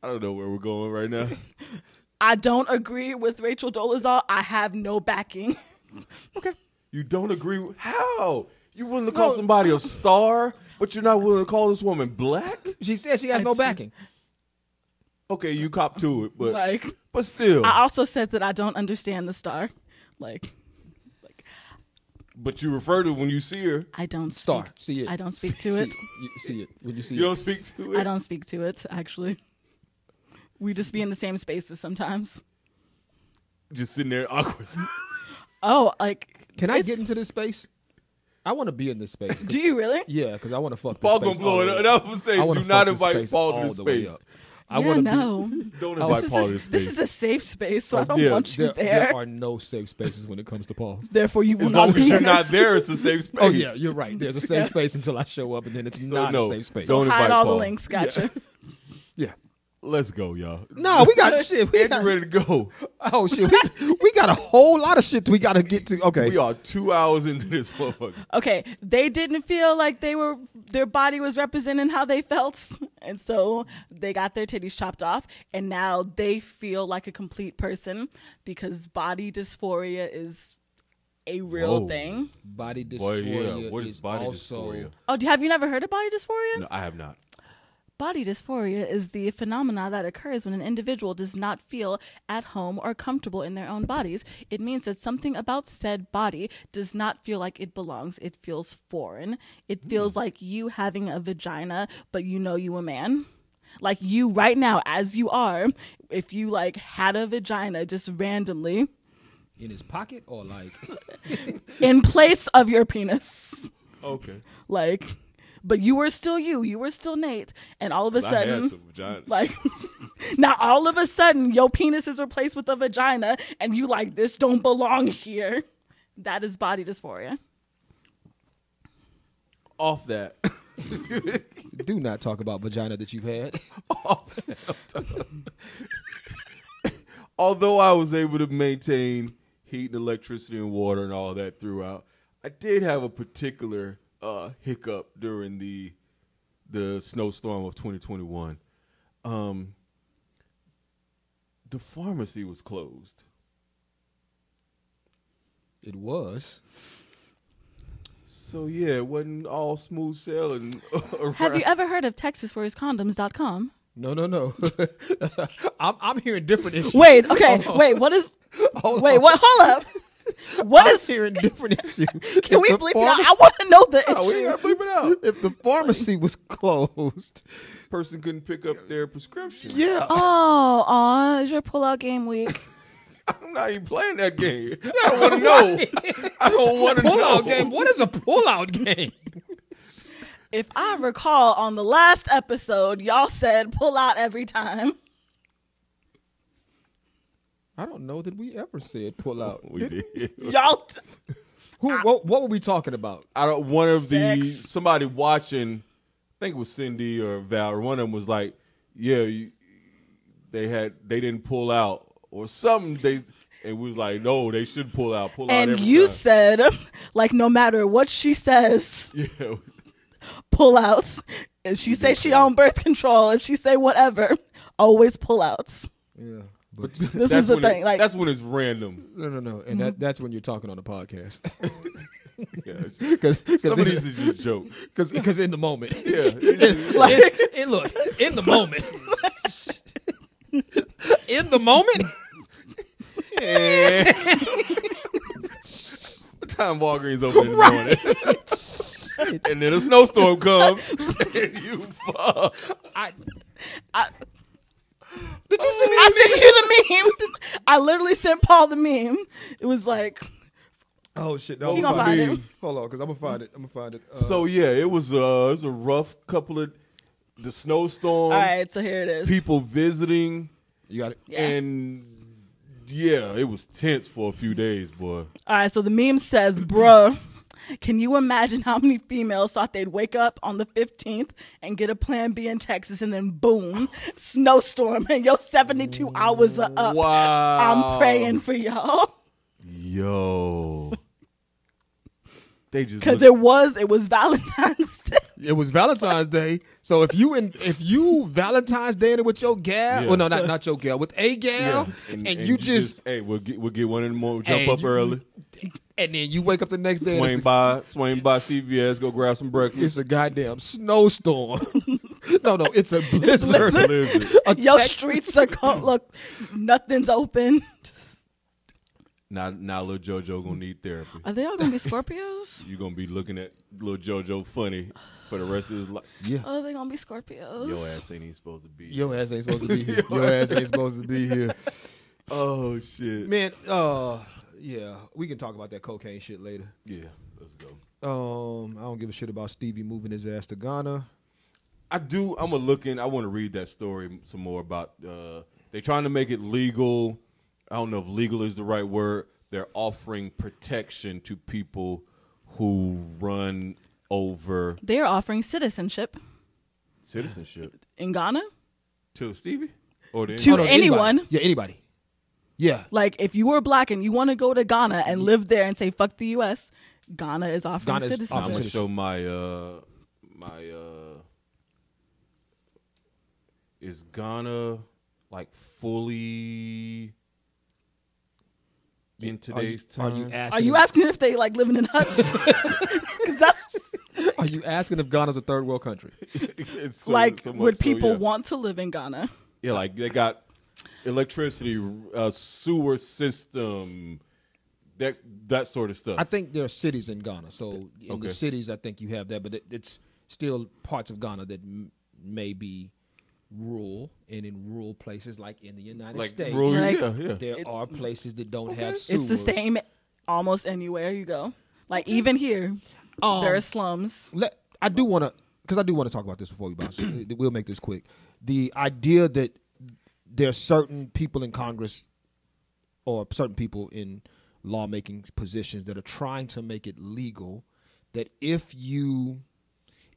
I don't know where we're going right now. I don't agree with Rachel Dolezal. I have no backing. You don't agree with how? You willing to call somebody a star, but you're not willing to call this woman black? she said she has no backing. Okay, you cop to it, but Like, but still, I also said that I don't understand the star. Like, but you refer to it when you see her. I don't Star, Speak, see it. I don't speak to it. See, you see it when you see You don't it. speak to I it. don't speak to it. Actually, we just be in the same spaces sometimes. Just sitting there awkward. Oh, like, Can I it's- get into this space? I want to be in this space. Do you really? yeah, because I want to fuck. Paul this gonna space blow all it the up. That's way what I'm I saying. wanna Do fuck not this invite space Paul all to the the way space. up. I yeah, wanna be- no. Don't This invite is, Paul a, to the this space. is a safe space, so I don't yeah, want you There, there. there are no safe spaces when it comes to Paul. Therefore, you will As not long be as you're in not this. there, it's a safe space. Oh yeah, you're right. There's a safe space until I show up, and then it's So, not no, a safe space. don't- invite Hide all Paul. the links. Gotcha. Yeah. Let's go, y'all. No, we got shit. We Andrew got, ready to go. oh shit, we, we got a whole lot of shit we got to get to. Okay, We are two hours into this motherfucker. Okay, they didn't feel like they were their body was representing how they felt, and so they got their titties chopped off, and now they feel like a complete person because body dysphoria is a real Whoa. thing. body dysphoria Boy, yeah. What is, body also dysphoria? Oh, do- have you never heard of body dysphoria? No, I have not. Body dysphoria is the phenomena that occurs when an individual does not feel at home or comfortable in their own bodies. It means that something about said body does not feel like it belongs. It feels foreign. Hmm. It feels like you having a vagina, but you know you a man. Like you right now, as you are, if you like had a vagina just randomly in his pocket or like in place of your penis, Okay. like, but you were still you. You were still Nate, and all of a I had sudden. some vagina. Like now all of a sudden your penis is replaced with a vagina and you like this don't belong here. That is body dysphoria. off that. do not talk about vagina that you've had. Although I was able to maintain heat and electricity and water and all that throughout, I did have a particular uh, hiccup during the the snowstorm of 2021. Um, the pharmacy was closed. It was. So yeah, it wasn't all smooth sailing. around. Have you ever heard of TexasWordsCondoms.com? No, no, no. I'm, I'm hearing different issues. Wait, okay, wait, what is Wait, what hold up. What I'm is hearing different issues. can we bleep it out? I want to know the Oh, we issue. gotta bleep it out. If the pharmacy was closed, Person couldn't pick up their prescription. yeah, Oh, aw, is your pullout game week? I'm not even playing that game. I don't want to know. I don't want to know. pullout game. What is a pullout game? If I recall on the last episode, y'all said pull out every time. I don't know that we ever said pull out. We Did- did. Y'all, t- Who? What, what were we talking about? I don't. One of the Sex. somebody watching, I think it was Cindy or Val. Or one of them was like, "Yeah, you, they had they didn't pull out or something." They and we was like, "No, they should pull out. Pull out." and every you time. said, like, no matter what she says, yeah, pull outs. If she say she on birth control, if she say whatever, always pull outs. Yeah. but This is the when it- thing, like- that's when it's random. No, no, no. And that, that's when you're talking on the podcast. Yeah. Because Some of these is just joke. because in the moment. Yeah, like, in, in- look, in the moment. in the moment? What time Walgreens open in the morning? and then a snowstorm comes, and you fuck. Did you see me? I sent you the meme. I literally sent Paul the meme. It was like, Oh, shit. No, He gonna find it. Hold on, because I'm going to find it. I'm going to find it. Uh, So yeah, it was uh, it was a rough couple of the snowstorm. all right, so here it is. people visiting you got it? Yeah. and yeah, it was tense for a few days, boy. All right, so the meme says, bruh, can you imagine how many females thought they'd wake up on the 15th and get a plan B in Texas and then boom, snowstorm and your 72 hours are up. Uh, Wow. I'm praying for y'all. Yo. They just Because look- it was, it was Valentine's Day. It was Valentine's Day. So if you in, if you Valentine's Day with your gal, Yeah. well, no, not, not your gal, with a gal, and, you, just, hey, we'll get we'll get one in the morning, jump Hey, up you- early, and then you wake up the next day and swing it's a- by, swing by CVS, go grab some breakfast. It's a goddamn snowstorm. no, no, it's a blizzard. blizzard. Listen, A Your Texas- streets are cold. Look, nothing's open. Just- now now little JoJo gonna need therapy. are they all going to be Scorpios? You gonna be looking at little JoJo funny for the rest of his life. Are they going to be Scorpios? Your ass ain't even supposed to be. Your ass ain't supposed to be here. Your ass ain't supposed to be here. Oh shit. Man, uh, yeah, we can talk about that cocaine shit later. Yeah, let's go. Um, I don't give a shit about Stevie moving his ass to Ghana. I do. I'm a looking. I want to read that story some more about. Uh, they're trying to make it legal. I don't know if legal is the right word. They're offering protection to people who run over They're offering citizenship citizenship in Ghana. to Stevie or the To- no, Anyone. Yeah, anybody. Yeah. Like, if you were black and you want to go to Ghana and live there and say, fuck the U.S., Ghana is offering Ghana is citizenship. I'm gonna citizenship. show my uh my uh is Ghana like fully in today's Are time? you Are asking? you if, asking if they like living in huts? 'Cause that's Are you asking if Ghana's a third world country? It's- it's so- like, so much would so, people yeah. want to live in Ghana? Yeah, like they got electricity, uh, sewer system, that that sort of stuff. I think there are cities in Ghana. So in Okay. the cities, I think you have that, but it, it's still parts of Ghana that m- may be rural, and in rural places like in the United like States, rural- Like- yeah, yeah. there It's- are places that don't have sewers. It's the same almost anywhere you go. Like even here, Um, there are slums. Let, I do want to, because I do want to talk about this before we bounce. Uh, we'll make this quick. The idea that there are certain people in Congress or certain people in lawmaking positions that are trying to make it legal that if you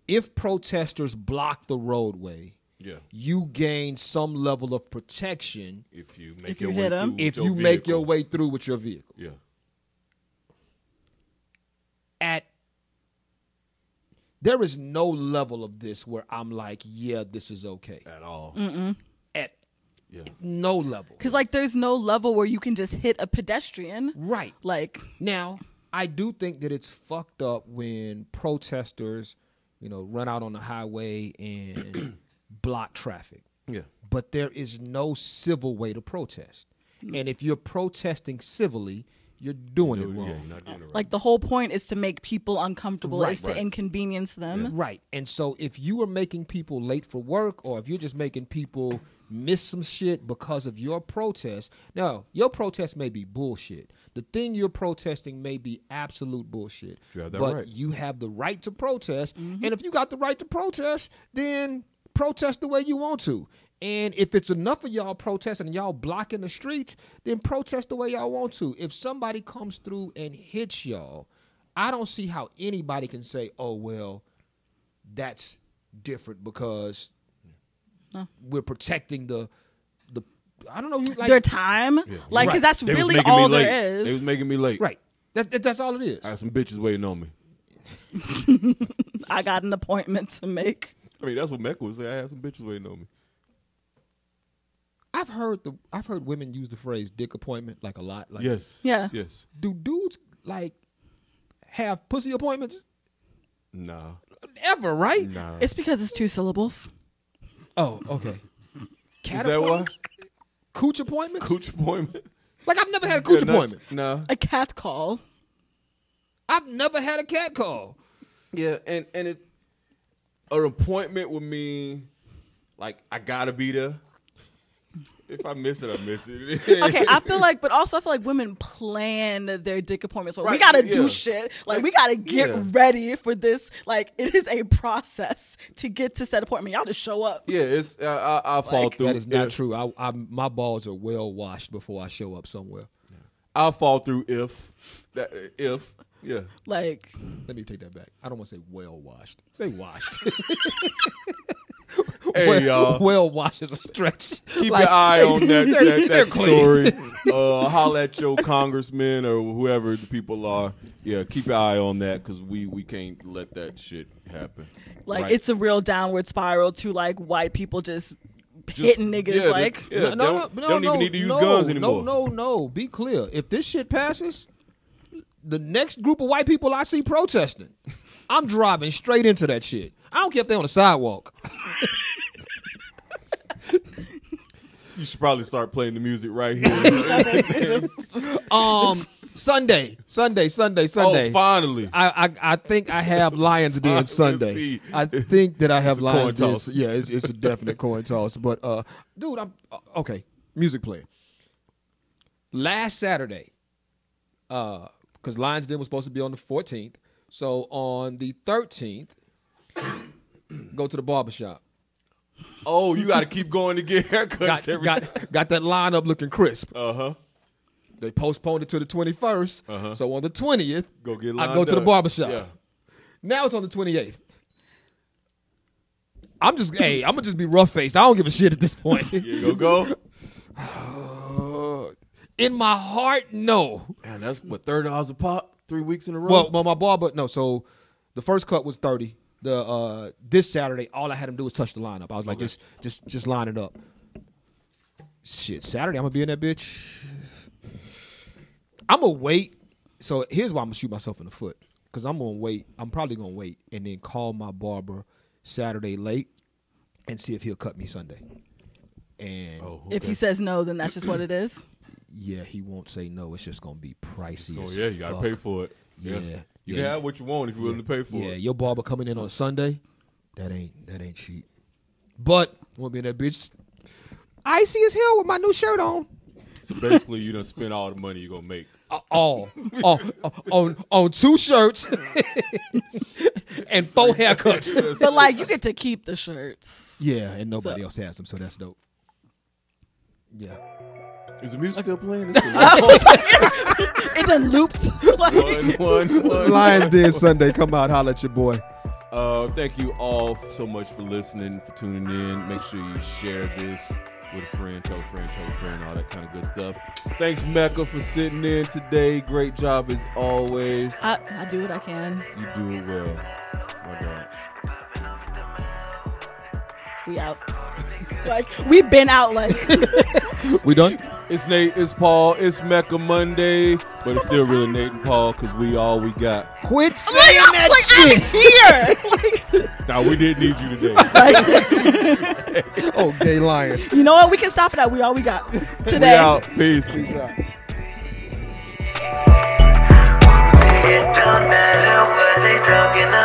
if protesters block the roadway Yeah. you gain some level of protection if you make If your you way hit 'em. through with if your you make vehicle. your way through with your vehicle yeah, at there is no level of this where i'm like yeah this is okay at all, Mm. at yeah, no level Because like there's no level where you can just hit a pedestrian. right Like Now, I do think that it's fucked up when protesters, you know, run out on the highway and block traffic. yeah, But there is no civil way to protest. And if you're protesting civilly, you're doing it yeah. wrong. you're Not doing it right. like the whole point is to make people uncomfortable, Right. is to Right. inconvenience them. Right. And so if you are making people late for work or if you're just making people miss some shit because of your protest, now your protest may be bullshit. The thing you're protesting may be absolute bullshit. You have that but right. you have the right to protest. And if you got the right to protest, then protest the way you want to. And if it's enough of y'all protesting and y'all blocking the streets, then protest the way y'all want to. If somebody comes through and hits y'all, I don't see how anybody can say, "Oh well, that's different because we're protecting the the." I don't know. you- Like, their time, like because Right. that's They was really making me all late. there is. They was making me late. right. That, that- that's all it is. I had some bitches waiting on me. I got an appointment to make. I mean, that's what Mecca would say. I had some bitches waiting on me. I've heard the I've heard women use the phrase "dick appointment" like a lot. Like, Yes. Yeah. Yes. Do dudes like have pussy appointments Nah. ever? Right? Nah. It's because it's two syllables. Oh, okay. Cat Is that why? appointments? Cooch appointments? Cooch appointment. Like I've never had a cooch Yeah, nah, appointment. Nah. A cat call. I've never had a cat call. Yeah, and and it an appointment would mean like I gotta be there. If I miss it, I miss it. Okay, I feel like, but also I feel like women plan their dick appointments. Or we Right, gotta yeah. do shit. Like, we gotta get yeah. ready for this. Like it is a process to get to set appointment. Y'all just show up. yeah, it's I, I, I fall through. That is not if, true. I, I my balls are well washed before I show up somewhere. I'll fall through if that if yeah. Like Let me take that back. I don't want to say well washed. They washed. Hey well, y'all, well washed is a stretch. keep Like, your eye on that they're- that, they're that story. clean. Uh, holla at your congressman or whoever the people are. Yeah, keep your eye on that because we we can't let that shit happen. like Right. it's a real downward spiral to like white people just, hitting niggas yeah, like they, yeah, they don't, they don't even need to use no, guns anymore. No, no, no. Be clear. If this shit passes, the next group of white people I see protesting, I'm driving straight into that shit. I don't care if they're on the sidewalk. You should probably start playing the music right here. Um, Sunday, Sunday, Sunday, Sunday. Oh, finally. I, I I think I have Lions Den Finally Sunday. see. I think that I have a coin Lions Den. toss. Yeah, it's, it's a definite coin toss. But uh, dude, I'm uh, okay. Music playing. Last Saturday, uh, because Lions Den was supposed to be on the 14th, so on the 13th, go to the barbershop. oh, you got to keep going to get haircuts Got every time. got, got that lineup looking crisp. Uh huh. They postponed it to the 21st. So on the 20th, Uh-huh. Go get I lined go to the up. barbershop. Yeah. Now it's on the 28th. I'm just, hey, I'm gonna just be rough faced. I don't give a shit at this point. Here you go, go. In my heart, no. And that's what thirty dollars a pop, three weeks in a row. Well, my, my barber, no. So the first cut was 30. The uh this Saturday, all I had him do was touch the lineup. I was like, just, just, just line it up. Shit, Saturday, I'm gonna be in that bitch. I'm gonna wait. So here's why I'm gonna shoot myself in the foot. Cause I'm gonna wait. I'm probably gonna wait and then call my barber Saturday late and see if he'll cut me Sunday. And if he says no, then that's just what it is. yeah, he won't say no. It's just gonna be pricey. oh as yeah, you got to fuck. pay for it. Yeah, Yeah. you Yeah. can have what you want if you're willing to pay for Yeah, it. your barber coming in on a Sunday, that ain't that ain't cheap. But I'm gonna be in that bitch icy as hell with my new shirt on. So basically, you done spend all the money you're gonna make. Uh, All all- oh, on on two shirts and four haircuts. But like you get to keep the shirts. yeah, and nobody So- else has them, so that's dope. Yeah. Is the music still playing? It done looped. like, one, one, one. Lions Den Sunday, come out, holla at your boy. Uh, thank you all so much for listening, for tuning in. Make sure you share this with a friend, tell a friend, tell a friend, all that kind of good stuff. Thanks, Mecca, for sitting in today. Great job as always. I, I do what I can. You do it well, my dog. We out. like we been out. Like We done? It's Nate, it's Paul, it's Mecca Monday, but it's still really Nate and Paul because we all we got. Quit saying that shit. Now we did need you today. Oh, gay lion. you know what? We can stop it at. We all we got today. we out. Peace. It don't matter what they talking